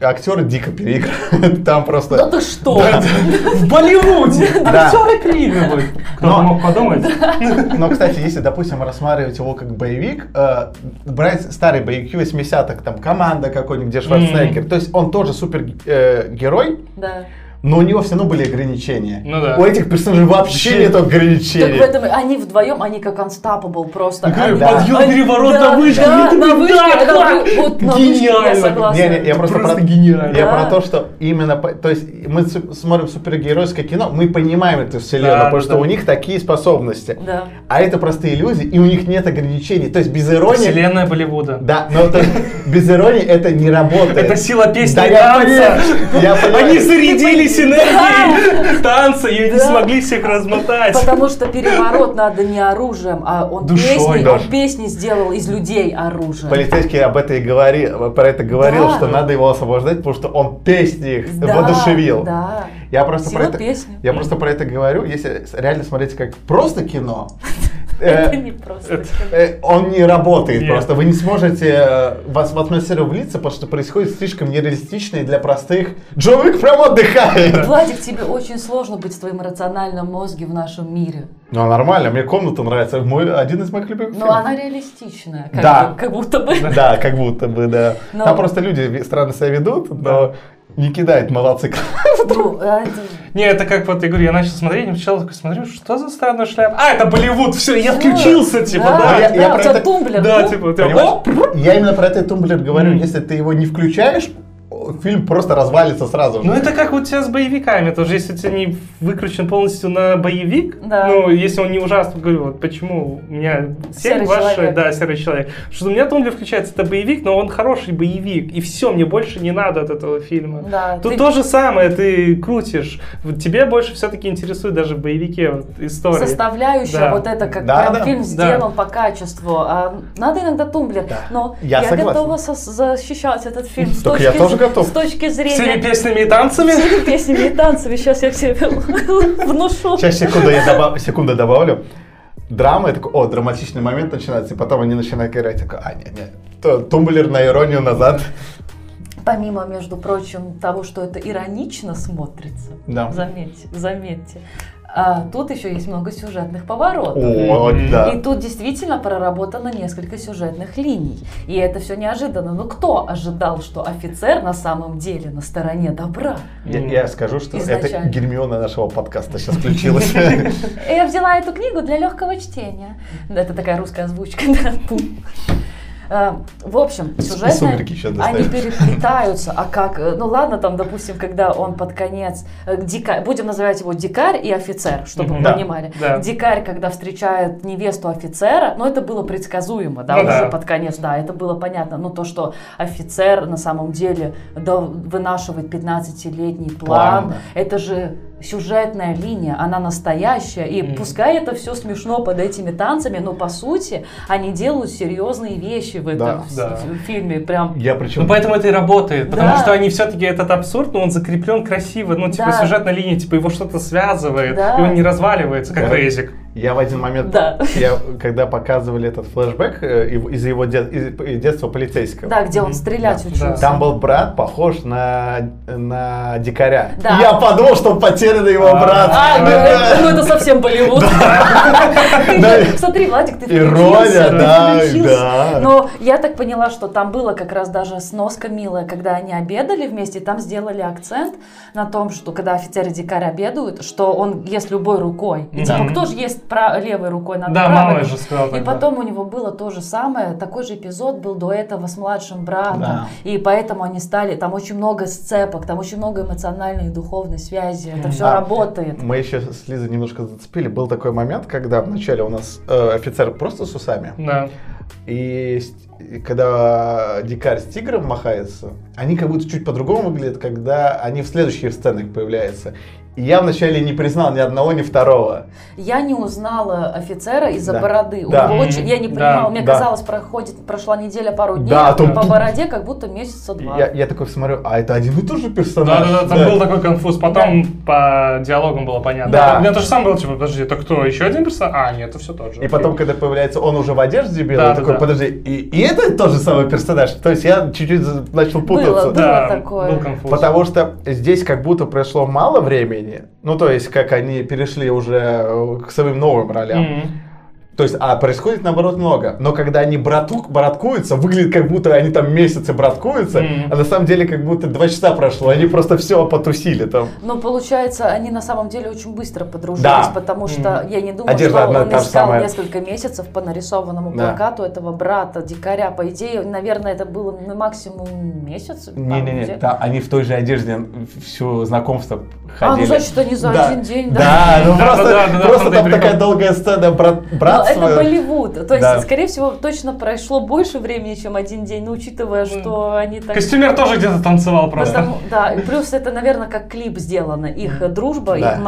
S2: актеры дико переигрывают. [LAUGHS]
S1: Да
S2: Там просто...
S1: ты что?
S3: В Болливуде! А
S2: Да.
S3: Актеры переигрывают. Кто
S2: Но-
S3: мог подумать?
S2: Но, кстати, если, допустим, рассматривать его как боевик, э, брать старый боевики 80-х, там, команда какой-нибудь, где Шварценеггер, то есть он тоже супергерой,
S1: Да.
S2: э, Но у него все равно были ограничения.
S3: Ну да.
S2: У этих персонажей вообще
S3: Вообще.
S2: нет ограничений.
S1: Так в этом, они вдвоем, они как unstoppable просто.
S3: Такой
S1: Они-
S3: подъем,
S1: они-
S3: переворот на вышке.
S1: Да,
S3: Я
S1: на
S3: такой,
S1: вышке,
S3: да,
S1: когда
S3: да.
S1: вы- вот на вышке, я
S3: Гениально.
S1: согласна.
S2: Не, не, я просто,
S3: Просто
S2: про...
S3: гениально.
S2: Я
S1: Да.
S2: про то, что именно, по- то есть мы су- смотрим супергеройское кино, мы понимаем эту вселенную,
S3: Да,
S2: потому
S3: да,
S2: что
S3: да.
S2: у них такие способности.
S1: Да.
S2: А это простые люди, и у них нет ограничений. То есть без иронии...
S3: Вселенная Болливуда.
S2: Да, но то есть без иронии это не работает.
S3: Это сила песни
S2: Да,
S3: и
S2: я
S3: танца.
S2: понимаю, я понимаю.
S3: Они зарядились энергией [LAUGHS] танца и не
S1: типа, Да.
S3: смогли всех размотать.
S1: Потому что переворот надо не оружием, а он
S3: Душой
S1: песни,
S2: даже.
S1: он песни сделал из людей оружие.
S2: Полицейский об этом и говорил, про это говорил,
S1: Да.
S2: что надо его освобождать, потому что он песни их
S1: Да,
S2: воодушевил.
S1: Да.
S2: Я просто
S1: Всего
S2: про это,
S1: песню.
S2: я просто про это говорю. Если с- реально смотреть как просто
S1: [LAUGHS]
S2: кино, э,
S1: Это не просто.
S3: это-
S1: кино.
S2: э, он не работает
S3: Нет.
S2: просто. Вы не сможете э, вас в атмосферу влиться, потому что происходит слишком нереалистично и для простых. Джон Уик прям отдыхает.
S1: Владик, тебе очень сложно быть в твоем рациональном мозге в нашем мире.
S2: Ну нормально, мне комната нравится. Мой, один из моих
S1: Но
S2: любимых фильмов.
S1: Ну, она реалистичная, как,
S2: Да.
S1: бы- как будто бы.
S2: Да, как будто бы, да.
S1: Но-
S2: Там просто люди ви- странно себя ведут, но не кидают молодцы.
S1: Ну, а это-
S3: Не, это как вот, я говорю, я начал смотреть, я сначала такой смотрю, что за странная шляпа? А, это Болливуд, все, я
S1: Да.
S3: включился, типа,
S1: Да,
S3: да.
S2: я-
S1: да,
S2: я
S1: у
S2: про
S1: тебя
S2: это-
S1: тумблер.
S3: Да,
S1: ну,
S3: типа, ты
S2: Понимаешь?
S3: оп,
S2: Я именно про этот тумблер говорю.
S3: Мгм.
S2: Если ты его не включаешь, о, фильм просто развалится сразу. же.
S3: Ну это как у тебя с боевиками, тоже если ты не выключен полностью на боевик,
S1: Да.
S3: ну если он не ужасный, говорю, вот почему у меня
S1: Серый
S3: серый, ваш,
S1: человек.
S3: да, серый человек, что у меня тумблер включается, это боевик, но он хороший боевик, и все, мне больше не надо от этого фильма.
S1: Да,
S3: Тут
S1: ты-
S3: то же самое, ты крутишь. Вот Тебе больше все-таки интересует даже в боевике вот история.
S1: составляющая
S3: Да.
S1: вот это как
S2: Да,
S1: прям
S2: да,
S1: фильм
S3: да.
S1: сделан по качеству. А надо иногда тумблер. Но
S2: Я
S1: я,
S2: согласен.
S1: готова со- защищать этот фильм с
S2: Так
S1: точки,
S2: я тоже готов.
S1: с точки
S3: Всеми
S1: зрения
S3: песнями и танцами?
S1: всеми песнями и танцами. Сейчас я все [LAUGHS] внушу.
S2: Сейчас секунду я добав- секунду добавлю. Драма, я такой, о, драматичный момент начинается, и потом они начинают играть, такой, а, нет, нет, То- тумблер на иронию назад.
S1: Помимо, между прочим, того, что это иронично смотрится.
S2: Да.
S1: Заметьте, заметьте. а, тут еще есть много сюжетных поворотов.
S2: О,
S3: Мгм.
S1: И
S2: да.
S1: тут действительно проработано несколько сюжетных линий. И это все неожиданно. Но кто ожидал, что офицер на самом деле на стороне добра?
S2: Я, я скажу, что это
S1: Изначально.
S2: Гермиона нашего подкаста сейчас включилась.
S1: Я взяла эту книгу для легкого чтения. Да, Это такая русская озвучка. [LAUGHS] да. Пум. А, В общем, сюжетные,
S2: сумерки еще
S1: они
S2: достанешь.
S1: переплетаются. А как, э, ну ладно, там, допустим, когда он под конец, э, дикарь, будем называть его дикарь и офицер, чтобы
S3: Мгм.
S1: вы
S2: Да.
S1: понимали.
S3: Да.
S1: Дикарь, когда встречает невесту офицера, ну это было предсказуемо, да,
S3: Ну
S1: уже
S3: да.
S1: под конец, да, это было понятно. Но то, что офицер на самом деле да, вынашивает 15-летний
S2: План,
S1: план,
S2: да.
S1: это же сюжетная линия, она настоящая. И
S3: Мгм.
S1: пускай это все смешно под этими танцами, но по сути они делают серьезные вещи в этом
S2: Да,
S1: в-
S3: да.
S1: в- фильме. Прям
S2: Я
S3: Ну
S2: причем...
S3: поэтому это и работает, потому
S1: Да.
S3: что они все-таки этот абсурд, но он закреплен красиво, ну типа
S1: Да.
S3: сюжетная линия, типа его что-то связывает,
S1: Да.
S3: и он не разваливается, как
S2: Да.
S3: резик.
S2: Я в один момент,
S1: Да.
S2: я, когда показывали этот флешбэк э, его- из его де- из э, детства полицейского,
S1: да, где он
S3: Мгм.
S1: стрелять
S3: Да,
S1: учился.
S2: там был брат похож на, на дикаря.
S1: Да.
S2: И Я подумал, что потерян его
S3: А.
S2: брат.
S1: А, ну,
S2: Да.
S1: это- ну это совсем Болливуд. Ты-
S2: Да.
S1: Смотри, Владик, ты
S2: Ирония,
S1: включился, ты
S2: да,
S1: включился.
S2: да.
S1: Но я так поняла, что там было как раз даже сноска милая, когда они обедали вместе, там сделали акцент на том, что когда офицеры дикарь обедают, что он ест любой рукой. И
S3: Да.
S1: типа, кто же ест пра- левой рукой, надо
S3: Да,
S1: правой
S3: мама
S1: рукой.
S3: же сказала
S1: И
S3: тогда.
S1: потом у него было то же самое, такой же эпизод был до этого с младшим братом.
S2: Да.
S1: И поэтому они стали, там очень много сцепок, там очень много эмоциональной и духовной связи, это все
S2: Да.
S1: работает.
S2: Мы еще с Лизой немножко зацепили. Был такой момент, когда вначале у нас э, офицер просто с усами,
S3: Да.
S2: и, с- и когда дикарь с тигром махается, они как будто чуть по-другому выглядят, когда они в следующих сценах появляются. И я вначале не признал ни одного, ни второго.
S1: Я не узнала офицера из-за
S2: Да.
S1: бороды. У
S2: Да.
S1: него очень- я не
S3: Да.
S1: понимала, мне
S2: Да.
S1: казалось, проходит, прошла неделя, пару дней,
S2: Да,
S1: а
S2: а то-
S1: по бороде как будто месяца
S2: И
S1: два.
S2: Я, я такой смотрю, а это один и тот же
S3: Да,
S2: персонаж.
S3: да, да, там был такой конфуз, потом по диалогам было понятно.
S2: Да.
S3: У меня тоже сам был, типа, подожди, это кто, еще один персонаж? А, нет, это все тот же.
S2: И потом, когда появляется он уже в одежде белой,
S3: Да,
S2: я
S3: да,
S2: такой,
S3: да.
S2: подожди, и, и это тот же самый персонаж? То есть я чуть-чуть за- начал путаться.
S1: Было, было.
S3: да,
S1: такое.
S3: был конфуз.
S2: Потому что здесь как будто прошло мало времени, ну то есть как они перешли уже э, к своим новым ролям.
S3: Мгм.
S2: То есть, а происходит наоборот много. Но когда они братук, браткуются, выглядит как будто они там месяцы браткуются,
S3: Мгм.
S2: а на самом деле как будто два часа прошло, они просто все потусили там.
S1: Но получается, они на самом деле очень быстро подружились,
S2: Да.
S1: потому что я не думаю,
S2: Одежда
S1: что
S2: одна
S1: он
S2: та же
S1: искал
S2: самая.
S1: несколько месяцев по нарисованному
S2: Да.
S1: плакату этого брата дикаря. По идее, наверное, это было ну, максимум месяц. там,
S2: Не-не-не,
S1: где-
S2: да, они в той же одежде все знакомство
S1: А, ну
S2: ходили.
S1: значит, они за один день, да.
S2: Да, ну
S3: Да,
S2: просто,
S3: да, да, да,
S2: просто
S3: да,
S2: там
S3: да,
S2: такая
S3: прикол.
S2: долгая сцена брат,
S1: Но это
S2: братства.
S1: Болливуд. То есть,
S2: Да.
S1: скорее всего, точно прошло больше времени, чем один день, но учитывая, что они так...
S3: Костюмер тоже где-то танцевал просто.
S1: Потому- да, и плюс это, наверное, как клип сделано. Их э, дружба,
S2: Да.
S1: их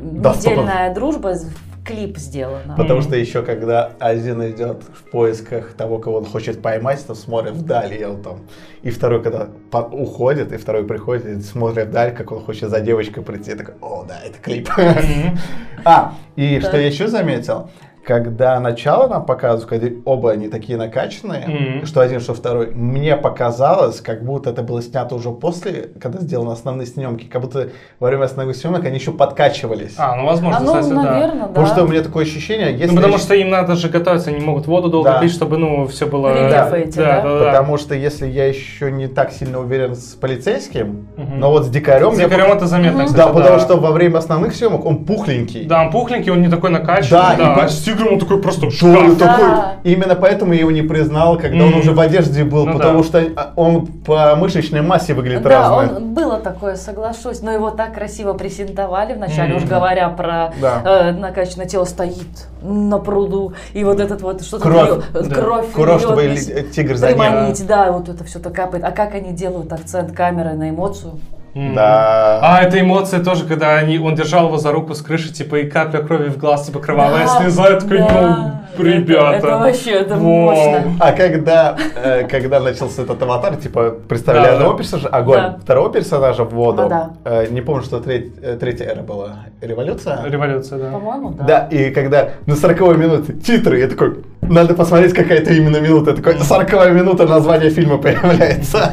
S1: многонедельная дружба, с- в клип сделана.
S2: Потому
S3: Мгм.
S2: что еще когда Азин идет в поисках того, кого он хочет поймать, там смотрит вдаль, и он там. И второй, когда по- уходит, и второй приходит, и смотрит вдаль, как он хочет за девочкой прийти. Я такой, о, да, это
S3: [LAUGHS]
S2: клип.
S3: Мгм.
S2: А, и
S1: Да.
S2: что я еще заметил, когда начало нам показывают, когда оба они такие накачанные,
S3: Мгм.
S2: что один, что второй, мне показалось, как будто это было снято уже после, когда сделаны основные снимки, как будто во время основных съемок они еще подкачивались.
S3: А, ну возможно,
S1: А, ну,
S3: кстати, да.
S1: наверное, да.
S2: Потому что у меня такое ощущение, если...
S3: Ну, потому
S2: я-
S3: что им надо же готовиться, они могут воду долго
S2: Да.
S3: пить, чтобы, ну, все было...
S1: Рельефы эти, да?
S3: Ну
S2: Потому что если я еще не так сильно уверен с полицейским,
S3: Мгм.
S2: но вот с дикарем...
S3: С
S2: мне
S3: дикарем это
S1: Мгм.
S3: заметно,
S2: пок-
S3: кстати,
S2: Да, потому что во время основных съемок он пухленький.
S3: Да, он пухленький, он не такой накачанный.
S2: Да, и по-
S3: а с тигром он такой просто...
S2: Да, он
S3: шкаф.
S1: Да.
S2: такой- Именно поэтому я его не признал, когда он
S3: Мгм.
S2: уже в одежде был,
S3: Ну
S2: потому
S3: да.
S2: что а, он по мышечной массе выглядит
S1: Да,
S2: разный.
S1: он, было такое, соглашусь, но его так красиво презентовали вначале, уж
S3: Мгм.
S1: говоря про
S2: Да.
S1: э, накачанное тело стоит на пруду, и вот этот вот что-то
S2: Кровь.
S1: льё-
S3: Да.
S1: кровь,
S2: Кураж,
S1: льёт
S2: чтобы
S1: весь,
S2: ли- э, тигр за ним.
S1: приманить, да, вот это все то капает. А как они делают акцент камеры на эмоцию?
S3: Мгм.
S2: Да.
S3: А, это эмоции тоже, когда они, он держал его за руку с крыши, типа, и капля крови в глаз, типа,
S1: Да,
S3: кровавая слеза, я такой,
S1: да.
S3: ну, ребята.
S1: Это, это вообще, это
S3: Воу.
S1: мощно.
S2: А когда, э, когда начался этот аватар, типа, представили
S3: Да,
S2: одного
S3: да.
S2: персонажа, огонь,
S1: Да. Ну
S2: второго персонажа в воду.
S1: Вода.
S2: Э, не помню, что треть- э, третья эра была. Революция?
S3: Революция, да.
S1: По-моему, да.
S2: Да, и когда на 40 минуте титры, я такой, надо посмотреть, какая это именно минута. Я такой, 40 минута название фильма появляется.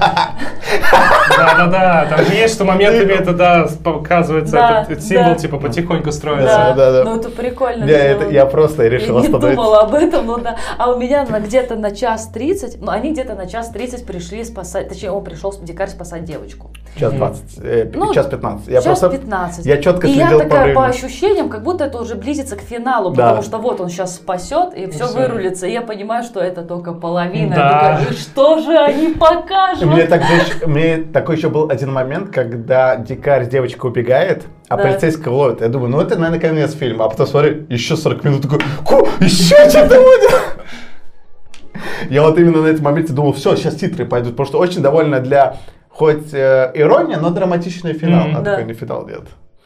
S3: Да-да-да, там же есть, что моментами это, да, показывается,
S1: Да,
S3: этот, этот символ,
S1: да.
S3: типа, потихоньку
S2: Да,
S3: строится.
S2: да, да.
S1: Ну это прикольно.
S2: Я, это,
S1: сделано.
S2: я просто
S1: Я
S2: решил
S1: не
S2: остановиться.
S1: думала об этом, ну да. А у меня на- где-то на час 30, ну они где-то на час 30 пришли спасать, точнее он пришел дикарь спасать девочку.
S2: Час 20, э,
S1: Ну,
S2: час 15. Я
S1: час
S2: просто
S1: 15.
S2: я четко
S1: и я
S2: следил по
S1: такая по,
S2: времени.
S1: ощущениям, как будто это уже близится к финалу,
S2: Да.
S1: потому что вот он сейчас спасет и все
S3: всё.
S1: вырулится. И я понимаю, что это только половина.
S3: Да.
S1: Я такая, «И что же они покажут?
S2: Мне, также еще- мне такой еще был один момент, когда дикарь с девочкой убегает, а
S1: Да.
S2: полицейского ловит. Я думаю, ну это, наверное, конец фильма. А потом смотрю, еще 40 минут, такой, «Ку, еще что-то будет! Я вот именно на этом моменте думал, все, сейчас титры пойдут, потому что очень довольно для, хоть э, ирония, но драматичный финал.
S3: Мгм.
S2: а
S1: Да.
S2: такой не финал нет.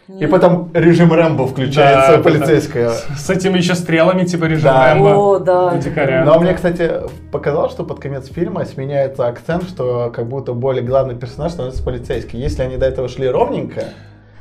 S2: И
S1: Нет.
S2: потом режим Рэмбо включается,
S3: Да, да,
S2: полицейская.
S3: С этими еще стрелами, типа, режим
S2: Да.
S3: Рэмбо.
S1: О, да.
S3: у дикаря.
S2: Но мне, кстати, показалось, что под конец фильма сменяется акцент, что как будто более главный персонаж становится полицейский. Если они до этого шли ровненько,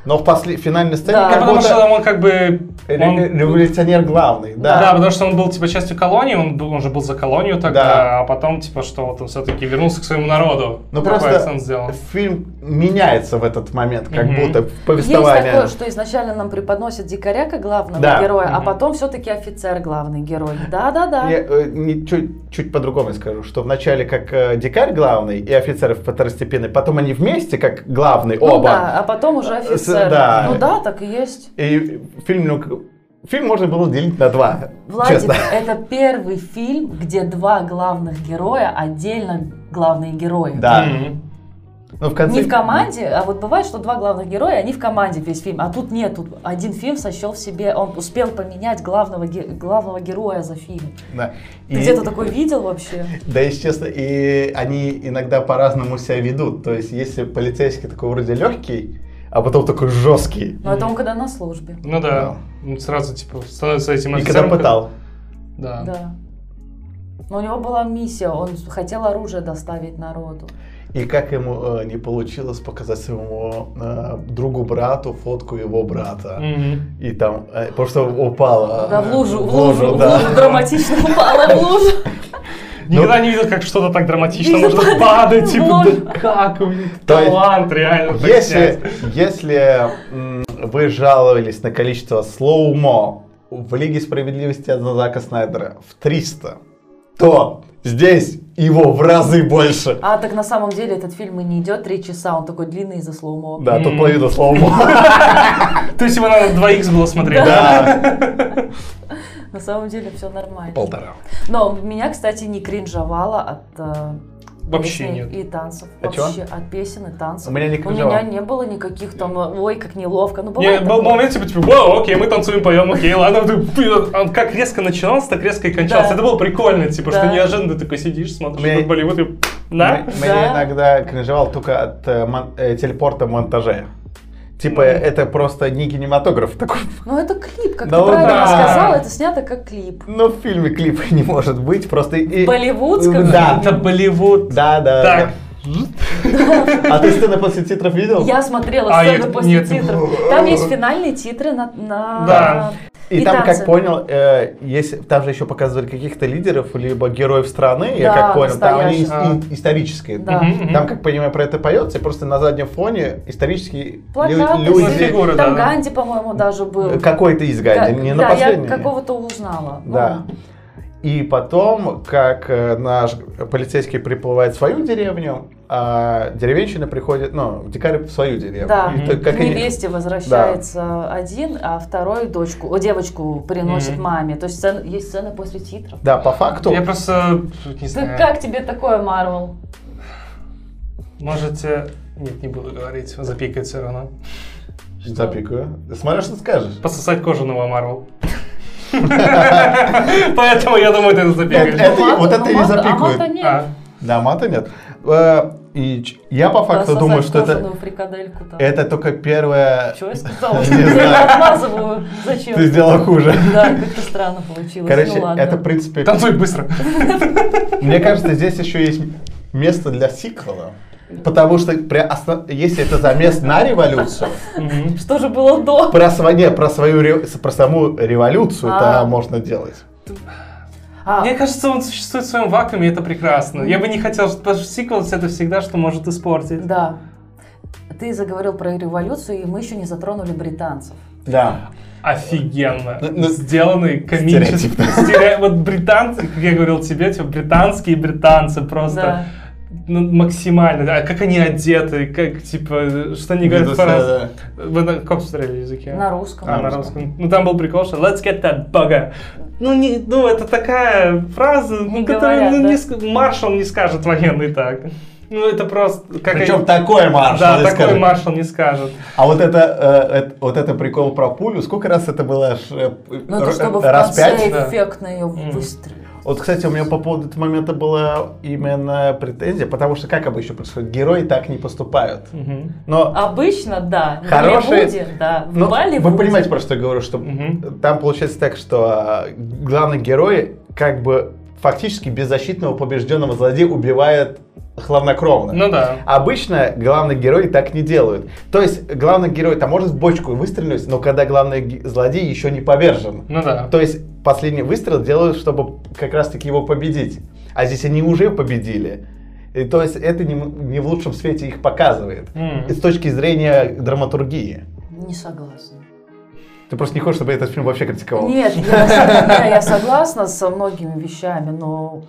S2: но в после финальной сцене
S1: Да.
S3: Ну,
S2: как
S3: потому
S2: будто
S3: что он как бы...
S2: ре-
S3: он-
S2: ре- революционер главный, да.
S3: Да. потому что он был типа частью колонии, он, был, он же был за колонию тогда,
S2: Да.
S3: а потом типа что вот он все-таки вернулся к своему народу.
S2: Но
S3: Такой
S2: Ну, просто
S3: акцент сделал.
S2: фильм меняется в этот момент, как
S3: Мгм.
S2: будто
S1: Есть
S2: повествование.
S1: такое, что изначально нам преподносят дикаря как главного
S2: Да.
S1: героя, а
S3: Мгм.
S1: потом все-таки офицер главный герой. Да-да-да.
S2: Я, э, не- чуть, чуть по-другому я скажу, что вначале как э, дикарь главный и офицеры второстепенные, потом они вместе как главный
S1: Ну
S2: оба.
S1: да, а потом уже
S2: С-
S1: офицер.
S2: да.
S1: Ну да, так и есть.
S2: И фильм, ну, к- фильм можно было делить на два,
S1: Владик,
S2: честно. [LAUGHS]
S1: это первый фильм, где два главных героя отдельно главные герои.
S2: Да.
S3: Мгм.
S2: Но Ну, в конце...
S1: Не в команде, а вот бывает, что два главных героя, они в команде весь фильм, а тут нет, тут один фильм сочел в себе, он успел поменять главного, ге- главного героя за фильм.
S2: Да.
S1: Ты
S2: И-
S1: где-то такой видел вообще?
S2: Да, если честно, и они иногда по-разному себя ведут. То есть, если полицейский такой вроде легкий, а потом такой жесткий.
S1: Но Ну, это он когда на службе.
S3: Ну
S2: Да.
S3: да. Ну, Сразу типа становится этим
S2: И когда
S3: офицером.
S2: пытал.
S3: как- Да.
S1: Да. Но у него была миссия, он хотел оружие доставить народу.
S2: И как ему э, не получилось показать своему э, другу брату фотку его брата.
S3: Мгм.
S2: И там, э, потому что упала.
S1: Да, в лужу, в
S2: в лужу,
S1: лужу, в
S2: да.
S1: лужу, драматично упала в лужу.
S3: Никогда
S2: Ну,
S3: не видел, как что-то так драматично
S1: Видел, падает
S3: может падать. Типа,
S1: в
S3: да как у них
S2: То есть,
S3: талант реально. так снять.
S2: Если, если м, вы жаловались на количество слоумо в Лиге справедливости от Зака Снайдера в 300, то здесь его в разы больше.
S1: А так на самом деле этот фильм и не идет три часа, он такой длинный из-за слоумо.
S2: Да, тут
S3: М.
S2: половина слова.
S3: То есть его надо 2х было смотреть.
S2: Да.
S1: На самом деле все нормально.
S2: Полтора.
S1: Но меня, кстати, не кринжовало от э,
S3: Вообще
S1: песни
S3: нет.
S1: и танцев.
S2: От чего?
S1: Вообще от песен и танцев.
S2: У меня не кринжовало.
S1: У меня не было никаких там, э, ой, как неловко. Ну,
S3: Не,
S1: бывает
S3: был
S1: такое.
S3: момент, типа, типа, вау, окей, мы танцуем, поем, окей, ладно. ты- ты- Он как резко начинался, так резко и кончался.
S1: Да.
S3: Это было прикольно, типа,
S1: Да.
S3: что неожиданно ты такой сидишь, смотришь
S2: Мне-
S3: этот Болливуд и на.
S2: М-
S1: Да.
S2: Меня иногда кринжевал только от э, мон- э, телепорта монтажа. Типа, это просто не кинематограф такой.
S1: Ну, это клип, как
S2: Да
S1: ты правильно
S3: да.
S1: сказал, это снято как клип.
S2: Но в фильме клипа не может быть, просто... и-
S1: Болливудском?
S2: Да.
S3: Это Болливуд.
S2: Да, да.
S3: Так.
S2: да. А ты сцены после титров видел?
S1: Я смотрела
S3: А,
S1: сцену
S3: я-
S1: после
S3: нет.
S1: титров. Там есть финальные титры на... на-
S3: Да.
S2: И,
S1: И
S2: там,
S1: танцы.
S2: как понял, э, если, там же еще показывали каких-то лидеров, либо героев страны, я
S1: Да,
S2: как понял, там они
S3: настоящих.
S2: и- исторические.
S1: Да.
S3: Мгм, мгм.
S2: Там, как понимаю, про это поется, и просто на заднем фоне исторические лю-
S1: Плакаты,
S2: люди,
S3: фигуры,
S1: там
S3: да.
S1: Ганди, по-моему, даже был.
S2: [LAUGHS] какой-то из
S1: Да,
S2: Ганди, не
S1: да,
S2: на последнем.
S1: я какого-то узнала. Ну,
S2: Да. И потом, как э, наш полицейский приплывает в свою деревню, а деревенщина приходит, ну, дикарь в свою деревню.
S1: Да.
S2: И то-
S1: к
S2: как они-
S1: невесте возвращается один, а второй дочку, о, девочку приносит
S3: Мгм.
S1: маме. То есть сцен- есть сцены после титров.
S2: Да, по факту.
S3: Я просто не
S1: Да
S2: Э.
S3: знаю.
S1: как тебе такое, Марвел?
S3: Можете... Нет, не буду говорить, запикает все равно.
S2: Запикаю. Смотря что скажешь.
S3: Пососать кожаного Марвел. Поэтому я думаю, ты это запикаешь.
S2: Это- вот это и запикают.
S1: нет.
S3: А,
S2: Да, мата нет. Э, И ч- я по факту
S1: Пососать
S2: думаю, что это,
S1: кожаную фрикадельку там.
S2: это только первое...
S1: Чего я сказала?
S2: [LAUGHS] Не
S1: Я
S2: знаю.
S1: [LAUGHS] отмазываю. Зачем?
S2: Ты сделала хуже.
S1: Да, как-то странно получилось.
S2: Короче,
S1: ну, ладно.
S2: это, в принципе...
S3: Танцуй быстро.
S2: Мне кажется, здесь еще есть место для сиквела. Потому что при осно- если это замес на революцию,
S3: Мгм.
S1: Что же было до?
S2: про, сво- не, про, свою, ре- про саму революцию
S1: А.
S2: это можно делать.
S1: А,
S3: Мне кажется, он существует в своем вакууме, и это прекрасно. Я бы не хотел, что- потому что сиквелс это всегда, что может испортить.
S1: да. Ты заговорил про революцию, и мы еще не затронули британцев.
S2: Да.
S3: Офигенно.
S2: Ну, ну,
S3: Сделанный комический. стере- Вот британцы, как я говорил тебе, типа, британские британцы
S1: Да.
S3: просто ну, максимально. да, как они одеты, как, типа, что они говорят по Вы на каком смотрели языке?
S1: На русском.
S3: А, на русском. Ну, там был прикол, что «Let's get that bugger». Ну, не, ну, это такая фраза,
S1: Не
S3: ну, которую
S1: говорят,
S3: ну, не
S1: да.
S3: ск- маршал не скажет военный так. Ну, это просто... Как
S2: Причем
S3: они-
S2: такой марш.
S3: Да, такой маршал не скажет.
S2: А вот это, э, эт- вот это прикол про пулю, сколько раз это было? Аж, э,
S1: Ну,
S2: р-
S1: это чтобы в
S2: раз пять?
S1: конце
S3: да.
S1: эффектно ее
S3: Мгм.
S1: выстрелить.
S2: Вот, кстати, у меня по поводу этого момента была именно претензия, потому что как обычно происходит, герои так не поступают.
S3: Мгм.
S2: Но
S1: Обычно, да. В
S2: Хорошие-
S1: Голливуде, да. А В
S2: ну,
S1: Болливуде.
S2: вы понимаете, про что я говорю, что
S3: Мгм.
S2: там получается так, что э, главный герой как бы фактически беззащитного побежденного злодея убивает хладнокровно.
S3: Ну да.
S2: Обычно главный герой так не делают. То есть главный герой там может в бочку выстрелить, но когда главный ге- злодей еще не повержен.
S3: Ну да.
S2: А То есть последний выстрел делают, чтобы как раз-таки его победить. А здесь они уже победили. И то есть это не, м- не в лучшем свете их показывает.
S3: М.
S2: И с точки зрения драматургии.
S1: Не согласна.
S2: Ты просто не хочешь, чтобы этот фильм вообще критиковал.
S1: Нет, я, я согласна со многими вещами, но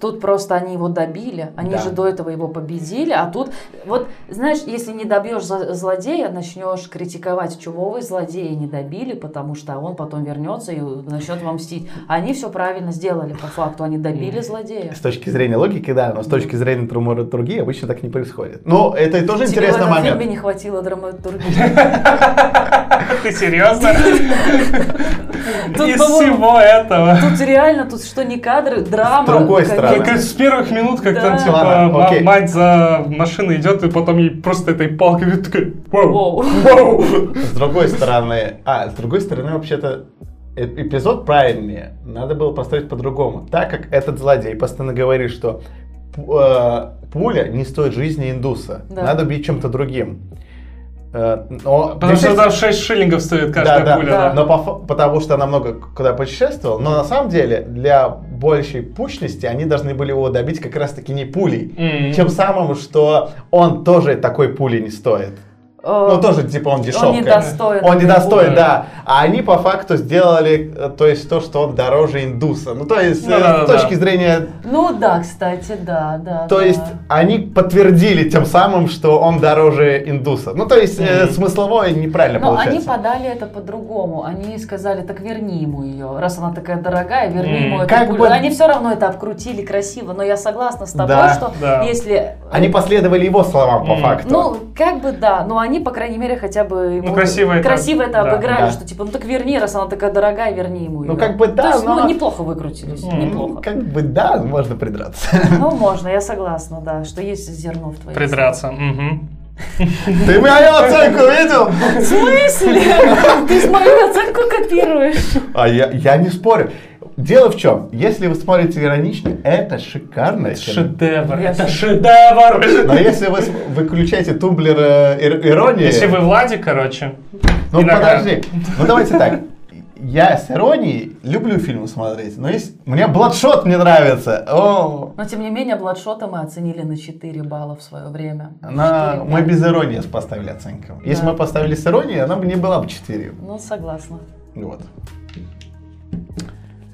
S1: тут просто они его добили, они
S2: Да.
S1: же до этого его победили, а тут, вот, знаешь, если не добьешь зло- злодея, начнешь критиковать, чего вы злодея не добили, потому что он потом вернется и начнет вам мстить. Они все правильно сделали по факту, они добили злодея.
S2: С точки зрения логики, да, но с точки зрения драматургии обычно так не происходит. Но это и тоже
S1: Тебе в
S2: интересный
S1: этом
S2: момент.
S1: фильме не хватило драматургии.
S3: Ты серьезно?
S1: [LAUGHS] Тут,
S3: Из
S1: по-моему,
S3: всего этого.
S1: Тут реально, тут что не кадры, драма.
S2: С другой
S1: какие-то.
S2: стороны.
S3: Как с первых минут, как
S1: Да.
S3: там типа
S2: Ладно,
S3: ма-
S2: окей.
S3: мать за машиной идет, и потом ей просто этой палкой бьют, такая «Вау,
S1: Воу.
S3: вау».
S2: С другой стороны, а, с другой стороны, вообще-то, э- эпизод правильнее. Надо было поставить по-другому. Так как этот злодей постоянно говорит, что пу- э, пуля не стоит жизни индуса.
S1: Да.
S2: Надо убить чем-то другим. Э, но-
S3: Потому что там 6 шиллингов стоит
S2: Да,
S3: каждая
S2: да,
S3: пуля.
S1: да.
S3: да.
S2: но по фа- потому что она много куда путешествовала, но на самом деле для большей пучности они должны были его добить как раз-таки не пулей,
S3: М.
S2: тем самым, что он тоже такой пули не стоит.
S1: э,
S2: Ну, тоже, типа, он дешевка.
S1: недостоин
S2: Он недостоин,
S1: этой
S2: да. А они по факту сделали, э, то есть, то, что он дороже индуса. Ну, то есть,
S3: Ну,
S2: э,
S3: да, да,
S2: с точки
S3: да.
S2: зрения...
S1: Ну да, кстати, да, да.
S2: То
S1: да.
S2: есть, они подтвердили тем самым, что он дороже индуса. Ну, то есть, э,
S3: Мгм.
S2: смысловое неправильно
S1: Но Ну, они
S2: получается.
S1: подали это по-другому. Они сказали, так верни ему ее. Раз она такая дорогая, верни
S3: М,
S1: ему эту
S2: как
S1: пулю.
S2: бы-
S1: Они все равно это обкрутили красиво. Но я согласна с тобой,
S2: Да,
S1: что
S3: да.
S1: если... э,
S2: Они последовали его словам, по
S3: М.
S2: факту.
S1: Ну, как бы да, но они, по крайней мере, хотя бы ему
S3: Ну, красиво это-
S1: красиво это
S3: да,
S1: обыграли,
S2: да.
S1: что типа, ну так верни, раз она такая дорогая, верни ему
S2: Ну,
S1: её.
S2: как бы да,
S1: То есть,
S2: но-
S1: ну, неплохо выкрутились,
S3: М,
S2: Ну,
S1: неплохо.
S2: как бы да, можно придраться. [LAUGHS]
S1: Ну, можно, я согласна, да, что есть зерно в твоей.
S3: Придраться. мгм.
S2: Ты мою оценку видел?
S1: В смысле? [LAUGHS] Ты мою оценку копируешь.
S2: А я, я не спорю. Дело в чем, если вы смотрите иронично, это шикарно.
S3: Шедевр.
S1: Я
S3: Это
S1: с-
S3: шедевр!
S2: Но если вы с- выключаете тумблер э, ир- иронии...
S3: Если вы Владик, короче.
S2: Ну
S3: иногда-
S2: подожди, ну давайте так. Я с иронией люблю фильмы смотреть, но есть... Мне Бладшот не нравится. О,
S1: Но, тем не менее, Бладшота мы оценили на 4 балла в свое время.
S2: на...
S1: Четыре,
S2: Мы
S1: да.
S2: без иронии поставили оценку. Если
S1: Да.
S2: мы поставили с иронией, она бы не была бы 4.
S1: Ну, согласна.
S2: Вот.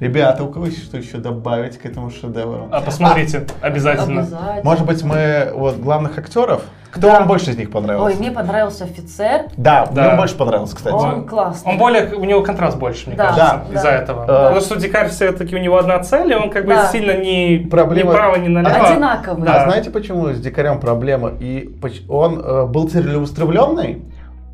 S2: Ребята, у кого есть что еще добавить к этому шедевру?
S3: А, посмотрите, обязательно.
S1: Обязательно.
S2: Может быть, мы вот главных актеров? Кто
S1: Да.
S2: вам больше из них понравился?
S1: Ой, мне понравился офицер.
S2: Да,
S3: Да.
S2: мне он больше понравился, кстати.
S1: Он классный.
S3: Он более, у него контраст больше, мне
S1: Да,
S3: кажется,
S1: да.
S3: из-за этого.
S2: Да.
S3: Потому что Дикарь все-таки у него одна цель, и он как бы
S1: Да.
S3: сильно не
S2: Проблема-
S3: ни право, ни налево.
S1: Одинаковый.
S2: А
S3: Да.
S2: знаете, почему с дикарем проблема? И поч- он э, был целеустремленный,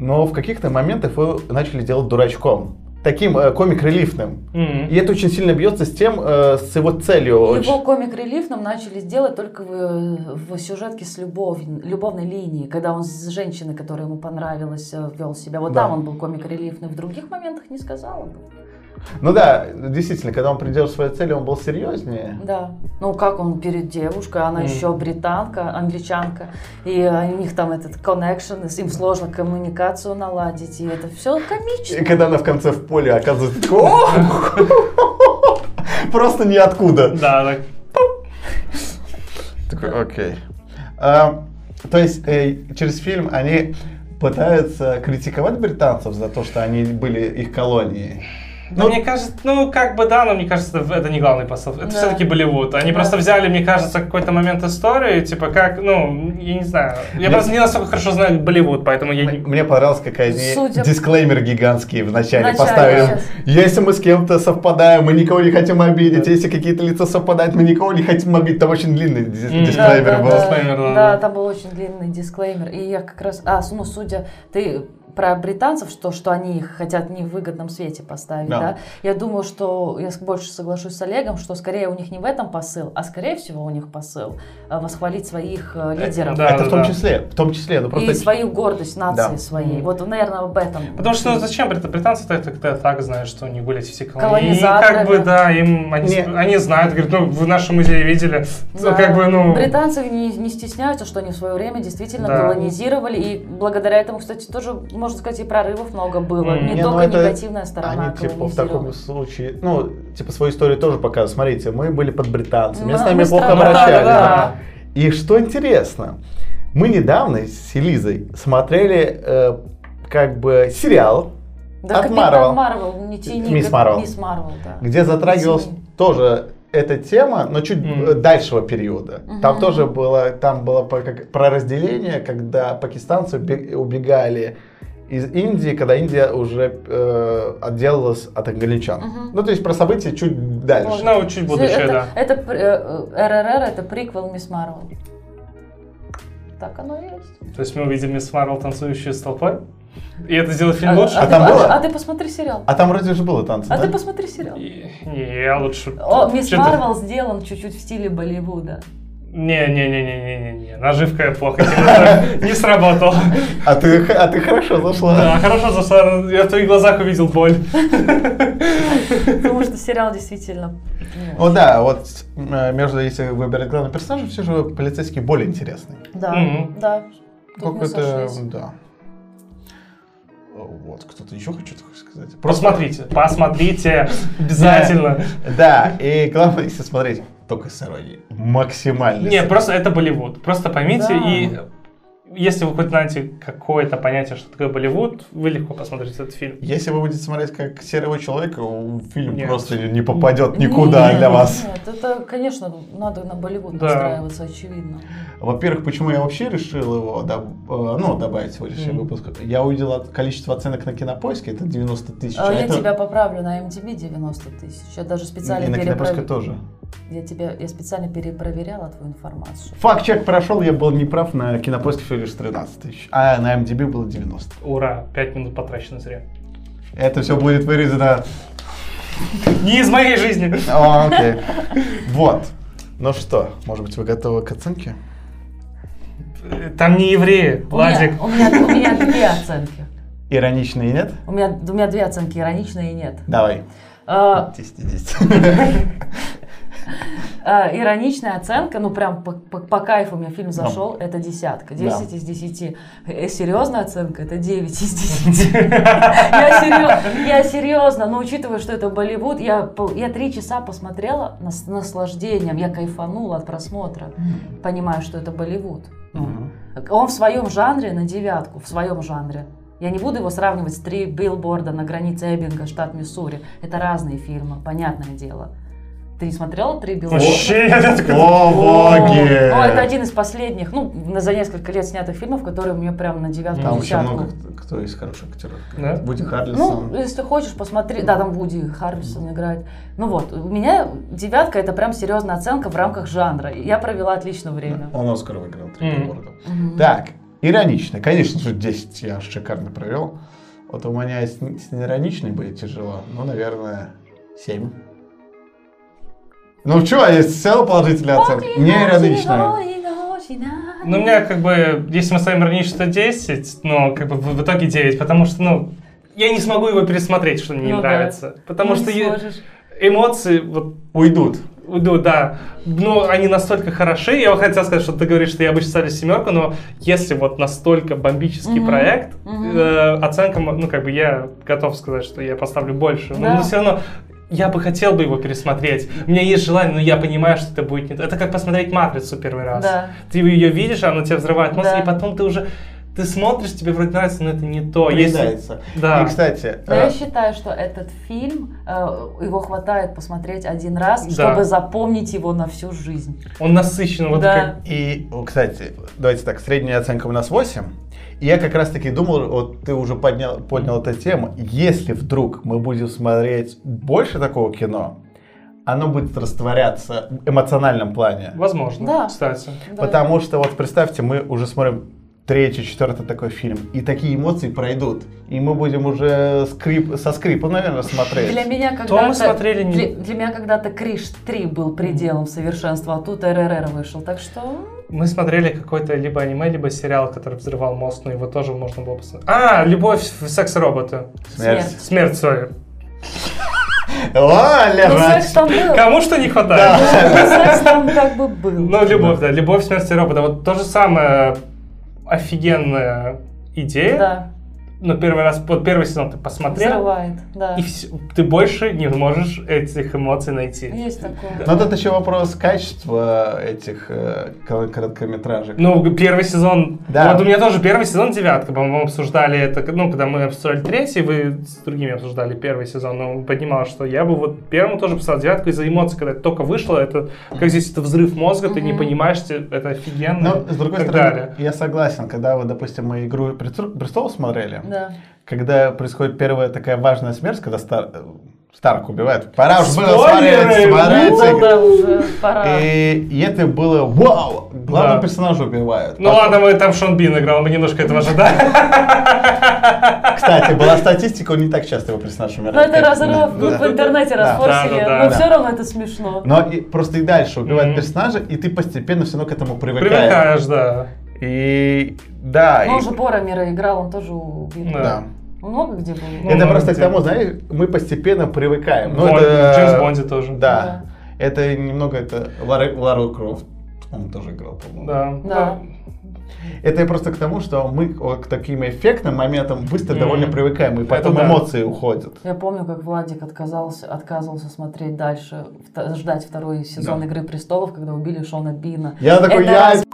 S2: но в каких-то моментах его начали делать дурачком. Таким э, комик-релифным.
S3: Мгм.
S2: И это очень сильно бьется с тем, э, с его целью.
S1: Его
S2: очень.
S1: комик-релиф нам начали делать только в, в сюжетке с любовь- любовной линией, когда он с женщиной, которая ему понравилась, э, вел себя. Вот
S2: Да.
S1: там он был комик-релифный, в других моментах не сказала бы.
S2: Ну да, действительно, когда он придерживал своей цели, он был серьезнее.
S1: Да. Ну, как он перед девушкой, она
S3: Мгм.
S1: еще британка, англичанка, и э, у них там этот коннекшн, и с- им сложно коммуникацию наладить, и это все
S2: И
S1: комично.
S2: когда она в конце в поле оказывается... такой, «О!» [LAUGHS] Просто ниоткуда.
S3: Да, так.
S2: Такой, окей. А, То есть э, через фильм они пытаются критиковать британцев за то, что они были их колонией. Ну-
S3: Но мне кажется, ну как бы да, но мне кажется, это- это не главный посыл. Это
S1: Да.
S3: все-таки Болливуд. Они
S1: Да.
S3: просто взяли, мне кажется, какой-то момент истории, типа как, ну, я не знаю. Я
S2: Мне-
S3: просто не настолько хорошо знаю Болливуд, поэтому я не...
S2: Мне понравилось, как они
S1: Судя-
S2: дисклеймер гигантские вначале
S1: Вначале,
S2: поставили.
S1: сейчас.
S2: Если мы с кем-то совпадаем, мы никого не хотим обидеть. Если какие-то лица совпадают, мы никого не хотим обидеть. Там очень длинный дис-
S3: М.
S2: дисклеймер
S1: да,
S2: был.
S1: Да,
S3: Дисклеймер, да,
S1: да,
S3: да.
S1: там был очень длинный дисклеймер. И я как раз... А, ну, судя, ты про британцев, что, что они их хотят не в выгодном свете поставить,
S2: Да.
S1: да. Я думаю, что я с- больше соглашусь с Олегом, что скорее у них не в этом посыл, а скорее всего у них посыл э, восхвалить своих э, лидеров.
S3: Да,
S2: Это в том
S3: да.
S2: числе. В том числе. Ну,
S1: И
S2: просто
S1: свою гордость нации
S2: Да.
S1: своей. Вот, наверное, об этом.
S3: Потому что ну, зачем брит- британцы так, так, так, так знают, что у них были эти все колонии. И
S1: Колонизаторами.
S3: как бы да, им они,
S2: Не.
S3: они знают, говорят, ну вы наши музеи видели, Ну,
S1: Да.
S3: как бы ну.
S1: Британцы не, не стесняются, что они в свое время действительно
S3: Да.
S1: колонизировали. И благодаря этому, кстати, тоже, можно сказать, и прорывов много было.
S3: М.
S1: Не,
S2: Не, ну
S1: только
S2: это
S1: негативная сторона
S2: Они, типа, в таком
S1: колонизирования.
S2: случае, ну, типа, свою историю тоже показывают. Смотрите, мы были под британцами,
S1: Мы-
S2: с нами
S1: Ну, а мы
S2: плохо
S1: страна,
S2: обращались.
S3: да,
S2: И что интересно, мы недавно с Элизой смотрели, э, как бы, сериал,
S1: Да,
S2: От Марвел.
S1: Капитан Марвел, не тяни.
S2: Мисс
S1: как-
S2: Марвел.
S1: Мисс Марвел, да.
S2: где затрагивалась
S1: Извини.
S2: тоже эта тема, но чуть
S3: Мгм.
S2: э, дальшего периода. Там
S1: Мгм.
S2: тоже было, там было по- как- про разделение, когда пакистанцы убе- убегали из Индии, когда Индия уже э, отделалась от англичан.
S1: Мгм.
S2: Ну, то есть про события чуть дальше.
S3: Ну, чуть будущее,
S1: это,
S3: да.
S1: это пр- э, э, РРР, это приквел Мисс Марвел. Так оно и есть.
S3: То есть мы увидим Мисс Марвел танцующую с толпой. И это сделает фильм лучше?
S1: а,
S2: А
S1: ты,
S2: там
S1: по-
S2: было?
S1: а ты посмотри сериал.
S2: А там вроде же было танцы,
S1: А
S2: да?
S1: ты посмотри сериал.
S3: И- Не, я лучше...
S1: О, Мисс
S3: чем-то-
S1: Марвел сделан чуть-чуть в стиле Болливуда.
S3: Не-не-не-не-не-не, наживка плохо,
S1: [LAUGHS]
S3: кино не сработало.
S2: А ты, х- а ты хорошо зашла.
S3: Да, хорошо, зашла, я в твоих глазах увидел боль.
S1: Потому что сериал действительно...
S2: Ну да, вот э, между, если выбирать главного персонажа, все же полицейский более интересный.
S1: Да,
S3: Мгм.
S1: да. Тут
S2: Только
S1: мы
S2: это,
S1: сошлись.
S2: да. Вот, кто-то еще хочет сказать?
S3: Посмотрите, посмотрите, обязательно.
S2: Да, и главное, если смотреть только с иронией, максимально.
S3: Не,
S2: с-
S3: просто это Болливуд. Просто поймите
S1: Да.
S3: и Если вы хоть знаете какое-то понятие, что такое Болливуд, вы легко посмотрите этот фильм.
S2: Если вы будете смотреть как серого человека, фильм
S3: Нет.
S2: просто не попадет никуда
S1: Нет,
S2: для вас.
S1: Нет, это, конечно, надо на Болливуд
S3: Да.
S1: настраиваться, очевидно.
S2: Во-первых, почему я вообще решил его, доб- э, ну, добавить в сегодняшний
S3: Мгм.
S2: выпуск? Я увидел от- количество оценок на кинопоиске, это 90 тысяч.
S1: А
S2: а
S1: я
S2: это-
S1: тебя поправлю на MTB 90 тысяч. Я даже
S2: и
S1: специально
S2: на кинопоиске
S1: перепроверяла.
S2: тоже.
S1: Я тебя я специально перепроверяла твою информацию.
S2: Факт-чек прошел, я был неправ, на кинопоиске всего лишь 13 тысяч, а на MDB было 90.
S3: Ура, пять минут потрачено зря.
S2: Это все будет вырезано.
S3: Не из моей жизни.
S2: О, [LAUGHS] окей. Вот. Ну что, может быть, вы готовы к оценке?
S3: Там не евреи,
S1: У меня-
S3: Владик.
S1: У меня, у меня две оценки.
S2: Иронично и нет?
S1: У меня, у меня две оценки, ироничные и нет.
S2: Давай.
S1: А,
S2: 10 10.
S1: [LAUGHS] а, ироничная оценка, ну прям по, по- по кайфу мне фильм зашел, это десятка, 10 из 10. Э, Серьезная оценка, это 9 из 10. [LAUGHS] Я, серьез- я серьезно, но учитывая, что это Болливуд, я, пол- я три часа посмотрела на- с наслаждением, я кайфанула от просмотра, понимая, что это Болливуд. Он в своем жанре на девятку, в своем жанре. Я не буду его сравнивать с «Три билборда на границе Эббинга, штат Миссури». Это разные фильмы, понятное дело. Ты смотрела «Три билборда»?
S3: Вообще, я такой,
S2: О,
S1: Ну, это
S2: боги!
S1: один из последних, ну, на- за несколько лет снятых фильмов, которые мне прям на девятку,
S2: Там еще
S1: десятку.
S2: много кто- кто из хороших актеров.
S3: Да?
S2: Вуди
S1: Ну,
S2: Харрельсон.
S1: если хочешь, посмотри. Да, там Вуди Харрисон играет. Ну вот, у меня девятка это прям серьезная оценка в рамках жанра. И Я провела отличное время.
S2: Он Оскар выиграл три
S3: Мгм.
S2: билборда.
S1: Мгм.
S2: Так, иронично. Конечно же, 10 я шикарно провел. Вот у меня с, с неироничной будет тяжело. Ну, наверное, 7. Ну, что, есть в целом положительная оценка? Неироничная.
S3: Ну, у меня как бы, если мы с вами равнишь, что 10, но как бы в в итоге 9, потому что, ну, я не смогу его пересмотреть, что мне не
S1: Ну да.
S3: нравится. Потому
S1: Ну,
S3: что
S1: не
S3: е-
S1: сможешь.
S3: эмоции, вот,
S2: Уйдут.
S3: ну да, но они настолько хороши. Я вот хотел сказать, что ты говоришь, что я обычно ставлю семерку, но если вот настолько бомбический
S1: Мгм.
S3: проект,
S1: Мгм.
S3: э, оценка, мо- ну как бы я готов сказать, что я поставлю больше, но,
S1: Да.
S3: все равно я бы хотел бы его пересмотреть. У меня есть желание, но я понимаю, что это будет не то. Это как посмотреть «Матрицу» первый раз
S1: Да.
S3: ты ее видишь, она тебя взрывает мозг,
S1: Да.
S3: и потом ты уже ты смотришь, тебе вроде нравится, но это не то. Если...
S2: Приедается.
S3: Да.
S2: И, кстати,
S1: Но я
S2: э,
S1: считаю, что этот фильм, э, его хватает посмотреть один раз,
S3: Да.
S1: чтобы запомнить его на всю жизнь.
S3: Он насыщен, вот
S1: Да.
S2: И, о, кстати, давайте так, средняя оценка у нас 8. И я как раз таки думал, вот ты уже поднял, поднял эту тему, если вдруг мы будем смотреть больше такого кино, оно будет растворяться в эмоциональном плане.
S3: как... Возможно,
S1: Да.
S3: кстати.
S1: Да.
S2: Потому что вот представьте, мы уже смотрим третий, четвертый такой фильм, и такие эмоции пройдут. И мы будем уже скрип, со скрипом, наверное, смотреть.
S1: Для меня
S3: То мы
S1: когда-то
S3: смотрели... не-
S1: для, для меня когда-то Криш 3 был пределом совершенства, а тут РРР вышел. Так что
S3: Мы смотрели какой-то либо аниме, либо сериал, который взрывал мозг, но его тоже можно было посмотреть. А, «Любовь в секс-робота».
S1: смерть.
S3: Смерть, сори.
S2: О,
S1: Ну,
S2: Лера,
S1: секс там был.
S3: Кому что не хватает.
S1: Ну, Секс там как бы был.
S3: Ну, «Любовь», да. «Любовь, смерть и робота». Вот то же самое офигенная идея,
S1: Да,
S3: но первый раз, вот первый сезон ты посмотрел,
S1: взрывает, да.
S3: И всё. ты больше не можешь этих эмоций найти.
S1: Есть такое.
S2: Но тут Ну, еще вопрос качества этих э, кор- короткометражек.
S3: Ну, первый сезон...
S2: Да.
S3: Вот у меня тоже первый сезон девятка, по-моему, обсуждали это, ну, когда мы обсуждали третий, вы с другими обсуждали первый сезон, но поднимал, что я бы вот первому тоже писал девятку из-за эмоций, когда это только вышло, это, как здесь, это взрыв мозга, ты не
S1: Мгм.
S3: понимаешь, те- это офигенно.
S2: Но, Ну, с другой
S3: и так
S2: стороны,
S3: далее.
S2: я согласен, когда вы, допустим, мы «Игру престол- престолов» смотрели,
S1: Да.
S2: когда происходит первая такая важная смерть, когда Стар- э, Старк убивает, пора уже было
S3: Спойлеры!
S2: смотреть, смотреть.
S1: Ну, да, уже пора.
S3: Э,
S2: Э, И, и это было вау! Главного
S3: Да.
S2: персонажа убивают.
S3: Ну
S2: Потом-
S3: ладно, мы там Шон Бин играл, мы немножко этого
S2: [LAUGHS]
S3: ожидали.
S2: Кстати, была статистика, он не так часто его персонаж умирает.
S1: Ну, это
S2: как-
S1: разрыв
S2: да.
S1: в интернете
S2: Да.
S1: расфорсили,
S3: Да, да, да.
S1: но
S2: Да.
S1: все равно это смешно.
S2: Но и, просто и дальше убивают
S3: Мгм.
S2: персонажа, и ты постепенно все равно к этому привыкаешь.
S3: Привыкаешь, да.
S2: И да,
S1: Но
S2: и-
S1: он же Боромира играл, он тоже убит.
S3: Да.
S2: да.
S1: Он Много где был.
S3: Ну,
S2: это
S3: много
S2: просто к
S3: где.
S2: тому, знаешь, мы постепенно привыкаем. Ну,
S3: Бонд-
S2: это-
S3: Джеймс Бонди тоже.
S2: Да. Это немного это Лара, Лару Крофт. Он тоже играл, по-моему.
S3: Да.
S1: Да.
S2: Это я просто к тому, что мы к таким эффектным моментам быстро
S3: Мгм.
S2: довольно привыкаем, и потом
S3: да.
S2: эмоции уходят.
S1: Я помню, как Владик отказался, отказывался смотреть дальше, вт- ждать второй сезон «Игры престолов», когда убили Шона Бина.
S2: Я такой,
S1: Это
S2: я
S1: раз-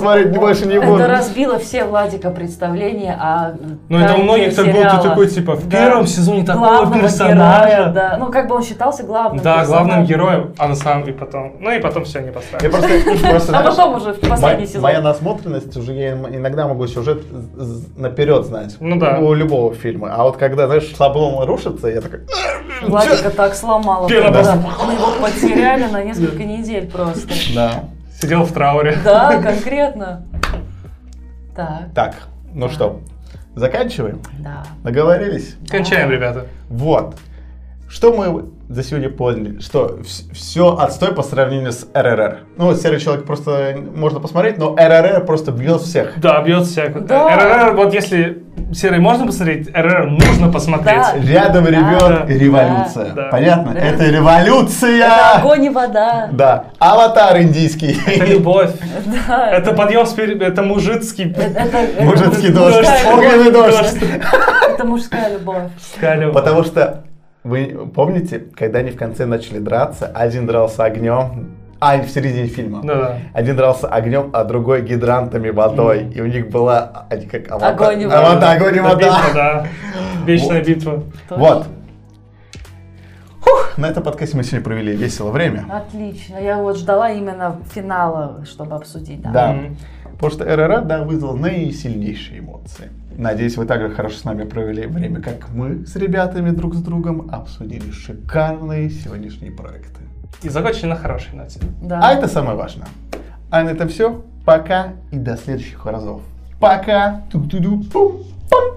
S2: смотреть не больше не буду.
S1: Это разбило все Владика представления о
S3: Ну, это у
S1: кайфе
S3: многих так было,
S1: сериала.
S3: ты такой, типа, в
S1: Да.
S3: первом сезоне такого
S1: Главного героя,
S3: персонажа.
S1: да. Ну, как бы он считался главным
S3: Да, главным
S1: персонажем.
S3: героем, а на самом и потом. Ну и потом все не поставили.
S2: Я просто,
S1: [LAUGHS]
S2: просто,
S1: А
S2: знаешь,
S1: потом уже в последний
S2: моя-
S1: сезон.
S2: Моя насмотренность уже я им- иногда могу сюжет з- з- наперед знать.
S3: Ну да.
S2: У любого фильма. А вот когда, знаешь, шаблон рушится, я такой.
S1: Владика так сломало.
S3: Первый
S1: Да.
S3: раз.
S1: Мы его потеряли на несколько недель просто.
S2: Да.
S3: Сидел в трауре.
S1: Да, конкретно. Так,
S2: Так, ну что, заканчиваем?
S1: да.
S2: Договорились?
S3: Кончаем, ребята.
S2: Вот. Что мы за сегодня поняли? Что все отстой по сравнению с РРР. Ну, серый человек просто можно посмотреть, но РРР просто бьет всех.
S3: Да, бьет всякую.
S1: Да.
S3: РРР, вот если серый можно посмотреть, РРР нужно посмотреть.
S2: Рядом ревет
S3: Да.
S2: революция.
S3: Да.
S2: Понятно?
S1: Да.
S2: Это революция!
S1: Это огонь и вода.
S2: Да. Аватар индийский.
S3: Это [LAUGHS] любовь.
S1: Да.
S3: Это подъем с пер- это мужицкий.
S1: Это- это мужская
S2: Мужицкий дождь.
S1: любовь.
S2: Огненный дождь.
S1: Это мужская любовь.
S3: Скалю.
S2: Потому что вы помните, когда они в конце начали драться, один дрался огнем, а в середине фильма.
S3: Да, да.
S2: Один дрался огнем, а другой гидрантами водой. И у них была они как аватар.
S1: Огонь и вода.
S2: Аватар, огонь и
S3: Это
S2: вода.
S3: битва, да. Вечная битва.
S1: Точно.
S2: Вот. Фух, на этом подкасте мы сегодня провели весело время.
S1: Отлично. Я вот ждала именно финала, чтобы обсудить. Да.
S2: Да.
S3: Мгм.
S2: Потому что РРА, да, вызвал наисильнейшие эмоции. Надеюсь, вы также хорошо с нами провели время, как мы с ребятами друг с другом обсудили шикарные сегодняшние проекты.
S3: И закончили на хорошей ноте.
S1: Да.
S2: А это самое важное. А на этом все. Пока и до следующих разов. Пока. Ту-ту-ду. Пум. Пам.